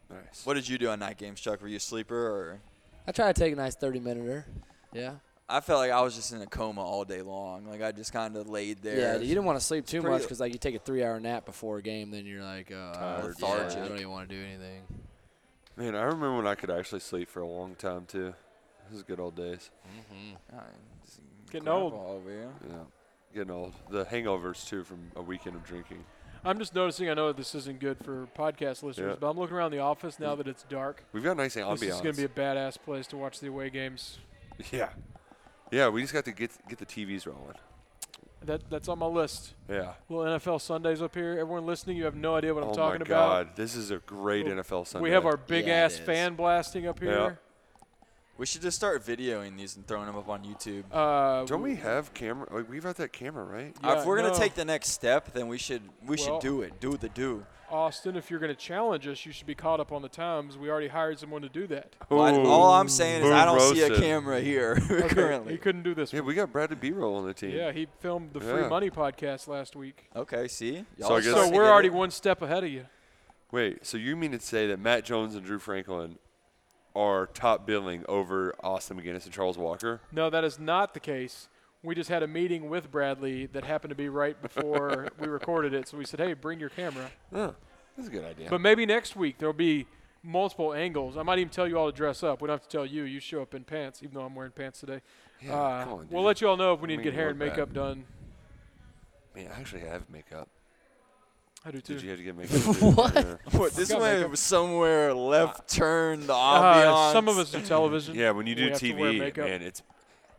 [SPEAKER 3] nice.
[SPEAKER 4] What did you do on night games, Chuck? Were you a sleeper or?
[SPEAKER 5] I try to take a nice 30 minuter. Yeah.
[SPEAKER 4] I felt like I was just in a coma all day long. Like I just kind of laid there.
[SPEAKER 5] Yeah, you didn't want to sleep too
[SPEAKER 4] pretty-
[SPEAKER 5] much because like you take a three-hour nap before a game, then you're like, uh, lethargic.
[SPEAKER 4] lethargic.
[SPEAKER 5] I don't even want to do anything.
[SPEAKER 6] Man, I remember when I could actually sleep for a long time too. This is good old days.
[SPEAKER 4] Ah, just
[SPEAKER 1] Getting
[SPEAKER 4] crap
[SPEAKER 1] old.
[SPEAKER 4] all over you.
[SPEAKER 6] Yeah. Getting old. The hangovers too from a weekend of drinking.
[SPEAKER 1] I'm just noticing, I know this isn't good for podcast listeners,
[SPEAKER 6] Yeah.
[SPEAKER 1] but I'm looking around the office now that it's dark.
[SPEAKER 6] We've got a nice
[SPEAKER 1] This is
[SPEAKER 6] ambiance.
[SPEAKER 1] going to be a badass place to watch the away games.
[SPEAKER 6] yeah. Yeah, we just got to get get the TVs rolling.
[SPEAKER 1] that that's on my list.
[SPEAKER 3] Yeah.
[SPEAKER 1] Little NFL Sundays up here. Everyone listening, you have no idea what I'm
[SPEAKER 3] oh
[SPEAKER 1] talking
[SPEAKER 3] my
[SPEAKER 1] about.
[SPEAKER 3] God, this is a great NFL Sunday.
[SPEAKER 1] We have our big
[SPEAKER 5] Yeah, it
[SPEAKER 1] ass
[SPEAKER 5] is.
[SPEAKER 1] fan blasting up here.
[SPEAKER 4] We should just start videoing these and throwing them up on YouTube.
[SPEAKER 1] Uh,
[SPEAKER 3] Don't we have camera? Like, we've got that camera, right?
[SPEAKER 1] yeah,
[SPEAKER 4] Uh, if we're gonna
[SPEAKER 1] no.
[SPEAKER 4] take the next step, then we should we
[SPEAKER 1] Well-
[SPEAKER 4] should do it. Do the do.
[SPEAKER 1] Austin, if you're going to challenge us, you should be caught up on the times. We already hired someone to do
[SPEAKER 5] [laughs]
[SPEAKER 1] that.
[SPEAKER 4] Well, I- all I'm saying is
[SPEAKER 3] Who
[SPEAKER 4] I don't see a
[SPEAKER 3] roasted?
[SPEAKER 4] camera here [laughs]
[SPEAKER 1] Okay, he
[SPEAKER 4] currently.
[SPEAKER 1] couldn't do this.
[SPEAKER 3] Yeah, we got Bradley B-roll on the team.
[SPEAKER 1] Yeah, he filmed the Free
[SPEAKER 3] Yeah.
[SPEAKER 1] Money podcast last week.
[SPEAKER 4] Okay, see.
[SPEAKER 3] So I
[SPEAKER 4] are
[SPEAKER 3] guess-
[SPEAKER 1] So
[SPEAKER 4] starting to
[SPEAKER 1] we're
[SPEAKER 4] get
[SPEAKER 1] already
[SPEAKER 4] it.
[SPEAKER 1] one step ahead of you.
[SPEAKER 3] Wait, so you mean to say that Matt Jones and Drew Franklin are top billing over Austin McGinnis and Charles Walker?
[SPEAKER 1] No, that is not the case. We just had a meeting with Bradley that happened to be right
[SPEAKER 3] [laughs]
[SPEAKER 1] before we recorded it. So we said, hey, bring your camera.
[SPEAKER 3] That's a good idea.
[SPEAKER 1] But maybe next week there'll be multiple angles. I might even tell you all to dress up. We don't have to tell you. You show up in pants, even though I'm wearing pants today. uh,
[SPEAKER 3] come on,
[SPEAKER 1] we'll
[SPEAKER 3] dude.
[SPEAKER 1] let you all know if we need to
[SPEAKER 3] mean,
[SPEAKER 1] get hair
[SPEAKER 3] look
[SPEAKER 1] and makeup
[SPEAKER 3] bad.
[SPEAKER 1] done.
[SPEAKER 3] Man, I actually have makeup.
[SPEAKER 1] I do too.
[SPEAKER 3] Did you have to
[SPEAKER 1] [laughs]
[SPEAKER 3] get makeup? what?
[SPEAKER 4] What, this
[SPEAKER 1] Got
[SPEAKER 4] way
[SPEAKER 1] makeup.
[SPEAKER 4] was somewhere left turn the
[SPEAKER 1] uh,
[SPEAKER 4] ambiance.
[SPEAKER 1] some of us
[SPEAKER 3] [laughs]
[SPEAKER 1] do television.
[SPEAKER 3] Yeah, when you
[SPEAKER 1] we
[SPEAKER 3] do
[SPEAKER 1] have to wear
[SPEAKER 3] TV,
[SPEAKER 1] makeup.
[SPEAKER 3] man, it's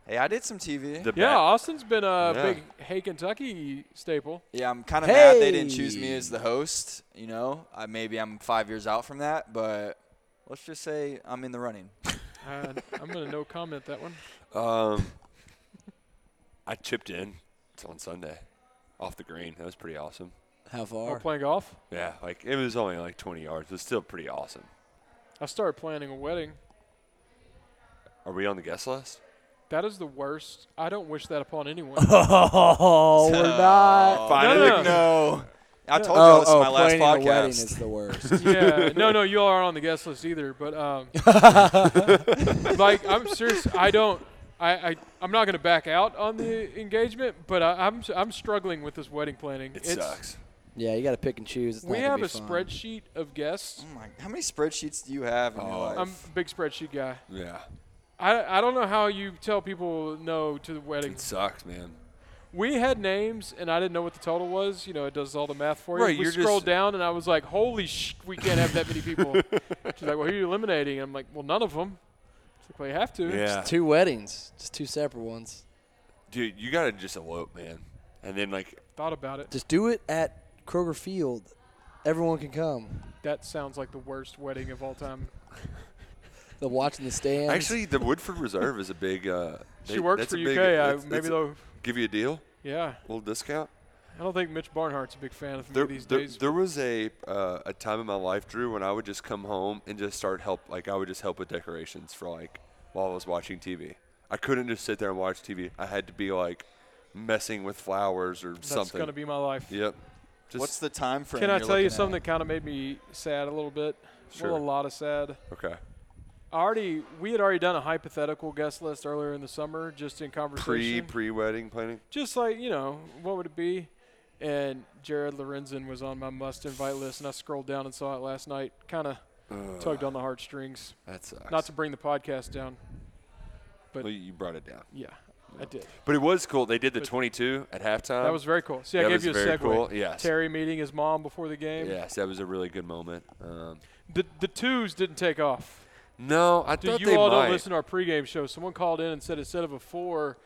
[SPEAKER 4] Hey, I did some TV.
[SPEAKER 3] the
[SPEAKER 1] Yeah,
[SPEAKER 3] back-
[SPEAKER 1] Austin's been a
[SPEAKER 3] Yeah.
[SPEAKER 1] big Hey Kentucky staple.
[SPEAKER 4] yeah, I'm kind of mad they didn't choose me
[SPEAKER 5] Hey.
[SPEAKER 4] as the host. You know, I, maybe I'm five years out from that, but let's just say I'm in the running.
[SPEAKER 1] Uh, I'm gonna no comment that one.
[SPEAKER 3] Um, I chipped in. It's on Sunday, off the green. That was pretty awesome.
[SPEAKER 5] How
[SPEAKER 1] While
[SPEAKER 5] far?
[SPEAKER 1] playing golf,
[SPEAKER 3] Yeah, like it was only like 20 yards. It was still pretty awesome.
[SPEAKER 1] I started planning a wedding.
[SPEAKER 3] Are we on the guest list?
[SPEAKER 1] That is the worst. I don't wish that upon anyone.
[SPEAKER 5] [laughs] Oh, we're not.
[SPEAKER 1] Finally. Uh, No, no,
[SPEAKER 4] no. I told you
[SPEAKER 5] Oh,
[SPEAKER 4] this in
[SPEAKER 5] oh,
[SPEAKER 4] my last
[SPEAKER 5] planning a wedding
[SPEAKER 4] podcast.
[SPEAKER 5] is
[SPEAKER 1] [laughs]
[SPEAKER 5] the worst.
[SPEAKER 1] yeah, no, no, you all aren't on the guest list either. But um, [laughs] like, I'm serious. I don't. I, I I'm not gonna back out on the engagement, but I, I'm I'm struggling with this wedding planning.
[SPEAKER 3] It sucks.
[SPEAKER 5] yeah, you got to pick and choose. It's
[SPEAKER 1] We
[SPEAKER 5] not gonna
[SPEAKER 1] have
[SPEAKER 5] be
[SPEAKER 1] a
[SPEAKER 5] fun.
[SPEAKER 1] spreadsheet of guests.
[SPEAKER 4] Oh my, how many spreadsheets do you have in your life?
[SPEAKER 1] Oh, I'm a big spreadsheet guy.
[SPEAKER 3] Yeah,
[SPEAKER 1] I, I don't know how you tell people no to the wedding.
[SPEAKER 3] it sucks, man.
[SPEAKER 1] We had names, and I didn't know what the total was. You know, it does all the math for you.
[SPEAKER 3] Right,
[SPEAKER 1] we
[SPEAKER 3] you're
[SPEAKER 1] scrolled
[SPEAKER 3] just-
[SPEAKER 1] down, and I was like, "Holy sh! We can't have that many
[SPEAKER 3] [laughs]
[SPEAKER 1] people." She's like, "Well, who are you eliminating?" And I'm like, "Well, none of them." She's like, "Well, you have to."
[SPEAKER 3] Yeah,
[SPEAKER 5] Two weddings, just two separate ones.
[SPEAKER 3] dude, you gotta just elope, man. And then like,
[SPEAKER 1] Thought about it.
[SPEAKER 5] Just do it at Kroger Field. Everyone can come.
[SPEAKER 1] That sounds like the worst wedding of all time.
[SPEAKER 5] The watch in the stands.
[SPEAKER 3] actually, the Woodford Reserve is a big. Uh,
[SPEAKER 1] She
[SPEAKER 3] they-
[SPEAKER 1] works
[SPEAKER 3] that's
[SPEAKER 1] for
[SPEAKER 3] a
[SPEAKER 1] UK.
[SPEAKER 3] big-
[SPEAKER 1] I,
[SPEAKER 3] it's-
[SPEAKER 1] maybe
[SPEAKER 3] it's-
[SPEAKER 1] though.
[SPEAKER 3] give you a deal,
[SPEAKER 1] Yeah,
[SPEAKER 3] a little discount.
[SPEAKER 1] I don't think Mitch Barnhart's a big fan of me
[SPEAKER 3] There,
[SPEAKER 1] these
[SPEAKER 3] there,
[SPEAKER 1] days.
[SPEAKER 3] there was a uh, a time in my life, Drew, when I would just come home and just start help. Like I would just help with decorations for like while I was watching TV. I couldn't just sit there and watch TV. I had to be like messing with flowers or
[SPEAKER 1] That's
[SPEAKER 3] something.
[SPEAKER 1] gonna be my life.
[SPEAKER 3] yep. Just,
[SPEAKER 4] What's the time frame?
[SPEAKER 1] Can I
[SPEAKER 4] you're
[SPEAKER 1] tell you
[SPEAKER 4] looking at?
[SPEAKER 1] something that kind of made me sad a little bit?
[SPEAKER 3] Sure.
[SPEAKER 1] Well, a lot of sad.
[SPEAKER 3] okay?
[SPEAKER 1] I already we had already done a hypothetical guest list earlier in the summer, just in
[SPEAKER 3] Pre
[SPEAKER 1] conversation.
[SPEAKER 3] pre wedding planning.
[SPEAKER 1] just like you know what would it be and jared lorenzen was on my must invite list and i scrolled down and saw it last night kind of tugged on the heartstrings
[SPEAKER 3] That sucks.
[SPEAKER 1] not to bring the podcast down but-
[SPEAKER 3] Well, you brought it down,
[SPEAKER 1] yeah i did
[SPEAKER 3] but it was cool. They did the 22 at halftime.
[SPEAKER 1] that was very cool see i
[SPEAKER 3] Um, that
[SPEAKER 1] gave
[SPEAKER 3] was
[SPEAKER 1] you a
[SPEAKER 3] very
[SPEAKER 1] segue
[SPEAKER 3] cool, yes.
[SPEAKER 1] terry meeting his mom before the game
[SPEAKER 3] yes. That was a really good moment. Um,
[SPEAKER 1] the, the twos didn't take off
[SPEAKER 3] no, I
[SPEAKER 1] Dude,
[SPEAKER 3] thought
[SPEAKER 1] you
[SPEAKER 3] they
[SPEAKER 1] all
[SPEAKER 3] might.
[SPEAKER 1] don't listen to our pregame show someone called in and said instead of a four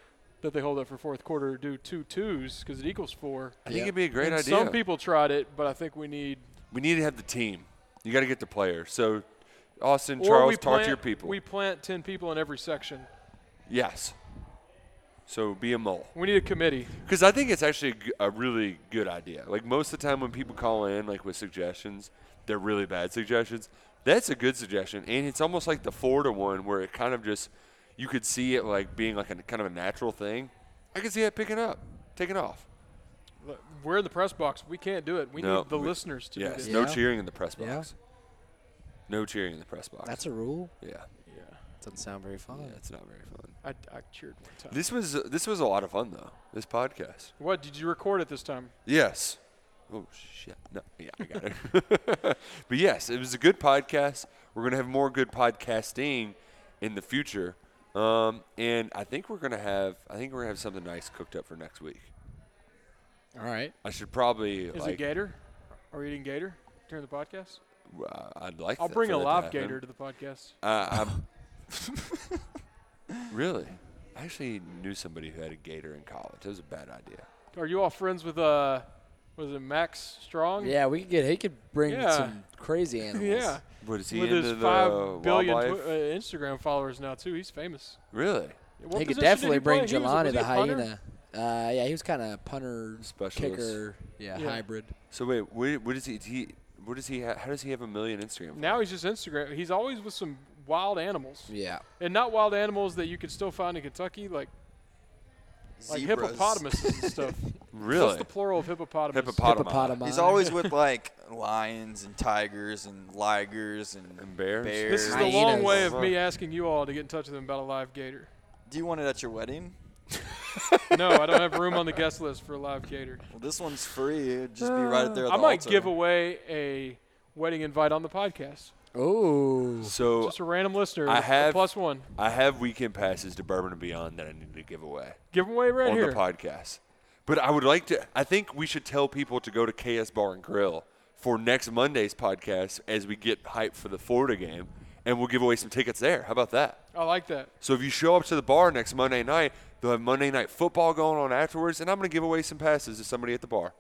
[SPEAKER 1] that they hold up for fourth quarter do two twos because it equals four
[SPEAKER 3] I think it'd be a great
[SPEAKER 1] And
[SPEAKER 3] idea.
[SPEAKER 1] some people tried it but i think we need
[SPEAKER 3] We need to have the team. You got to get the player. So, Austin,
[SPEAKER 1] Or
[SPEAKER 3] Charles,
[SPEAKER 1] we
[SPEAKER 3] talk
[SPEAKER 1] plant,
[SPEAKER 3] to your people.
[SPEAKER 1] We plant 10 people in every section.
[SPEAKER 3] yes. So be a mole.
[SPEAKER 1] We need a committee.
[SPEAKER 3] Because I think it's actually a g- a, really good idea. Like most of the time when people call in, like with suggestions, they're really bad suggestions. That's a good suggestion, and it's almost like the Florida one where it kind of just you could see it like being like a kind of a natural thing. I could see it picking up, taking off.
[SPEAKER 1] Look, We're in the press box. We can't do it. We
[SPEAKER 3] No,
[SPEAKER 1] need the
[SPEAKER 3] we-
[SPEAKER 1] listeners to
[SPEAKER 3] Yes,
[SPEAKER 1] do
[SPEAKER 3] no
[SPEAKER 5] Yeah.
[SPEAKER 3] cheering in the press
[SPEAKER 5] Yeah.
[SPEAKER 3] box. No cheering in the press box.
[SPEAKER 5] that's a rule.
[SPEAKER 3] yeah,
[SPEAKER 1] this. Yeah.
[SPEAKER 5] Doesn't sound very fun.
[SPEAKER 3] yeah, it's not very fun.
[SPEAKER 1] I, I cheered one time.
[SPEAKER 3] This was this was a lot of fun though. This podcast.
[SPEAKER 1] what? Did you record it this time?
[SPEAKER 3] Yes. Oh shit. No. Yeah, I got it. [laughs] but yes, it was a good podcast. We're gonna have more good podcasting in the future, um, and I think we're gonna have I think we're gonna have something nice cooked up for next week.
[SPEAKER 5] All right.
[SPEAKER 3] I should probably
[SPEAKER 1] Is
[SPEAKER 3] like
[SPEAKER 1] it gator? Are we eating gator during the podcast?
[SPEAKER 3] uh, I'd like.
[SPEAKER 1] I'll
[SPEAKER 3] that
[SPEAKER 1] bring
[SPEAKER 3] for
[SPEAKER 1] a
[SPEAKER 3] that to
[SPEAKER 1] live
[SPEAKER 3] happen.
[SPEAKER 1] gator to the podcast.
[SPEAKER 3] Uh, [laughs] I'm really. I actually knew somebody who had a gator in college. That was a bad idea.
[SPEAKER 1] Are you all friends with uh, was it Max Strong?
[SPEAKER 5] Yeah, we could get. He could bring
[SPEAKER 1] Yeah.
[SPEAKER 5] some crazy
[SPEAKER 1] [laughs]
[SPEAKER 5] animals.
[SPEAKER 1] yeah.
[SPEAKER 3] What is he
[SPEAKER 1] With
[SPEAKER 3] into
[SPEAKER 1] his
[SPEAKER 3] the
[SPEAKER 1] five billion uh, twi-
[SPEAKER 3] wildlife?
[SPEAKER 1] uh, Instagram followers now too, he's famous.
[SPEAKER 3] really?
[SPEAKER 1] What
[SPEAKER 5] he
[SPEAKER 1] position
[SPEAKER 5] could
[SPEAKER 1] did
[SPEAKER 5] definitely bring
[SPEAKER 1] play? He was a-
[SPEAKER 5] Jelani
[SPEAKER 1] was he
[SPEAKER 5] the
[SPEAKER 1] a punter?
[SPEAKER 5] hyena. Uh, yeah, he was kind of punter,
[SPEAKER 3] Specialist.
[SPEAKER 5] kicker, yeah,
[SPEAKER 1] Yeah.
[SPEAKER 5] hybrid.
[SPEAKER 3] So wait, what, what is he? He what does he? Ha- how does he have a million Instagram?
[SPEAKER 1] Now he's just Instagram. He's always with some wild animals,
[SPEAKER 5] Yeah,
[SPEAKER 1] and not wild animals that you could still find in Kentucky, like like
[SPEAKER 4] Zebras.
[SPEAKER 1] hippopotamuses
[SPEAKER 3] [laughs]
[SPEAKER 1] and stuff. What's
[SPEAKER 3] really?
[SPEAKER 1] the plural of hippopotamus?
[SPEAKER 3] Hippopotami.
[SPEAKER 5] hippopotami.
[SPEAKER 4] He's
[SPEAKER 1] [laughs]
[SPEAKER 4] always with like lions and tigers and ligers and,
[SPEAKER 3] And bears.
[SPEAKER 1] This is the
[SPEAKER 5] Hyenas.
[SPEAKER 1] long way of me asking you all to get in touch with him about a live gator.
[SPEAKER 4] Do you want it at your wedding?
[SPEAKER 1] No, I don't have room on the guest list for a live
[SPEAKER 3] [laughs]
[SPEAKER 1] gator.
[SPEAKER 4] Well, this one's free. It'd just be right at there. At
[SPEAKER 1] Uh, I
[SPEAKER 4] the
[SPEAKER 1] might
[SPEAKER 4] altar.
[SPEAKER 1] give away a wedding invite on the podcast.
[SPEAKER 5] Ooh,
[SPEAKER 3] So
[SPEAKER 1] Just a random listener.
[SPEAKER 3] I
[SPEAKER 1] a
[SPEAKER 3] have-
[SPEAKER 1] plus one.
[SPEAKER 3] I have weekend passes to Bourbon and Beyond that I need to give away
[SPEAKER 1] Give away right
[SPEAKER 3] on
[SPEAKER 1] here.
[SPEAKER 3] the podcast. But I would like to. I think we should tell people to go to KS Bar and Grill for next Monday's podcast as we get hyped for the Florida game, and we'll give away some tickets there. How about that?
[SPEAKER 1] I like that.
[SPEAKER 3] So if you show up to the bar next Monday night, they'll have Monday night football going on afterwards, and I'm going to give away some passes to somebody at the bar.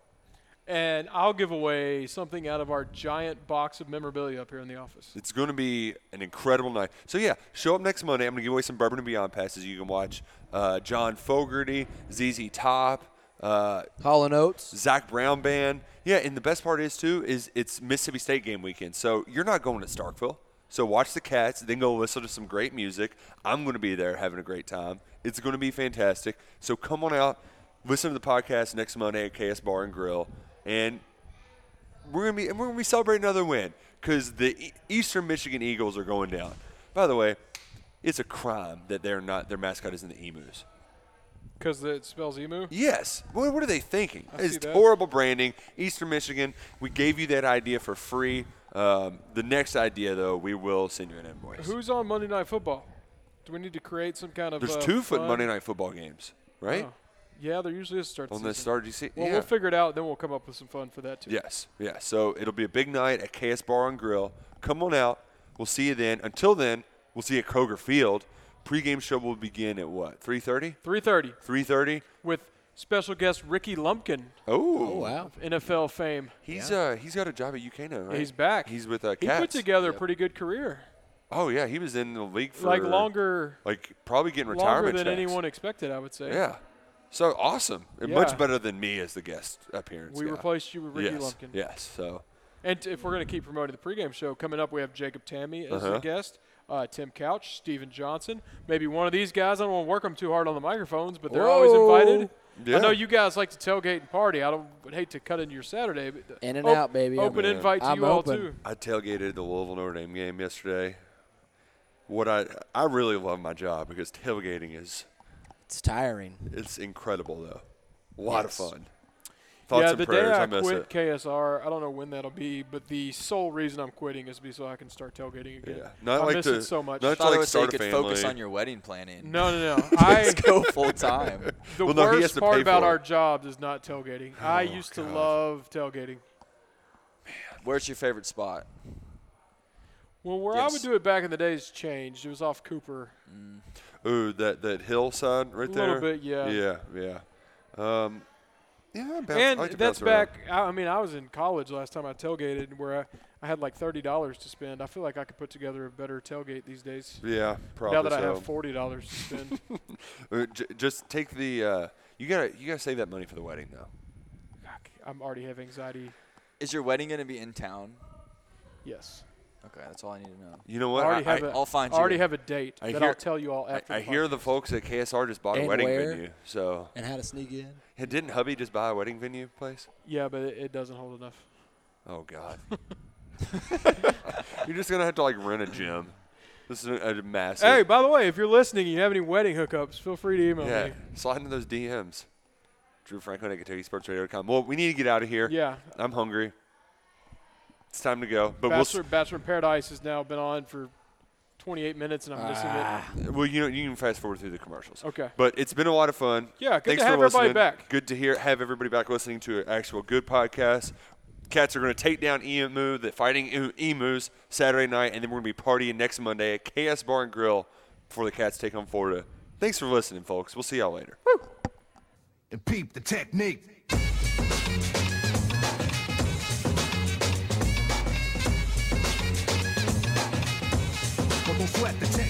[SPEAKER 1] And I'll give away something out of our giant box of memorabilia up here in the office.
[SPEAKER 3] It's going to be an incredible night. So yeah, show up next Monday. I'm going to give away some Bourbon and Beyond passes. You can watch uh, John Fogerty, ZZ Top, uh,
[SPEAKER 5] Hall and Oates.
[SPEAKER 3] Zach Brown Band. Yeah, and the best part is too is it's Mississippi State game weekend, so you're not going to Starkville. So watch the Cats, then go listen to some great music. I'm going to be there having a great time. It's going to be fantastic. So come on out, listen to the podcast next Monday at KS Bar and Grill, and we're gonna be and we're gonna be celebrating another win because the E- Eastern Michigan Eagles are going down. By the way, it's a crime that they're not their mascot isn't the emus.
[SPEAKER 1] Because it spells emu.
[SPEAKER 3] Yes. What, what are they thinking?
[SPEAKER 1] see
[SPEAKER 3] It's
[SPEAKER 1] that.
[SPEAKER 3] horrible branding. Eastern Michigan. We gave you that idea for free. Um, the next idea though, we will send you an invoice.
[SPEAKER 1] Who's on Monday Night Football? Do we need to create some kind of.
[SPEAKER 3] There's
[SPEAKER 1] uh,
[SPEAKER 3] two foot
[SPEAKER 1] fun-
[SPEAKER 3] Monday night football games, right?
[SPEAKER 1] Oh. Yeah, there usually is start. of
[SPEAKER 3] On
[SPEAKER 1] the
[SPEAKER 3] the
[SPEAKER 1] season.
[SPEAKER 3] Star GC.
[SPEAKER 1] Well,
[SPEAKER 3] yeah.
[SPEAKER 1] we'll figure it out. Then we'll come up with some fun for that too.
[SPEAKER 3] Yes, yeah. So it'll be a big night at KS Bar and Grill. Come on out. We'll see you then. Until then, we'll see you at Koger Field. Pre-game show will begin at what? 3:30?
[SPEAKER 1] 3:30
[SPEAKER 3] 3:30?
[SPEAKER 1] with special guest Ricky Lumpkin
[SPEAKER 3] Oh.
[SPEAKER 5] Oh wow,
[SPEAKER 1] of NFL fame.
[SPEAKER 3] He's uh he's got a job at UK now, right?
[SPEAKER 1] He's back.
[SPEAKER 3] He's with uh
[SPEAKER 1] He
[SPEAKER 3] Cats.
[SPEAKER 1] put together a pretty good career.
[SPEAKER 3] Oh yeah, he was in the league for
[SPEAKER 1] like longer
[SPEAKER 3] like probably getting
[SPEAKER 1] longer
[SPEAKER 3] retirement
[SPEAKER 1] than
[SPEAKER 3] checks.
[SPEAKER 1] anyone expected, I would say.
[SPEAKER 3] Yeah. So awesome. And
[SPEAKER 1] Yeah.
[SPEAKER 3] much better than me as the guest appearance.
[SPEAKER 1] We
[SPEAKER 3] guy.
[SPEAKER 1] replaced you with Ricky
[SPEAKER 3] yes.
[SPEAKER 1] Lumpkin.
[SPEAKER 3] Yes. So
[SPEAKER 1] And t- if we're going to keep promoting the pregame show, coming up we have Jacob Tammy as
[SPEAKER 3] Uh-huh.
[SPEAKER 1] a guest, uh, Tim Couch, Steven Johnson, maybe one of these guys. I don't want to work them too hard on the microphones, but they're always
[SPEAKER 5] Whoa.
[SPEAKER 1] invited.
[SPEAKER 3] Yeah.
[SPEAKER 1] I know you guys like to tailgate and party. I don't would hate to cut into your Saturday, but the-
[SPEAKER 5] In and
[SPEAKER 1] op-
[SPEAKER 5] out, baby. I'm
[SPEAKER 1] Open
[SPEAKER 5] in.
[SPEAKER 1] invite to
[SPEAKER 5] I'm
[SPEAKER 1] you all
[SPEAKER 5] open.
[SPEAKER 1] too.
[SPEAKER 3] I tailgated the Louisville Notre Dame game yesterday. What I I really love my job because tailgating is
[SPEAKER 5] it's tiring.
[SPEAKER 3] it's incredible though. A lot
[SPEAKER 5] Yes.
[SPEAKER 3] of fun. Thoughts
[SPEAKER 1] yeah,
[SPEAKER 3] and
[SPEAKER 1] the
[SPEAKER 3] prayers.
[SPEAKER 1] day I,
[SPEAKER 3] miss
[SPEAKER 1] quit
[SPEAKER 3] it.
[SPEAKER 1] KSR, I don't know when that'll be, but the sole reason I'm quitting is be so I can start tailgating again.
[SPEAKER 3] Yeah, not
[SPEAKER 1] I
[SPEAKER 3] like
[SPEAKER 1] miss
[SPEAKER 3] to-
[SPEAKER 1] it so much.
[SPEAKER 3] not-
[SPEAKER 4] I thought
[SPEAKER 3] like
[SPEAKER 4] I would say you
[SPEAKER 3] start a
[SPEAKER 4] could focus
[SPEAKER 3] family.
[SPEAKER 4] on your wedding planning. [laughs]
[SPEAKER 1] no, no,
[SPEAKER 3] [laughs]
[SPEAKER 1] no. I
[SPEAKER 4] Let's go
[SPEAKER 1] [laughs]
[SPEAKER 4] full time.
[SPEAKER 1] the
[SPEAKER 3] Well, no, he has
[SPEAKER 1] worst
[SPEAKER 3] to
[SPEAKER 1] part
[SPEAKER 3] pay
[SPEAKER 1] about
[SPEAKER 3] for it. Oh,
[SPEAKER 1] our jobs is not tailgating. I used to love tailgating.
[SPEAKER 4] Where's your favorite spot?
[SPEAKER 1] Well, where I would
[SPEAKER 4] Yes.
[SPEAKER 1] do it back in the day has changed. It was off Cooper.
[SPEAKER 3] Ooh, that that hillside right
[SPEAKER 1] A
[SPEAKER 3] there.
[SPEAKER 1] little bit, yeah.
[SPEAKER 3] Yeah, yeah. Um, yeah, I bounce,
[SPEAKER 1] and
[SPEAKER 3] I like to
[SPEAKER 1] that's
[SPEAKER 3] bounce around.
[SPEAKER 1] back. I, I mean, I was in college last time I tailgated, where I, I had like thirty dollars to spend. I feel like I could put together a better tailgate these days.
[SPEAKER 3] Yeah, probably
[SPEAKER 1] Now that I
[SPEAKER 3] so.
[SPEAKER 1] have forty dollars to spend, [laughs]
[SPEAKER 3] Uh, j- just take the. Uh, you gotta you gotta save that money for the wedding though.
[SPEAKER 1] Fuck, I'm already have anxiety.
[SPEAKER 4] Is your wedding gonna be in town?
[SPEAKER 1] Yes,
[SPEAKER 4] Okay, that's all I need to know.
[SPEAKER 3] You know what?
[SPEAKER 1] I already
[SPEAKER 3] I,
[SPEAKER 1] have a-
[SPEAKER 4] I'll find
[SPEAKER 1] I already
[SPEAKER 4] you.
[SPEAKER 1] have a date
[SPEAKER 3] I
[SPEAKER 1] that
[SPEAKER 3] hear-
[SPEAKER 1] I'll tell you all
[SPEAKER 3] I,
[SPEAKER 1] after.
[SPEAKER 3] I
[SPEAKER 1] the
[SPEAKER 3] hear
[SPEAKER 1] podcast.
[SPEAKER 3] the folks at KSR just bought a
[SPEAKER 5] And
[SPEAKER 3] wedding
[SPEAKER 5] where?
[SPEAKER 3] venue. So
[SPEAKER 5] And how to sneak in?
[SPEAKER 3] And didn't hubby just buy a wedding venue place?
[SPEAKER 1] Yeah, but it, it doesn't hold enough.
[SPEAKER 3] Oh
[SPEAKER 5] [laughs]
[SPEAKER 3] God. [laughs] You're just gonna have to like rent a gym. This is a, a massive.
[SPEAKER 1] hey, by the way, if you're listening and you have any wedding hookups, feel free to email
[SPEAKER 3] yeah,
[SPEAKER 1] me.
[SPEAKER 3] slide into those DMs. Drew Franklin at KentuckySportsRadio.com. Well, we need to get out of here.
[SPEAKER 1] Yeah,
[SPEAKER 3] I'm hungry. It's time to go. But
[SPEAKER 1] Bachelor, Bachelor in Paradise has now been on for 28 minutes, and I'm missing it.
[SPEAKER 3] we'll s- well, you know, you can fast forward through the commercials.
[SPEAKER 1] Okay.
[SPEAKER 3] But it's been a lot of fun.
[SPEAKER 1] Yeah, good to
[SPEAKER 3] Thanks
[SPEAKER 1] have
[SPEAKER 3] for
[SPEAKER 1] everybody
[SPEAKER 3] listening.
[SPEAKER 1] back.
[SPEAKER 3] Good to hear have everybody back listening to an actual good podcast. Cats are going to take down Emu, the Fighting E Em- Emus, Saturday night, and then we're going to be partying next Monday at KS Bar and Grill before the Cats take on Florida. Thanks for listening, folks. We'll see y'all later.
[SPEAKER 7] and peep the technique. But don't sweat the technique.